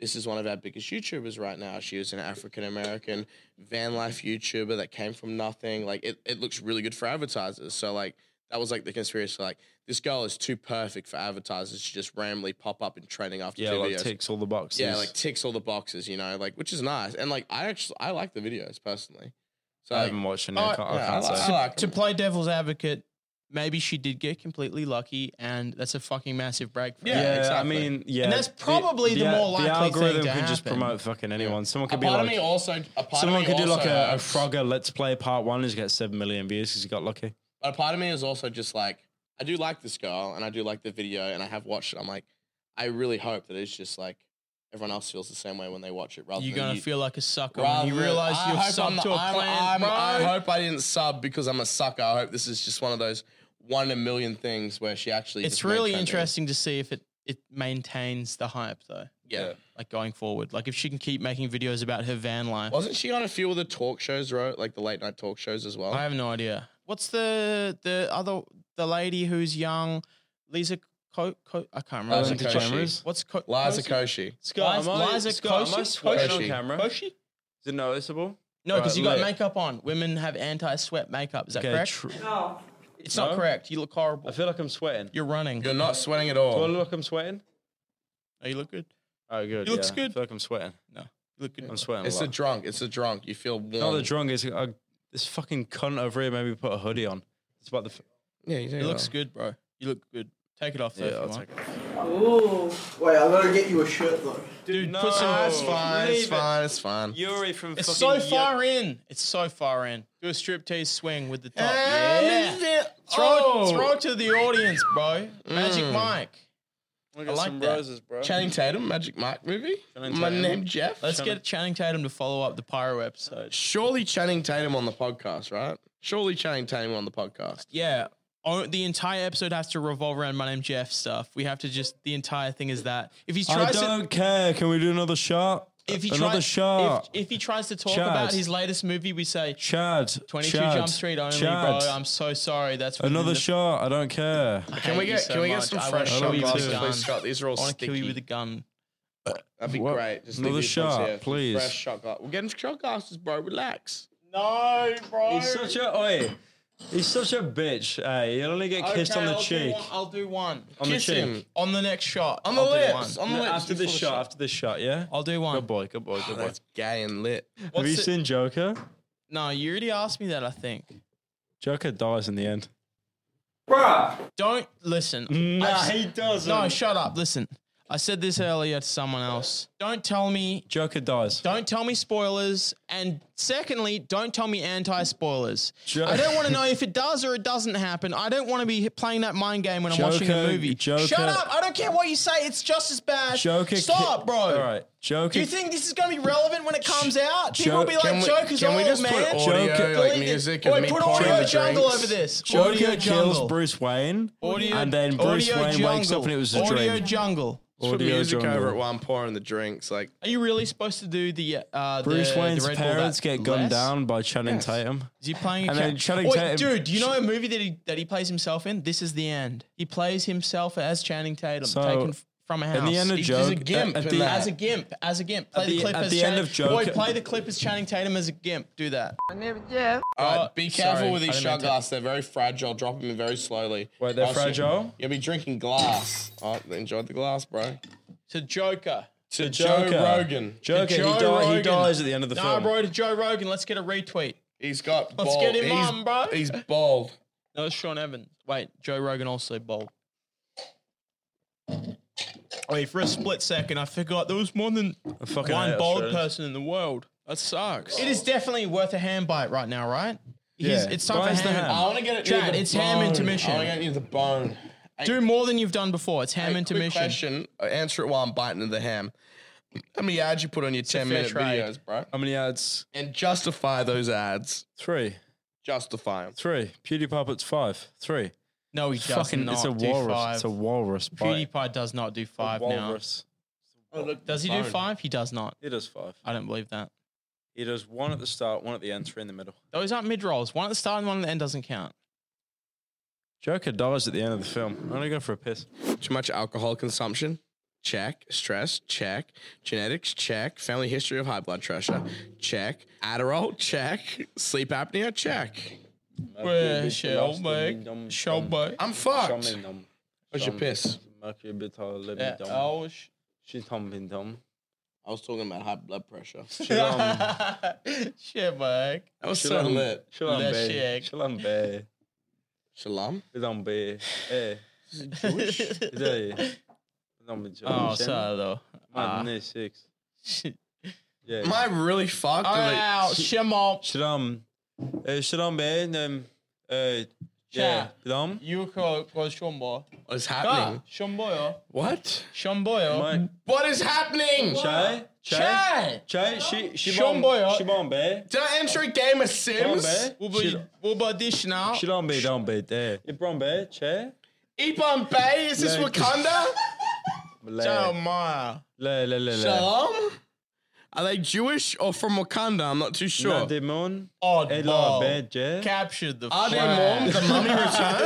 Speaker 8: this is one of our biggest YouTubers right now. She was an African American van life YouTuber that came from nothing. Like it, it looks really good for advertisers. So like that was like the conspiracy. Like this girl is too perfect for advertisers to just randomly pop up and trending after
Speaker 4: Yeah,
Speaker 8: two
Speaker 4: like
Speaker 8: videos.
Speaker 4: ticks all the boxes.
Speaker 8: Yeah, like ticks all the boxes, you know, like which is nice. And like I actually I like the videos personally. So
Speaker 4: I
Speaker 8: like,
Speaker 4: haven't watched any.
Speaker 8: Oh,
Speaker 4: I can't, I
Speaker 8: yeah,
Speaker 4: can't
Speaker 8: I like-
Speaker 4: say.
Speaker 8: I like-
Speaker 1: to play devil's advocate, maybe she did get completely lucky, and that's a fucking massive break. For her.
Speaker 4: Yeah, I mean, yeah,
Speaker 1: and that's probably the,
Speaker 4: al-
Speaker 1: more likely
Speaker 4: the algorithm
Speaker 1: thing to
Speaker 4: can
Speaker 1: happen.
Speaker 4: just promote fucking anyone. Someone
Speaker 8: a
Speaker 4: could
Speaker 8: part
Speaker 4: be
Speaker 8: of me
Speaker 4: like,
Speaker 8: also a part
Speaker 4: someone
Speaker 8: of me
Speaker 4: could do like
Speaker 8: also-
Speaker 4: a, a Frogger Let's Play Part One and just get seven million views because he got lucky.
Speaker 8: a part of me is also just like I do like this girl and I do like the video and I have watched it. I'm like, I really hope that it's just like everyone else feels the same way when they watch it. Rather
Speaker 1: You're
Speaker 8: than
Speaker 1: gonna
Speaker 8: you,
Speaker 1: feel like a sucker
Speaker 8: rather
Speaker 1: when you
Speaker 8: than-
Speaker 1: realize
Speaker 8: I
Speaker 1: you're
Speaker 8: hope I'm
Speaker 1: sub
Speaker 8: the-
Speaker 1: to a
Speaker 8: I'm-
Speaker 1: plan,
Speaker 8: I'm- I
Speaker 1: bro.
Speaker 8: hope I didn't sub because I'm a sucker. I hope this is just one of those one in a million things where she actually.
Speaker 1: it's
Speaker 8: just went
Speaker 1: really
Speaker 8: trending.
Speaker 1: interesting to see if it it maintains the hype though.
Speaker 8: Yeah.
Speaker 1: like going forward, like if she can keep making videos about her van life.
Speaker 8: Wasn't she on a few of the talk shows, right? Like the late night talk shows as well.
Speaker 1: I have no idea. What's the the other the lady who's young, Lisa? Co- Co- I can't remember.
Speaker 8: Liza
Speaker 1: What's-
Speaker 8: Koshy.
Speaker 1: What's Co-
Speaker 8: Liza
Speaker 1: Koshi?
Speaker 8: Koshy.
Speaker 1: Scott, am I- Liza Scott, am I Koshy? sweating on
Speaker 4: on
Speaker 1: Koshy.
Speaker 4: camera?
Speaker 1: camera?
Speaker 4: Is it noticeable?
Speaker 1: No, because you got makeup on. Women have anti-sweat makeup. Is that
Speaker 4: Okay,
Speaker 1: correct?
Speaker 4: tr-
Speaker 5: No.
Speaker 1: It's not correct. You look horrible.
Speaker 4: I feel like I'm sweating.
Speaker 1: You're running.
Speaker 8: You're not sweating at
Speaker 4: Do I
Speaker 8: all.
Speaker 4: look like I'm sweating?
Speaker 1: Oh, you look good.
Speaker 4: Oh, good.
Speaker 8: You looks
Speaker 4: yeah. I
Speaker 8: good.
Speaker 4: feel like I'm sweating.
Speaker 1: No, you look good.
Speaker 4: I'm sweating.
Speaker 8: It's
Speaker 4: a
Speaker 8: the
Speaker 4: lot.
Speaker 8: drunk. It's the drunk. You feel warm.
Speaker 4: Not the drunk. It's uh, this fucking cunt over here made me put a hoodie on. It's about the. F-
Speaker 8: Yeah, you
Speaker 1: It looks good, bro. You look good. Take it off though.
Speaker 4: Yeah, I'll
Speaker 1: if you
Speaker 4: take
Speaker 1: want.
Speaker 14: Ooh. Wait, I gotta get you a shirt though.
Speaker 1: Dude,
Speaker 4: No,
Speaker 1: put some.
Speaker 8: It's fine. It's fine. It's fine.
Speaker 4: Yuri from
Speaker 1: It's so
Speaker 4: fucking
Speaker 1: far in. It's so far in. Do a striptease swing with the
Speaker 8: Oh,
Speaker 1: top.
Speaker 8: And
Speaker 1: yeah. Throw,
Speaker 8: Oh.
Speaker 1: it, throw it to the audience, bro. Magic
Speaker 8: Mm.
Speaker 1: Mike.
Speaker 4: I
Speaker 1: like
Speaker 4: some
Speaker 1: that.
Speaker 4: roses, bro.
Speaker 8: Channing Tatum, Magic Mike movie.
Speaker 4: Channing
Speaker 8: My
Speaker 4: Tatum.
Speaker 8: name Jeff.
Speaker 1: Let's get Channing Tatum to follow up the pyro episode.
Speaker 8: Surely Channing Tatum on the podcast, right? Surely Channing Tatum on the podcast.
Speaker 1: Yeah. Oh, the entire episode has to revolve around my name Jeff stuff. We have to just the entire thing is that if he
Speaker 4: I
Speaker 1: tries to
Speaker 4: don't care. Can we do another shot?
Speaker 1: if he
Speaker 4: Oh, another
Speaker 1: tries
Speaker 4: shot.
Speaker 1: if, if he tries to talk
Speaker 4: Chad.
Speaker 1: about his latest movie, we say
Speaker 4: Chad.
Speaker 1: 22
Speaker 4: Chad,
Speaker 1: Jump Street only,
Speaker 4: Chad.
Speaker 1: bro. I'm so sorry. That's within
Speaker 4: Another
Speaker 1: the-
Speaker 4: shot. I don't care.
Speaker 1: I
Speaker 8: Can
Speaker 1: hate
Speaker 8: we
Speaker 1: you
Speaker 8: get
Speaker 1: so
Speaker 8: can we get
Speaker 1: much.
Speaker 8: some
Speaker 1: I wanna
Speaker 8: fresh
Speaker 1: kill
Speaker 8: shot
Speaker 1: you with a
Speaker 8: glasses,
Speaker 1: gun.
Speaker 8: please, Scott? These are all
Speaker 1: I E want to kill you
Speaker 8: sticky.
Speaker 1: with a gun.
Speaker 8: That'd be
Speaker 4: What?
Speaker 8: great. Just
Speaker 4: Another
Speaker 8: leave these
Speaker 4: shot,
Speaker 8: ones here.
Speaker 4: please.
Speaker 8: Fresh shot glass. We're getting shot glasses, bro. Relax.
Speaker 14: No, bro.
Speaker 4: He's such a oi. He's such a bitch. Hey, you'll only get kissed on the cheek.
Speaker 1: I'll do one.
Speaker 4: On the Kiss cheek. him.
Speaker 1: On the next shot.
Speaker 4: On
Speaker 1: I'll
Speaker 4: the
Speaker 1: do
Speaker 4: lips,
Speaker 1: one.
Speaker 4: on the No, lips after this before the shot, shot. after this shot, yeah?
Speaker 1: I'll do one.
Speaker 4: Good boy, good boy, good boy.
Speaker 1: that's
Speaker 8: Oh, gay and lit.
Speaker 4: Have you
Speaker 1: What's it-
Speaker 4: seen Joker?
Speaker 1: No, you already asked me that, I think.
Speaker 4: Joker dies in the end.
Speaker 1: Bruh. Don't listen.
Speaker 4: Nah,
Speaker 1: I've s-
Speaker 4: he doesn't.
Speaker 1: No, shut up. Listen. I said this earlier to someone else. Don't tell me
Speaker 4: Joker dies.
Speaker 1: Don't tell me spoilers. And secondly, don't tell me anti-spoilers.
Speaker 4: Jo-
Speaker 1: I don't want to know if it does or it doesn't happen. I don't want to be playing that mind game when I'm watching a
Speaker 4: Joker-
Speaker 1: movie.
Speaker 4: Joker-
Speaker 1: Shut up! I don't care what you say. It's just as bad.
Speaker 4: Joker.
Speaker 1: Stop,
Speaker 4: ki-
Speaker 1: bro.
Speaker 4: All right, Joker.
Speaker 1: Do you think this is going to be relevant when it comes out? People
Speaker 4: Jo-
Speaker 1: will be like,
Speaker 4: Can we-
Speaker 1: Joker's
Speaker 4: can
Speaker 1: old,
Speaker 4: we just put
Speaker 1: man.
Speaker 4: audio,
Speaker 1: Delete
Speaker 4: like,
Speaker 1: it.
Speaker 4: music
Speaker 1: Oi,
Speaker 4: of me
Speaker 1: put
Speaker 4: pouring
Speaker 1: Audio
Speaker 4: the
Speaker 1: Jungle
Speaker 4: drinks?
Speaker 1: over this.
Speaker 4: Joker
Speaker 1: audio
Speaker 4: kills
Speaker 1: Jungle.
Speaker 4: Bruce Wayne,
Speaker 1: Audio,
Speaker 4: and then Bruce
Speaker 1: audio
Speaker 4: Wayne wakes up
Speaker 1: jungle.
Speaker 4: and it was a
Speaker 1: audio
Speaker 4: dream.
Speaker 1: Jungle.
Speaker 8: Just put
Speaker 4: Audio
Speaker 8: music
Speaker 4: jungle.
Speaker 8: over it while I'm pouring the drinks. Like
Speaker 1: Are you really supposed to do the uh,
Speaker 4: Bruce
Speaker 1: the,
Speaker 4: Wayne's
Speaker 1: the Red Bull
Speaker 4: parents
Speaker 1: that
Speaker 4: get gunned
Speaker 1: less?
Speaker 4: down by Channing
Speaker 1: Yes.
Speaker 4: Tatum.
Speaker 1: Is he playing? A
Speaker 4: And
Speaker 1: cha-
Speaker 4: then Channing
Speaker 1: Wait,
Speaker 4: Tatum-
Speaker 1: dude, do you know a movie that he that he plays himself in? This is the end. He plays himself as Channing Tatum,
Speaker 4: So,
Speaker 1: taken f- from a house.
Speaker 4: in the end of
Speaker 1: He's
Speaker 4: Joker-
Speaker 1: a gimp.
Speaker 4: at the-
Speaker 1: as a gimp, as a gimp. Play
Speaker 4: at
Speaker 1: the,
Speaker 4: the-
Speaker 1: clip
Speaker 4: at
Speaker 1: as
Speaker 4: the end
Speaker 1: Channing-
Speaker 4: of uh, Joker-
Speaker 1: Boy, play the clip as Channing Tatum as a gimp. Do that.
Speaker 8: I never did. be careful
Speaker 1: sorry,
Speaker 8: with
Speaker 1: I didn't
Speaker 8: these
Speaker 1: mean
Speaker 8: shot
Speaker 1: to.
Speaker 8: glasses. They're very fragile. Drop them very slowly. Wait,
Speaker 4: they're fragile?
Speaker 8: You'll be drinking glass. Oh, enjoy the glass, bro.
Speaker 1: To Joker.
Speaker 8: To Joe Rogan.
Speaker 4: Joker,
Speaker 1: To
Speaker 4: he
Speaker 1: Joe
Speaker 4: die- he
Speaker 1: Rogan.
Speaker 4: dies at the end of the
Speaker 1: nah,
Speaker 4: film.
Speaker 1: bro, to Joe Rogan. Let's get a retweet.
Speaker 8: He's got.
Speaker 1: Let's
Speaker 8: bald-
Speaker 1: get him
Speaker 8: he's-
Speaker 1: on, bro.
Speaker 8: He's bald.
Speaker 1: No, it's Sean Evans. Wait, Joe Rogan also bald. Wait, for a split second, I forgot there was more than
Speaker 4: fucking
Speaker 1: one
Speaker 4: hate
Speaker 1: bald
Speaker 4: Australians.
Speaker 1: person in the world. That sucks. It is definitely worth a hand bite right now, right? He's-
Speaker 4: Yeah.
Speaker 1: It's time
Speaker 4: Why
Speaker 1: for
Speaker 4: is the
Speaker 1: ham.
Speaker 4: ham?
Speaker 8: I want to get it. near
Speaker 1: Chad,
Speaker 8: the
Speaker 1: it's
Speaker 8: bone.
Speaker 1: ham
Speaker 8: I want to get
Speaker 1: intermission.
Speaker 8: it near the bone.
Speaker 1: Do more than you've done before. It's ham
Speaker 8: Hey, Quick
Speaker 1: intermission.
Speaker 8: question. uh, Answer it while I'm biting into the ham. How many ads you put on your
Speaker 1: a
Speaker 8: 10
Speaker 1: fair
Speaker 8: minute
Speaker 1: trade.
Speaker 8: videos, bro?
Speaker 4: How many ads?
Speaker 8: And justify those ads.
Speaker 4: Three.
Speaker 8: Justify them.
Speaker 4: Three. PewDiePie puts five. Three.
Speaker 1: No, he
Speaker 4: It's
Speaker 1: does not
Speaker 4: It's a
Speaker 1: do
Speaker 4: walrus.
Speaker 1: five.
Speaker 4: It's a walrus. Bite.
Speaker 1: PewDiePie does not do five now.
Speaker 4: walrus.
Speaker 8: Oh,
Speaker 1: Does he do
Speaker 4: Bone.
Speaker 1: five? He does not.
Speaker 4: He does five.
Speaker 1: I don't believe that.
Speaker 4: He does one at the start, one at the end, three in the middle.
Speaker 1: Those aren't mid rolls. One at the start and one at the end doesn't count.
Speaker 4: Joker dies at the end of the film. I'm gonna go for a piss.
Speaker 8: Too much alcohol consumption? Check. Stress? Check. Genetics? Check. Family history of high blood pressure? Check. Adderall? Check. Sleep apnea? Check.
Speaker 1: Well, shall make, shall make.
Speaker 8: I'm fucked. What's your piss?
Speaker 4: Mercury bit all let me
Speaker 1: Yeah,
Speaker 4: down.
Speaker 1: oh, sh-
Speaker 4: She's humping dumb.
Speaker 8: I was talking about high blood pressure.
Speaker 4: She's um,
Speaker 1: Shit, Mike.
Speaker 8: That was so
Speaker 4: Shalom.
Speaker 8: lit.
Speaker 4: Shalom
Speaker 1: Let's
Speaker 4: bay.
Speaker 1: shake.
Speaker 4: Shalom bay.
Speaker 8: Shalom?
Speaker 4: Shalom bay. Eh. Today. Shalom bay.
Speaker 1: Oh, sorry Ah. though.
Speaker 4: Man, this six. Yeah.
Speaker 8: Am I really fucked?
Speaker 1: Oh,
Speaker 8: Or like-
Speaker 1: Wow, Shemop,
Speaker 4: Shalom. Eh, Shalom bay. Um. Eh. Yeah.
Speaker 1: Chat.
Speaker 4: Dumb.
Speaker 1: you call call Shombo.
Speaker 8: What's
Speaker 1: Ah,
Speaker 8: happening?
Speaker 1: Shomboyo,
Speaker 8: What?
Speaker 1: Shomboyo,
Speaker 4: Mike.
Speaker 8: What is happening?
Speaker 4: Chai. Chai.
Speaker 1: Chai,
Speaker 4: Chai. She. She.
Speaker 1: Shalom bay, oh.
Speaker 4: She. Shalom bay.
Speaker 8: Did I enter a game of
Speaker 4: Shalom
Speaker 8: Sims?
Speaker 4: bay.
Speaker 1: Wuba Wuba dish now.
Speaker 4: Shalom bay. Don't be there. Ibram bay. eh. Chai.
Speaker 8: Ebon Bay? Is this
Speaker 4: Like-
Speaker 8: Wakanda?
Speaker 1: Oh my,
Speaker 4: Le, le, le, le.
Speaker 8: Shalom? Are they Jewish or from Wakanda? I'm not too sure.
Speaker 4: Not the moon.
Speaker 1: oh
Speaker 4: Et la
Speaker 1: ball.
Speaker 4: bête, yeah.
Speaker 1: Captured the
Speaker 8: Are they mom?
Speaker 1: flag.
Speaker 8: The mummy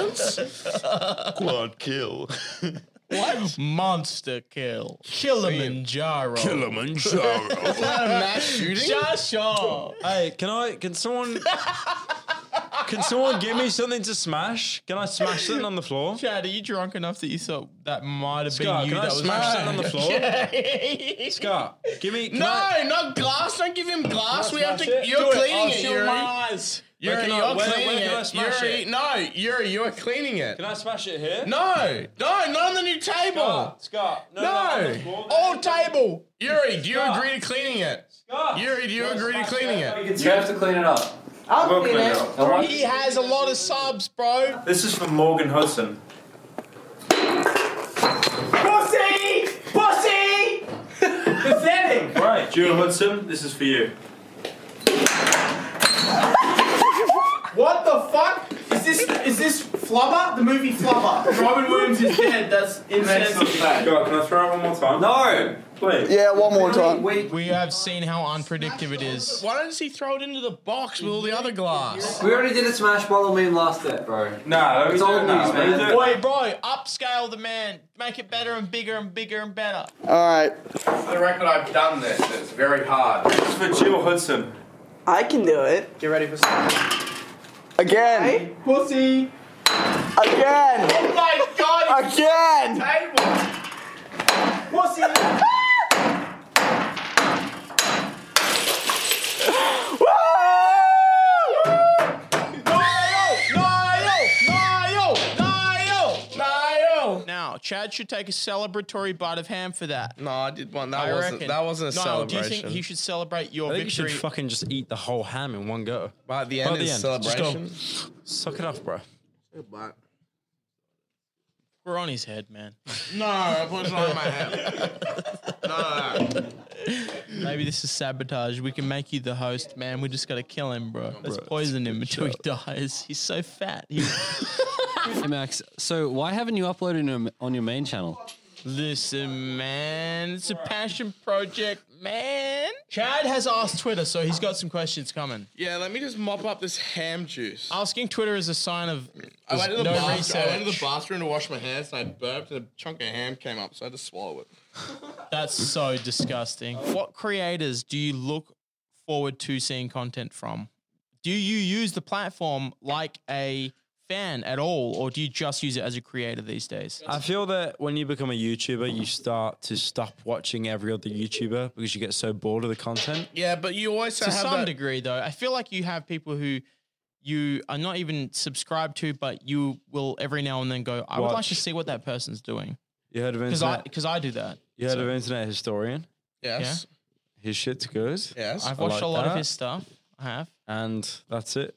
Speaker 8: returns? Quad kill. What?
Speaker 1: Monster kill. Kilimanjaro.
Speaker 8: Kilimanjaro. mass shooting?
Speaker 1: Joshua.
Speaker 4: Hey, can I? Can someone? can someone give me something to smash? Can I smash something on the floor?
Speaker 1: Chad, are you drunk enough that you thought that might have been
Speaker 4: Scott,
Speaker 1: you
Speaker 4: can
Speaker 1: that
Speaker 4: I
Speaker 1: was
Speaker 4: smash something on the floor? Scott, give me. Can I,
Speaker 8: No, not glass. Don't give him glass. We have
Speaker 4: smash
Speaker 8: to.
Speaker 4: it?
Speaker 8: You're
Speaker 4: Do it. Oh,
Speaker 8: cleaning
Speaker 4: I'll
Speaker 8: it,
Speaker 4: seal
Speaker 8: Yuri.
Speaker 4: my
Speaker 8: Yuri,
Speaker 4: can I- where-
Speaker 8: you're
Speaker 4: where
Speaker 8: cleaning
Speaker 4: can I
Speaker 8: it.
Speaker 4: smash
Speaker 8: Yuri,
Speaker 4: it?
Speaker 8: no, Yuri, you are cleaning it.
Speaker 4: can I smash it here?
Speaker 8: No, no, not on the new table.
Speaker 4: Scott, Scott, no,
Speaker 8: No. Oh,
Speaker 4: no, on the floor.
Speaker 8: Old table. Yuri, do you
Speaker 4: Scott.
Speaker 8: agree to cleaning it?
Speaker 4: Scott.
Speaker 8: Yuri, do you agree to cleaning it?
Speaker 15: You have to clean it up.
Speaker 6: I'll
Speaker 15: We'll
Speaker 6: clean
Speaker 15: clean it
Speaker 6: it.
Speaker 15: up. Alright?
Speaker 1: He has a lot of subs, bro.
Speaker 15: This is from Morgan Hudson.
Speaker 6: Pussy! Pussy! Pathetic!
Speaker 15: Right, Jewel Hudson, this is for you.
Speaker 6: What the fuck? Is this is this Flubber? The movie Flubber. Robin Williams is dead. That's
Speaker 15: Go,
Speaker 6: insensitive.
Speaker 15: can I throw it one more time? No! Please.
Speaker 14: Yeah, one more time.
Speaker 1: We have seen how unpredictable it is.
Speaker 8: Why does he throw it into the box with all the other glass?
Speaker 5: We already did a smash bottle meme last step, bro.
Speaker 15: No,
Speaker 5: it's all news, man.
Speaker 1: Wait, bro, upscale the man. Make it better and bigger and bigger and better.
Speaker 14: Alright.
Speaker 16: For the record, I've done this. It's very hard. It's
Speaker 15: for Jill Hudson.
Speaker 14: I can do it.
Speaker 6: Get ready for some.
Speaker 14: Again.
Speaker 6: Pussy.
Speaker 14: Again.
Speaker 16: Oh my god!
Speaker 14: Again.
Speaker 16: Table. Pussy.
Speaker 1: Now, Chad should take a celebratory bite of ham for that.
Speaker 8: No, I did one. That
Speaker 1: I
Speaker 8: wasn't.
Speaker 1: reckon.
Speaker 8: That wasn't a
Speaker 1: Niall,
Speaker 8: celebration.
Speaker 1: Do you think he should celebrate your
Speaker 4: I think you
Speaker 1: victory?
Speaker 4: should fucking just eat the whole ham in one go.
Speaker 8: By the end, is
Speaker 4: just go,
Speaker 8: celebration.
Speaker 4: Suck it off, bro.
Speaker 1: We're on his head, man.
Speaker 8: No, it was not my hand.
Speaker 1: Maybe this is sabotage. We can make you the host, man. We just gotta kill him, bro. Let's
Speaker 4: bro,
Speaker 1: poison him until he dies. He's so fat. He-
Speaker 17: Hey Max, so why haven't you uploaded on your- on your main channel?
Speaker 1: Listen, man, it's a passion project, man. Chad has asked Twitter, so he's got some questions coming.
Speaker 8: Yeah, let me just mop up this ham juice.
Speaker 1: Asking Twitter is a sign of
Speaker 8: Oh, I went, to the
Speaker 1: no
Speaker 8: bathroom, I
Speaker 1: research.
Speaker 8: went to the bathroom to wash my hands and I burped and a chunk of ham came up, so I had to swallow it.
Speaker 1: That's so disgusting. What creators do you look forward to seeing content from? Do you use the platform like a fan at all, or do you just use it as a creator these days?
Speaker 4: I feel that when you become a YouTuber, you start to stop watching every other YouTuber because you get so bored of the content.
Speaker 8: Yeah, but you always
Speaker 1: to some degree, though, I feel like you have people who you are not even subscribed to, but you will every now and then go, "I would like
Speaker 4: Watch.
Speaker 1: to see what that person's doing,"
Speaker 4: You heard of
Speaker 1: because I
Speaker 4: internet?
Speaker 1: because I do that.
Speaker 4: you heard of internet historian?
Speaker 8: Yes.
Speaker 4: His shit's good.
Speaker 8: Yes.
Speaker 1: I've watched
Speaker 4: like
Speaker 1: a lot of
Speaker 4: that.
Speaker 1: his stuff. I have.
Speaker 4: and that's it.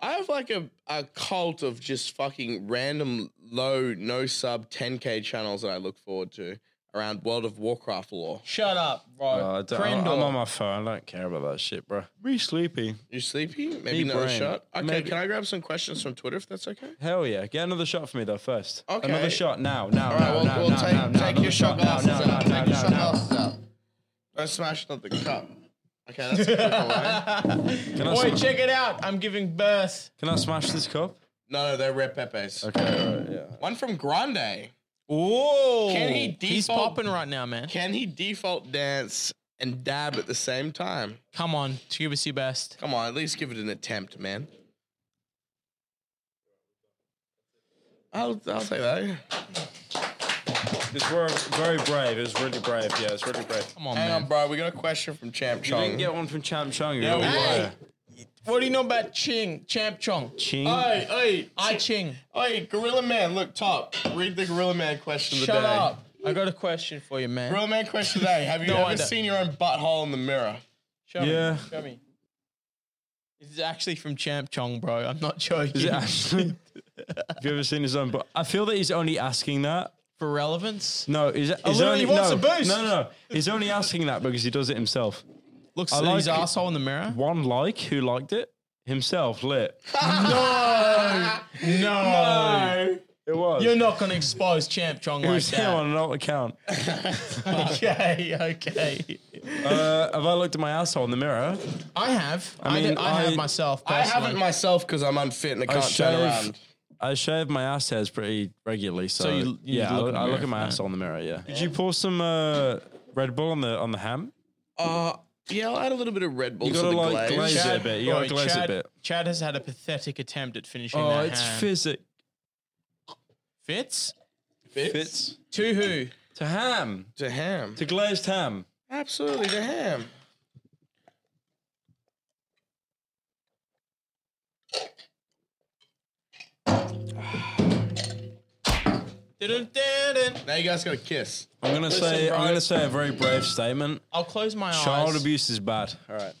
Speaker 8: I have like a, a cult of just fucking random low, no sub 10k channels that I look forward to around World of Warcraft lore.
Speaker 1: Shut up, bro.
Speaker 4: Oh, I don't, I'm, I'm on my phone. I don't care about that shit, bro. Me sleepy.
Speaker 8: You sleepy? Maybe
Speaker 4: Me
Speaker 8: another
Speaker 4: brain.
Speaker 8: shot? Okay,
Speaker 4: Maybe-
Speaker 8: can I grab some questions from Twitter if that's okay?
Speaker 4: Hell yeah! Get another shot for me though first.
Speaker 8: Okay.
Speaker 4: Another shot now, now,
Speaker 8: All right,
Speaker 4: now,
Speaker 8: well,
Speaker 4: now,
Speaker 8: well
Speaker 4: now,
Speaker 8: take,
Speaker 4: now, now,
Speaker 8: take
Speaker 4: another
Speaker 8: your shot
Speaker 4: now,
Speaker 8: glasses
Speaker 4: now, now,
Speaker 8: out.
Speaker 4: now,
Speaker 8: Take your
Speaker 4: now,
Speaker 8: shot
Speaker 4: now.
Speaker 8: glasses out. Don't smash another cup. Okay, that's a good one, right?
Speaker 4: Can I,
Speaker 1: Boy,
Speaker 4: sm-
Speaker 1: check it out. I'm giving birth.
Speaker 4: can I smash this cup?
Speaker 8: No, no, they're Red Pepe's.
Speaker 4: Okay, all right, yeah.
Speaker 8: One from Grande.
Speaker 1: Ooh.
Speaker 8: Can he
Speaker 1: He's
Speaker 8: default-
Speaker 1: popping right now, man.
Speaker 8: Can he default dance and dab at the same time?
Speaker 1: Come on, give us your best.
Speaker 8: Come on, at least give it an attempt, man. I'll, I'll take that.
Speaker 4: It's very, very brave. It's really brave. Yeah, it's really brave.
Speaker 1: Come on,
Speaker 8: Hang
Speaker 1: man.
Speaker 8: on, bro. We got a question from Champ
Speaker 4: You didn't
Speaker 8: Chong.
Speaker 4: get one from Champ Chung.
Speaker 8: Yeah,
Speaker 4: Yeah,
Speaker 8: we
Speaker 1: Hey, what do you know about Ching, Champ Chong?
Speaker 4: Ching.
Speaker 1: Oh,
Speaker 8: Oi, oi,
Speaker 1: I Ching.
Speaker 8: oi, Gorilla Man, look top. Read the Gorilla Man question of the
Speaker 1: Shut
Speaker 8: day.
Speaker 1: up. I got a question for you, man.
Speaker 8: Gorilla Man question today. Have you
Speaker 1: No, I
Speaker 8: ever
Speaker 1: don't.
Speaker 8: seen your own butthole in the mirror?
Speaker 1: Show
Speaker 4: Yeah.
Speaker 1: me. Show me. This is actually from Champ Chong, bro. I'm not joking.
Speaker 4: Is it actually? Have you ever seen his own? But I feel that he's only asking that.
Speaker 1: for relevance?
Speaker 4: No, is it? He's
Speaker 1: literally
Speaker 4: only
Speaker 1: wants
Speaker 4: no,
Speaker 1: a boost.
Speaker 4: no, no. He's only asking that because he does it himself.
Speaker 1: Looks
Speaker 4: I
Speaker 1: at his
Speaker 4: like-
Speaker 1: asshole in the mirror.
Speaker 4: One like who liked it himself lit.
Speaker 1: No.
Speaker 4: It was.
Speaker 1: You're not going to expose Champ Chong
Speaker 4: it
Speaker 1: like
Speaker 4: was him
Speaker 1: that.
Speaker 4: on an alt account.
Speaker 1: Okay, okay.
Speaker 4: Uh, have I looked at my asshole in the mirror?
Speaker 1: I have. I,
Speaker 4: mean,
Speaker 1: did- I,
Speaker 4: I-
Speaker 1: have myself
Speaker 8: I
Speaker 1: personally.
Speaker 8: haven't myself because I'm unfit and I
Speaker 4: I
Speaker 8: can't turn around.
Speaker 4: shave. I shave my ass hairs pretty regularly, so,
Speaker 1: So you- you
Speaker 4: yeah,
Speaker 1: look
Speaker 4: I,
Speaker 1: in the
Speaker 4: I
Speaker 1: mirror
Speaker 4: look at
Speaker 1: for
Speaker 4: my
Speaker 1: that.
Speaker 4: asshole in the mirror. Yeah. Did you pour some uh, Red Bull on the on the ham?
Speaker 8: Uh, yeah, I'll add a little bit of Red Bull
Speaker 4: You
Speaker 8: to
Speaker 4: gotta
Speaker 8: the
Speaker 4: like
Speaker 8: glaze.
Speaker 4: glaze it a bit. You gotta
Speaker 1: Boy,
Speaker 4: glaze it a
Speaker 1: Chad,
Speaker 4: bit.
Speaker 1: Chad has had a pathetic attempt at finishing
Speaker 4: Oh,
Speaker 1: that.
Speaker 4: it's
Speaker 1: ham.
Speaker 4: physic.
Speaker 1: Fits?
Speaker 8: Fits
Speaker 4: Fits
Speaker 1: To who?
Speaker 4: to ham
Speaker 8: to ham.
Speaker 4: to glazed ham.
Speaker 8: Absolutely to ham.
Speaker 1: Dun-dun-dun-dun.
Speaker 8: Now you guys got to kiss.
Speaker 4: I'm gonna
Speaker 8: Listen,
Speaker 4: say
Speaker 8: bro.
Speaker 4: I'm gonna say a very brave statement.
Speaker 1: I'll close my eyes.
Speaker 4: Child abuse is bad. All right.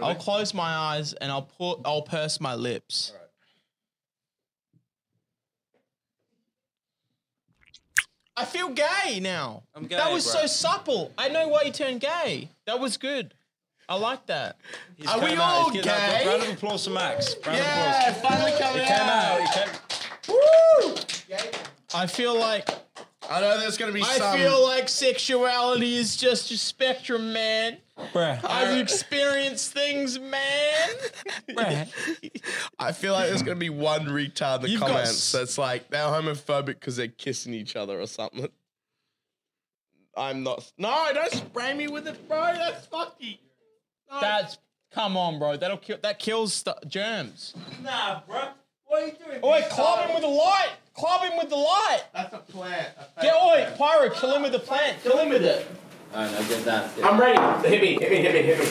Speaker 1: I'll close my eyes and I'll put I'll purse my lips. I feel gay now.
Speaker 4: I'm gay,
Speaker 1: that was
Speaker 4: bro.
Speaker 1: so supple. I know why you turned gay. That was good. I like that. Are we all gay?
Speaker 4: Round of applause for Max. Round of applause.
Speaker 8: Yeah, finally coming
Speaker 4: It came out. It came-
Speaker 1: I feel like
Speaker 8: I know there's gonna be
Speaker 1: I
Speaker 8: some-
Speaker 1: feel like sexuality is just a spectrum, man.
Speaker 4: Bruh.
Speaker 1: I've experienced things, man.
Speaker 8: I feel like there's gonna be one retard in the
Speaker 1: You've got
Speaker 8: comments
Speaker 1: s-
Speaker 8: that's like they're homophobic because they're kissing each other or something. I'm not. No, don't spray me with it, bro. That's fucky.
Speaker 1: That's come on, bro. That'll kill. That kills stu- germs.
Speaker 18: Nah, bro. What are you doing?
Speaker 1: Oi, club him with the light. Club him with the light.
Speaker 19: That's a plant.
Speaker 1: Get oi, pyro. Kill him with the plant. Kill him with it.
Speaker 20: Alright, I get that.
Speaker 2: I'm ready. Hit me, hit me, hit me, hit me.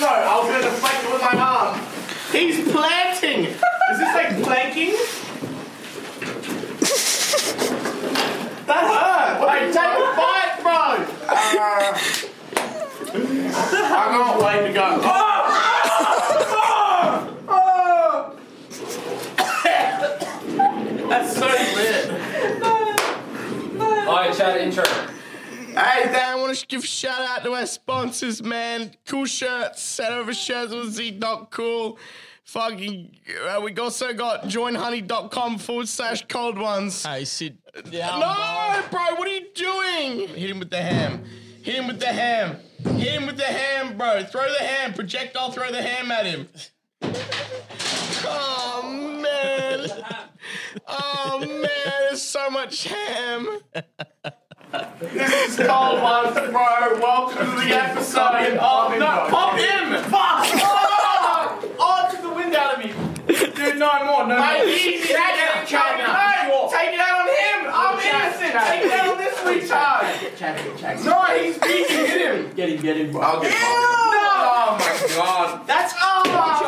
Speaker 2: No, I was gonna fight with my arm. He's planting! Is this like planking? that hurt! Wait, take a bite, bro! Uh, I can't wait to go. That's so lit.
Speaker 20: Alright, chat intro.
Speaker 8: Hey, Dan, I want to give a shout out to our sponsors, man. Cool shirts, set over shirts with Z. Cool. Fucking, uh, we also got joinhoney.com forward slash cold ones.
Speaker 1: Hey, Sid.
Speaker 8: no, bro, what are you doing? Hit him with the ham. Hit him with the ham. Hit him with the ham, bro. Throw the ham. Projectile, throw the ham at him. Oh, man. Oh, man, there's so much ham.
Speaker 19: This is Cold Ones, bro. Welcome to the episode of No Pop Him! Fuck! Oh, oh, took the wind out of me. Dude, no more, no
Speaker 2: Mate,
Speaker 19: more.
Speaker 2: he- he had it in China.
Speaker 19: No, take it out on him. I'm
Speaker 2: Chad,
Speaker 19: innocent.
Speaker 2: Chad.
Speaker 19: Take it out on this retard.
Speaker 2: Chat, chat.
Speaker 19: No, he's beating. Hit him.
Speaker 2: Get him, get him.
Speaker 19: I'll get Ew. No. Oh my god.
Speaker 2: That's oh,